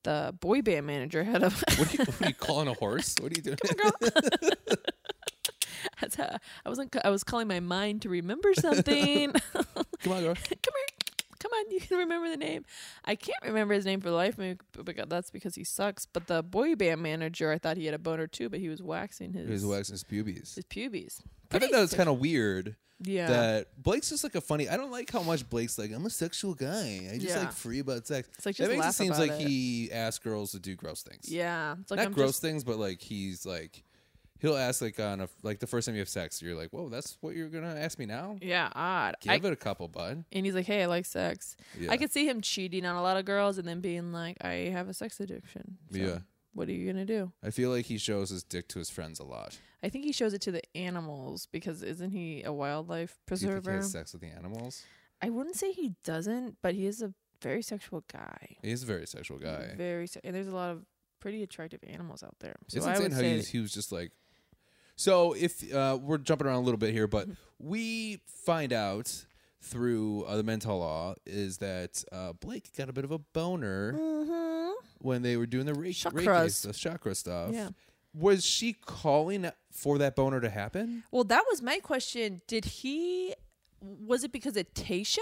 S4: the boy band manager had a.
S1: What, are you, what are you calling a horse? What are you doing?
S4: That's how- I wasn't. ca- I was calling my mind to remember something.
S1: Come on, girl.
S4: come here. Come on, you can remember the name. I can't remember his name for the life of me, b- but that's because he sucks. But the boy band manager, I thought he had a boner too, but he was waxing his
S1: He was waxing his pubes.
S4: his pubes.
S1: I thought that was kind of weird.
S4: yeah.
S1: that Blake's just like a funny. I don't like how much Blake's like. I'm a sexual guy. I just
S4: Yeah.
S1: like free about sex.
S4: It's like,
S1: that
S4: just
S1: makes it
S4: laugh
S1: seems
S4: about
S1: like
S4: it.
S1: he asks girls to do gross things.
S4: yeah, it's like
S1: not
S4: I'm
S1: gross
S4: Just,
S1: things, but like he's like, he'll ask like on a like the first time you have sex, you're like, whoa, that's what you're gonna ask me now.
S4: yeah, odd. I,
S1: Give it a couple, bud.
S4: and he's like, "Hey, I like sex."
S1: Yeah.
S4: I could see him cheating on a lot of girls and then being like, "I have a sex addiction." So
S1: Yeah.
S4: What are you gonna do?
S1: I feel like he shows his dick to his friends a lot.
S4: I think he shows it to the animals because isn't he a wildlife
S1: Do you think he
S4: preserver?
S1: has sex with the animals?
S4: I wouldn't say he doesn't, but he is a very sexual guy.
S1: He's a very sexual guy.
S4: Very, se- and there's a lot of pretty attractive animals out there. So
S1: it's
S4: I
S1: insane
S4: would
S1: how
S4: say,
S1: he, he was just like. So if uh, we're jumping around a little bit here,
S4: Mm-hmm.
S1: but we find out through uh, the mental law is that uh, Blake got a bit of a boner
S4: Mhm.
S1: when they were doing the Reiki, Reiki
S4: Chakras.
S1: stuff, chakra stuff.
S4: Yeah.
S1: was she calling for that boner to happen?
S4: Well, that was my question. Did he? Was it because of Tasha,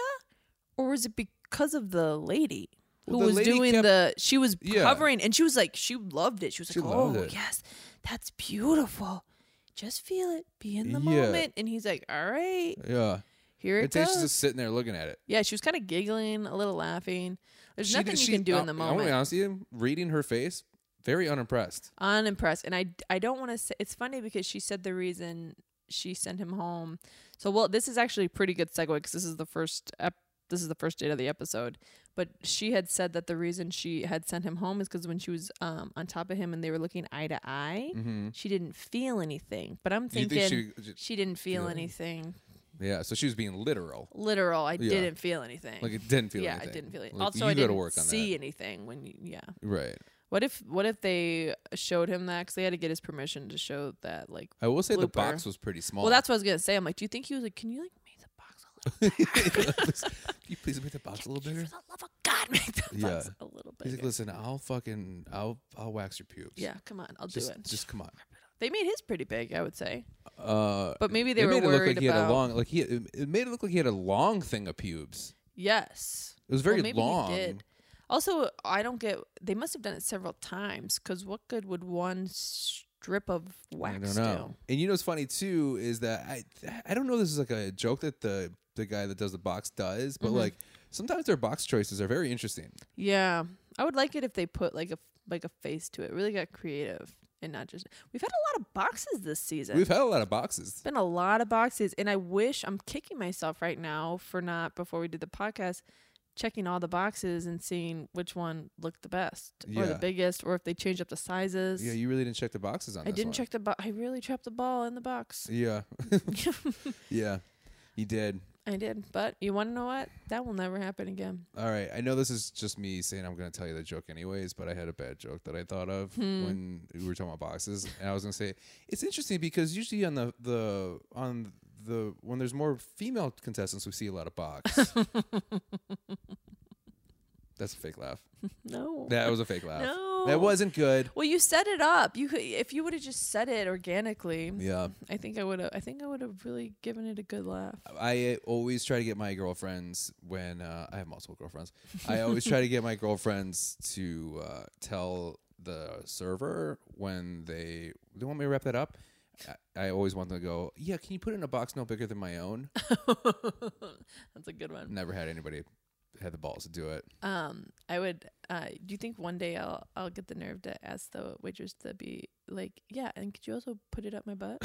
S4: or was it because of the lady who
S1: Well, the
S4: was
S1: lady
S4: doing
S1: kept-
S4: the? She was
S1: Yeah.
S4: covering, and she was like, she loved it. She was
S1: She
S4: like,
S1: loved
S4: oh
S1: it.
S4: yes, that's beautiful. Just feel it. Be in the
S1: Yeah.
S4: moment. And he's like, all right,
S1: Yeah.
S4: here
S1: And
S4: it goes.
S1: Tasha's just sitting there looking at it.
S4: yeah, she was kind of giggling, a little laughing. There's
S1: She-
S4: nothing
S1: she-
S4: you can do
S1: I'll-
S4: in the
S1: I'm gonna
S4: moment.
S1: be honest with you, reading her face, very unimpressed.
S4: unimpressed and i i don't want to say it's funny because she said the reason she sent him home so well this is actually a pretty good segue because this is the first ep- this is the first date of the episode but she had said that the reason she had sent him home is because when she was um, on top of him and they were looking eye to eye she didn't feel anything but i'm
S1: Do Mm-hmm. you
S4: thinking
S1: think
S4: she,
S1: she-
S4: didn't feel anything
S1: Yeah, so she was being literal.
S4: literal i didn't feel anything
S1: Like it didn't feel
S4: yeah
S1: anything.
S4: i didn't feel it
S1: Like,
S4: also
S1: you
S4: i
S1: gotta
S4: didn't
S1: work on
S4: see anything when you yeah
S1: that. Right.
S4: what if what if they showed him that? Because they had to get his permission to show that like.
S1: I will say the
S4: blooper.
S1: box was pretty small.
S4: Well, that's what I was gonna say. I'm like, do you think he was like? Can you like make the box a little?
S1: Can you please make the box a little
S4: For
S1: bigger?
S4: the love of God, make the box
S1: Yeah.
S4: a little
S1: He's like,
S4: bigger.
S1: listen, I'll fucking, I'll, I'll wax your pubes.
S4: Yeah, come on, I'll
S1: Just,
S4: do it.
S1: just come on.
S4: they made his pretty big, I would say.
S1: Uh,
S4: But maybe they
S1: it
S4: were
S1: made it look
S4: worried
S1: like he had
S4: about-
S1: a long, like he, it it made it look like he had a long thing of pubes.
S4: Yes,
S1: It was very
S4: well, maybe
S1: long.
S4: He did. Also, I don't get. They must have done it several times. Because what good would one strip of wax
S1: I don't
S4: do?
S1: know. And you know what's funny too is that I I don't know if this is like a joke that the the guy that does the box does,
S4: Mm-hmm.
S1: but like sometimes their box choices are very interesting.
S4: Yeah, I would like it if they put like a like a face to it. Really got creative and not just. We've had a lot of boxes this season.
S1: We've had a lot of boxes.
S4: It's been a lot of boxes, and I wish I'm kicking myself right now for not before we did the podcast checking all the boxes and seeing which one looked the best or the
S1: Yeah.
S4: biggest, or if they changed up the sizes.
S1: Yeah, you really didn't check the boxes on.
S4: I
S1: this
S4: didn't
S1: one.
S4: check the box. I really trapped the ball in the box.
S1: Yeah, yeah, you did.
S4: I did, but you want to know what? That will never happen again.
S1: All right. I know this is just me saying I'm going to tell you the joke anyways, but I had a bad joke that I thought of when we were talking about boxes, and I was going to say it's interesting because usually on the the on the when there's more female contestants, we see a lot of box. That's a fake laugh.
S4: No.
S1: That was a fake laugh.
S4: No.
S1: That wasn't good.
S4: well, you set it up. You could, if you would have just said it organically.
S1: Yeah.
S4: I think I would have. I think I would have really given it a good laugh.
S1: I always try to get my girlfriends when uh, I have multiple girlfriends. I always try to get my girlfriends to uh, tell the server when they they want me to wrap that up. I, I always want them to go, yeah. Can you put it in a box no bigger than my own?
S4: That's a good one.
S1: Never had anybody had the balls to do it.
S4: Um, I would. Uh, do you think one day I'll I'll get the nerve to ask the waitress to be like, yeah, and could you also put it up my butt?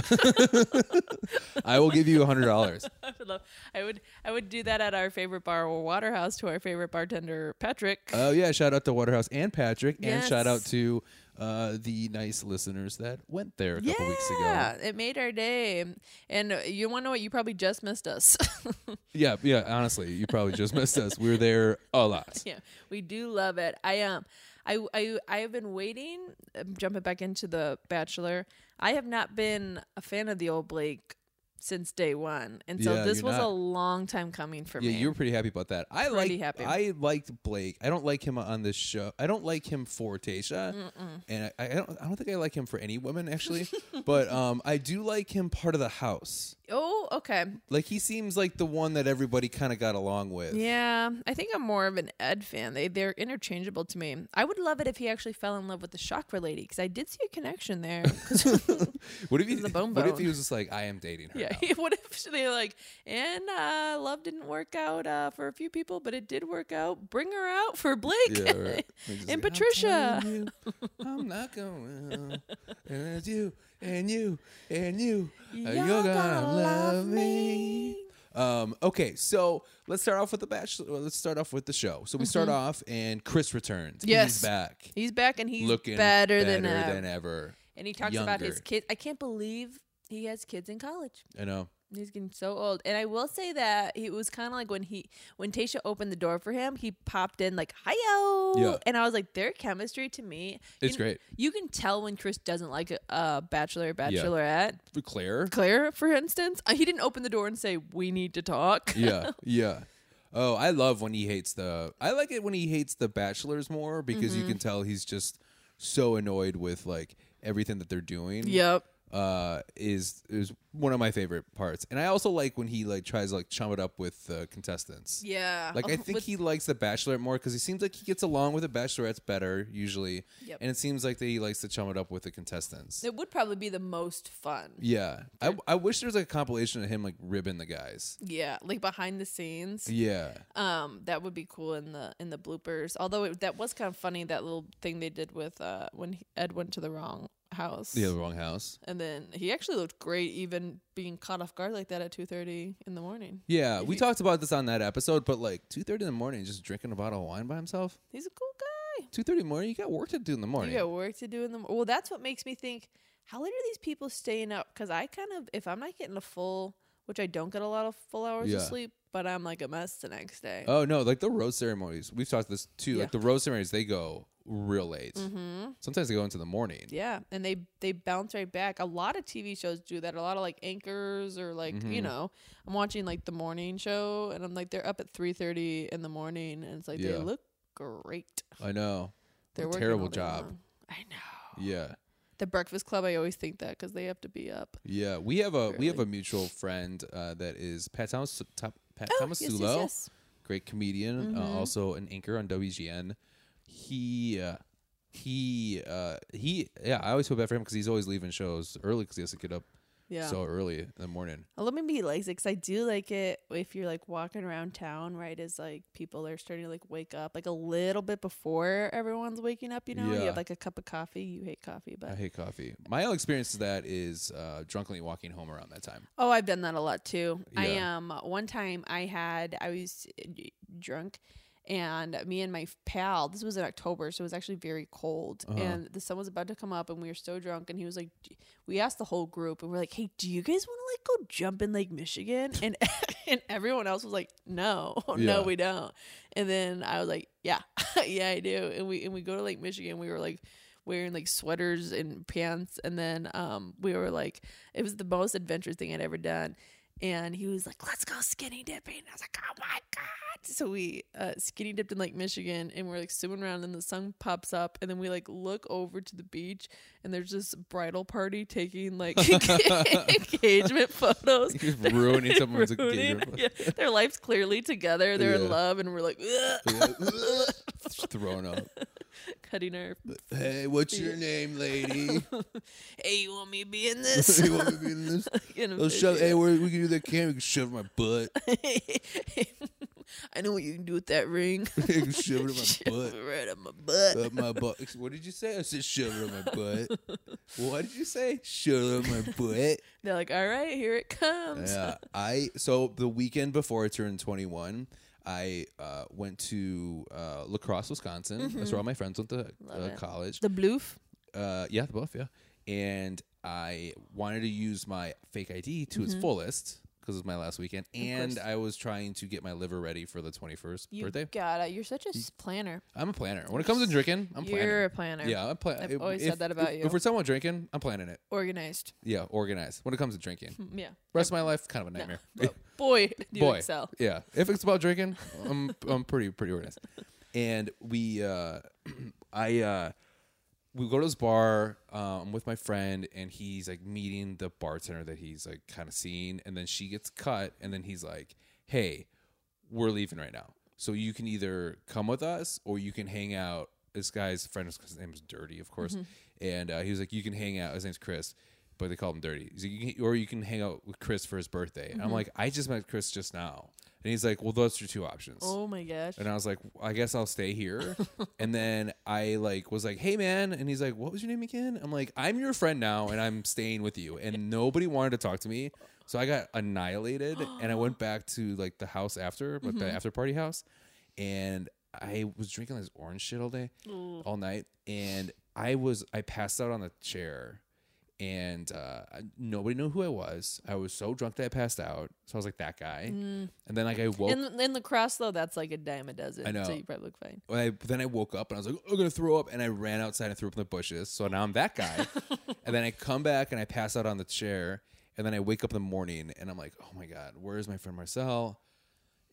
S1: I will give you a hundred dollars.
S4: I would love. I would. I would do that at our favorite bar or Waterhouse to our favorite bartender Patrick.
S1: Oh yeah! Shout out to Waterhouse and Patrick, and shout out
S4: Yes.
S1: to uh, the nice listeners that went there a couple weeks ago.
S4: yeah, it made our day. And uh, you want to know what? You probably just missed us.
S1: Yeah, yeah. Honestly, you probably just missed us. We were there a lot.
S4: yeah, we do love it. I um, I I I have been waiting. I'm jumping back into the Bachelor. I have not been a fan of the old Blake since day one, and so
S1: Yeah,
S4: this
S1: you're
S4: was a
S1: not.
S4: long time coming for
S1: Yeah,
S4: me.
S1: you were pretty happy about that. I
S4: Pretty
S1: like.
S4: happy.
S1: I liked Blake. I don't like him on this show. I don't like him for Tasha, and I, I don't. I don't think I like him for any woman actually. but um, I do like him part of the house.
S4: oh, okay.
S1: Like he seems like the one that everybody kind of got along with.
S4: Yeah, I think I'm more of an Ed fan. They they're interchangeable to me. I would love it if he actually fell in love with the chakra lady because I did see a connection there. 'Cause-
S1: What if he?
S4: He's a bone
S1: what if
S4: bone.
S1: he was just like, I am dating her.
S4: yeah,
S1: now."
S4: what if they like and uh, love didn't work out uh, for a few people, but it did work out. Bring her out for Blake.
S1: Yeah, right. He's just
S4: And
S1: like, "I'm
S4: Patricia."
S1: telling you, I'm not going. out. And it's you, and you, and you. You're,
S4: You're
S1: gonna,
S4: gonna
S1: love,
S4: love
S1: me.
S4: me.
S1: Um, okay, so let's start off with the bachelor. well, Let's start off with the show. So we start off, and Chris returns.
S4: Mm-hmm. Yes.
S1: he's back,
S4: He's back and he's
S1: looking
S4: better, than
S1: better
S4: ever.
S1: than ever.
S4: And he talks about his
S1: Younger.
S4: kids. I can't believe he has kids in college.
S1: I know.
S4: He's getting so old. And I will say that it was kind of like when he when Tasha opened the door for him, he popped in like, "Hiyo."
S1: Yeah.
S4: And I was like, "Their chemistry to me,
S1: It's
S4: you-
S1: great.
S4: You can tell when Chris doesn't like a, a bachelor or bachelorette.
S1: Claire.
S4: Claire, for instance, uh, he didn't open the door and say, "We need to talk."
S1: yeah, yeah. Oh, I love when he hates the. I
S4: Mm-hmm.
S1: like it when he hates the bachelors more because you can tell he's just so annoyed with like everything that they're doing.
S4: Yep.
S1: Uh, is is one of my favorite parts, and I also like when he like tries to, like chum it up with uh, contestants.
S4: Yeah. Uh, Uh-huh,
S1: Like I think
S4: With-
S1: he likes the Bachelorette more because he seems like he gets along with the Bachelorettes better usually,
S4: Yep.
S1: and it seems like that he likes to chum it up with the contestants.
S4: It would probably be the most fun.
S1: Yeah, I, I wish there was like a compilation of him like ribbing the guys.
S4: Yeah, like behind the scenes.
S1: Yeah,
S4: Um, that would be cool in the in the bloopers. Although it, that was kind of funny that little thing they did with uh when he, Ed went to the wrong house.
S1: the wrong house.
S4: And then he actually looked great, even being caught off guard like that at two thirty in the morning.
S1: Yeah, we talked about this on that episode, but like two thirty in the morning, just drinking a bottle of wine by himself.
S4: He's a cool guy.
S1: Two thirty in the morning, you got work to do in the morning.
S4: You got work to do in the. mor- Well, that's what makes me think. How late are these people staying up? Because I kind of, if I'm not getting a full, which I don't get a lot of full hours of
S1: Yeah.
S4: sleep, but I'm like a mess the next day.
S1: Oh no, like the rose ceremonies. We've talked this too.
S4: Yeah. Mm-hmm.
S1: Like the rose ceremonies, they go real late. Sometimes they go into the morning.
S4: Yeah, and they they bounce right back. A lot of TV shows do that. A lot of like anchors or like
S1: Mm-hmm.
S4: you know, I'm watching like the morning show, and I'm like they're up at three thirty in the morning, and it's like
S1: Yeah.
S4: they look great.
S1: I know.
S4: They're
S1: a
S4: working
S1: terrible
S4: all day
S1: job.
S4: long. I know.
S1: Yeah.
S4: The Breakfast Club. I always think that because they have to be up.
S1: Yeah, we have a we have a
S4: Really.
S1: mutual friend uh, that is Pat Thomas Top, Pat
S4: Oh,
S1: Thomas
S4: yes, yes,
S1: Sulo,
S4: yes.
S1: great comedian,
S4: Mm-hmm.
S1: uh, also an anchor on WGN. He uh, he uh, he yeah, I always feel bad for him because he's always leaving shows early because he has to get up
S4: Yeah.
S1: so early in the morning.
S4: Although maybe he likes it because I do like it if you're like walking around town, right? As like people are starting to like wake up, like a little bit before everyone's waking up. You know, you
S1: Yeah.
S4: have like a cup of coffee. You hate coffee, but
S1: I hate coffee. My only experience to that is uh, drunkenly walking home around that time.
S4: Oh, I've done that a lot too. I
S1: Yeah.
S4: am. Um, one time I had, I was uh, d- drunk and me and my f- pal, this was in October, so it was actually very cold.
S1: Uh-huh.
S4: And the sun was about to come up and we were so drunk. And he was like, "D- we asked the whole group and we're like, hey, do you guys want to like go jump in Lake Michigan? And, and everyone else was like, no,
S1: Yeah.
S4: no, we don't. And then I was like, yeah, yeah, I do. And we, and we go to Lake Michigan. We were like, wearing like sweaters and pants and then um we were like it was the most adventurous thing I'd ever done and he was like let's go skinny dipping I was like oh my god so we uh, skinny dipped in Lake Michigan and we're like swimming around and the sun pops up and then we like look over to the beach and there's this bridal party taking like engagement photos
S1: You're ruining someone's engagement
S4: Ruining- yeah. their life's clearly together they're
S1: Yeah.
S4: in love and we're like
S1: Just thrown up.
S4: cutting our
S1: Hey, what's your name, lady?
S4: hey you want me to be in this
S1: you want me to be in this?
S4: Get 'em
S1: Oh, shove,
S4: fishy.
S1: hey, we we can do that camera. We can shove my butt.
S4: I know what you can do with that ring.
S1: I can shove it in my butt.
S4: right on my butt.
S1: Up my butt. What did you say? I said shove it on my butt. What did you say? Shove it on my butt.
S4: They're like, all right, here it comes.
S1: Yeah, I so the weekend before I turned 21, I uh, went to uh, Lacrosse, Wisconsin. That's where all my friends went to uh,
S4: Mm-hmm. it.
S1: college.
S4: The bloof.
S1: uh, yeah, the buff, yeah. And I wanted to use my fake ID to
S4: Mm-hmm.
S1: its fullest because it was my last weekend, and I was trying to get my liver ready for the 21st
S4: You
S1: birthday.
S4: got it. You're such a s- planner.
S1: I'm a planner. When it comes to drinking, I'm planning.
S4: You're a planner.
S1: Yeah, I'm planning.
S4: I've always said that about you.
S1: If we're someone drinking, I'm planning it.
S4: Organized. Mm,
S1: Yeah, organized. When it comes to drinking,
S4: Yeah.
S1: rest of my life kind of a nightmare.
S4: But boy, do you
S1: Boy,
S4: excel.
S1: yeah. If it's about drinking, I'm I'm pretty pretty organized. And we, uh, I, uh, we go to this bar um, with my friend, and he's like meeting the bartender that he's like kind of seeing, and then she gets cut, and then he's like, "Hey, we're leaving right now, so you can either come with us or you can hang out." This guy's friend, his name's Dirty, of course, and uh, he was like, "You can hang out." His name's Chris, but they called him Dirty. He's like, you can, or you can hang out with Chris for his birthday. And I'm like, "I just met Chris just now," and he's like, "Well, those are two options."
S4: Oh my gosh.
S1: And I was like, I guess I'll stay here. and then I like was like, hey man, and he's like, what was your name again? I'm like, I'm your friend now, and I'm staying with you. And nobody wanted to talk to me, so I got annihilated. and I went back to like the house after, like the after party house, and I was drinking this orange shit all day, all night, and I was I passed out on the chair. And uh, I- nobody knew who I was. I was so drunk that I passed out. So I was like that guy. And then like I woke
S4: in, in lacrosse, though, that's like a dime a dozen.
S1: I know.
S4: So you probably look fine.
S1: when I, then I woke up and I was like, "Oh, I'm gonna throw up, and I ran outside and threw up in the bushes. So now I'm that guy. and then I come back and I pass out on the chair, and then I wake up in the morning and I'm like, oh my god, where is my friend Marcel?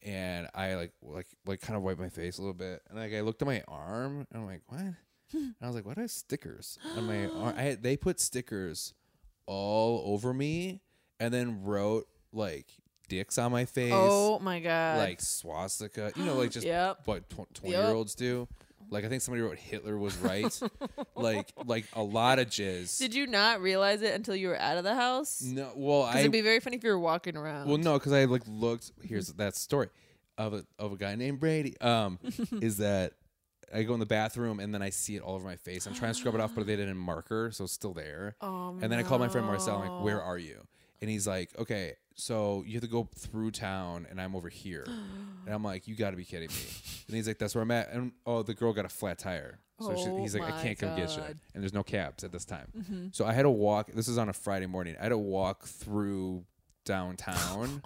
S1: And I like like like kind of wipe my face a little bit, and like I looked at my arm, and I'm like, what? And I was like, why do I have stickers on my arm? I had, they put stickers all over me and then wrote like dicks on my face,
S4: Oh my god.
S1: like swastika, you know, like just
S4: Yep.
S1: what tw- 20
S4: Yep.
S1: year olds do. Like I think somebody wrote Hitler was right. like like a lot of jizz.
S4: Did you not realize it until you were out of the house?
S1: no, well
S4: Because
S1: I
S4: it'd be very funny if you were walking around.
S1: Well, no, because I like looked. Here's that story of a of a guy named Brady. Um, is that I go in the bathroom and then I see it all over my face. I'm trying to scrub it off, but they did it in marker, so it's still there.
S4: Oh,
S1: and then I called my friend Marcel. I'm
S4: no.
S1: like, "Where are you?" And he's like, "Okay, so you have to go through town, and I'm over here." and I'm like, "You got to be kidding me!" And he's like, "That's where I'm at." And oh, the girl got a flat tire. So
S4: Oh
S1: she, he's like,
S4: my
S1: I can't come get you.
S4: God. Mm-hmm.
S1: And there's no cabs at this time. So I had to walk. This is on a Friday morning. I had to walk through downtown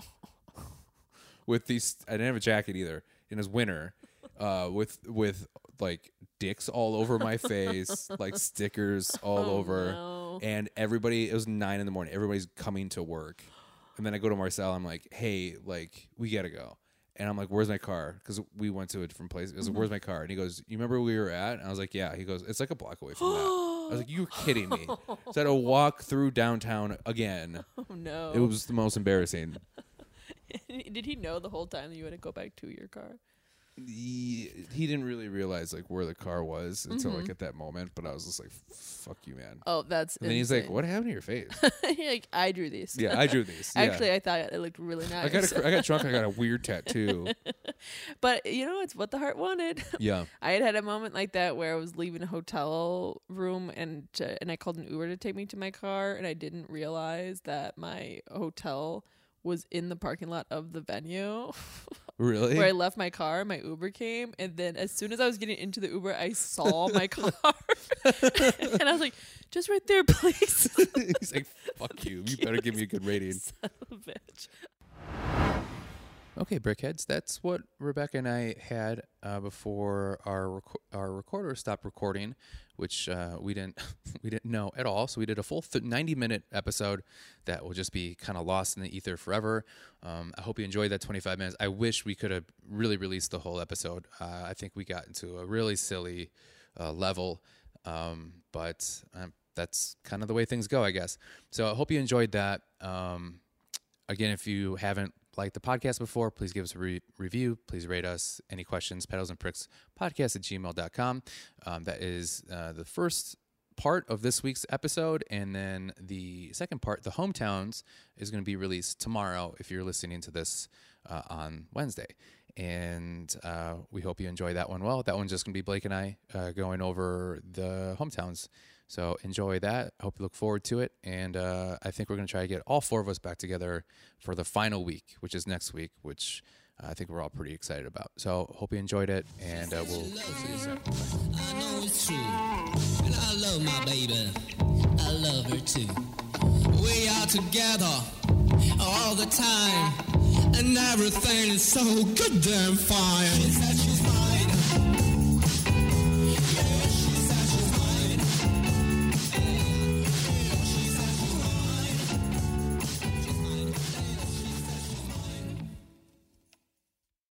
S1: with these. I didn't have a jacket either. It was winter, uh, with with like dicks all over my face, like stickers all
S4: Oh,
S1: over,
S4: no.
S1: and everybody. It was nine in the morning. Everybody's coming to work, and then I go to Marcel. I'm like, hey, like we gotta go. And I'm like, "Where's my car?" Because we went to a different place. I
S4: Mm-hmm.
S1: was like, "Where's my car?" And he goes, "You remember where we were at?" And I was like, "Yeah." He goes, "It's like a block away from that." I was like, "You're kidding me!" So I had to walk through downtown again.
S4: Oh, no.
S1: It was the most embarrassing.
S4: Did he know the whole time that you had to go back to your car?
S1: he, he didn't really realize like where the car was until
S4: Mm-hmm.
S1: like at that moment. But I was just like, "Fuck you, man!"
S4: Oh, that's.
S1: and then he's like,
S4: insane.
S1: "What happened to your face?"
S4: You're like, I drew these.
S1: yeah, I drew these. Yeah.
S4: Actually, I thought it looked really nice.
S1: I got a, I got drunk. I got a weird tattoo.
S4: but you know, it's what the heart wanted.
S1: Yeah,
S4: I had had a moment like that where I was leaving a hotel room and to, and I called an Uber to take me to my car and I didn't realize that my hotel was in the parking lot of the venue
S1: really.
S4: where I left my car. My Uber came and then as soon as I was getting into the Uber, I saw my car and I was like, "Just right there, please."
S1: he's like, "Fuck you! You better give me a good rating."
S4: Son of a bitch.
S1: Okay, brickheads, that's what Rebecca and I had uh, before our rec- our recorder stopped recording, which uh, we didn't we didn't know at all. So we did a full th- ninety minute episode that will just be kind of lost in the ether forever. Um, I hope you enjoyed that twenty five minutes. I wish we could have really released the whole episode. Uh, I think we got into a really silly uh, level, um, but um, that's kind of the way things go, I guess. So I hope you enjoyed that. Um, again, if you haven't liked the podcast before, please give us a re- review. Please rate us. Any questions, pedals and pricks podcast at gmail.com. Um, that is uh, the first part of this week's episode. And then the second part, the hometowns, is going to be released tomorrow if you're listening to this uh, on Wednesday. And uh, we hope you enjoy that one well. That one's just going to be Blake and I uh, going over the hometowns. So enjoy that. I hope you look forward to it. And uh, I think we're going to try to get all four of us back together for the final week, which is next week, which uh, I think we're all pretty excited about. So hope you enjoyed it, and uh, we'll, we'll see you soon.
S5: I know it's true. And I love my baby. I love her too. We are together all the time. And everything is so good damn fine. She said she's mine.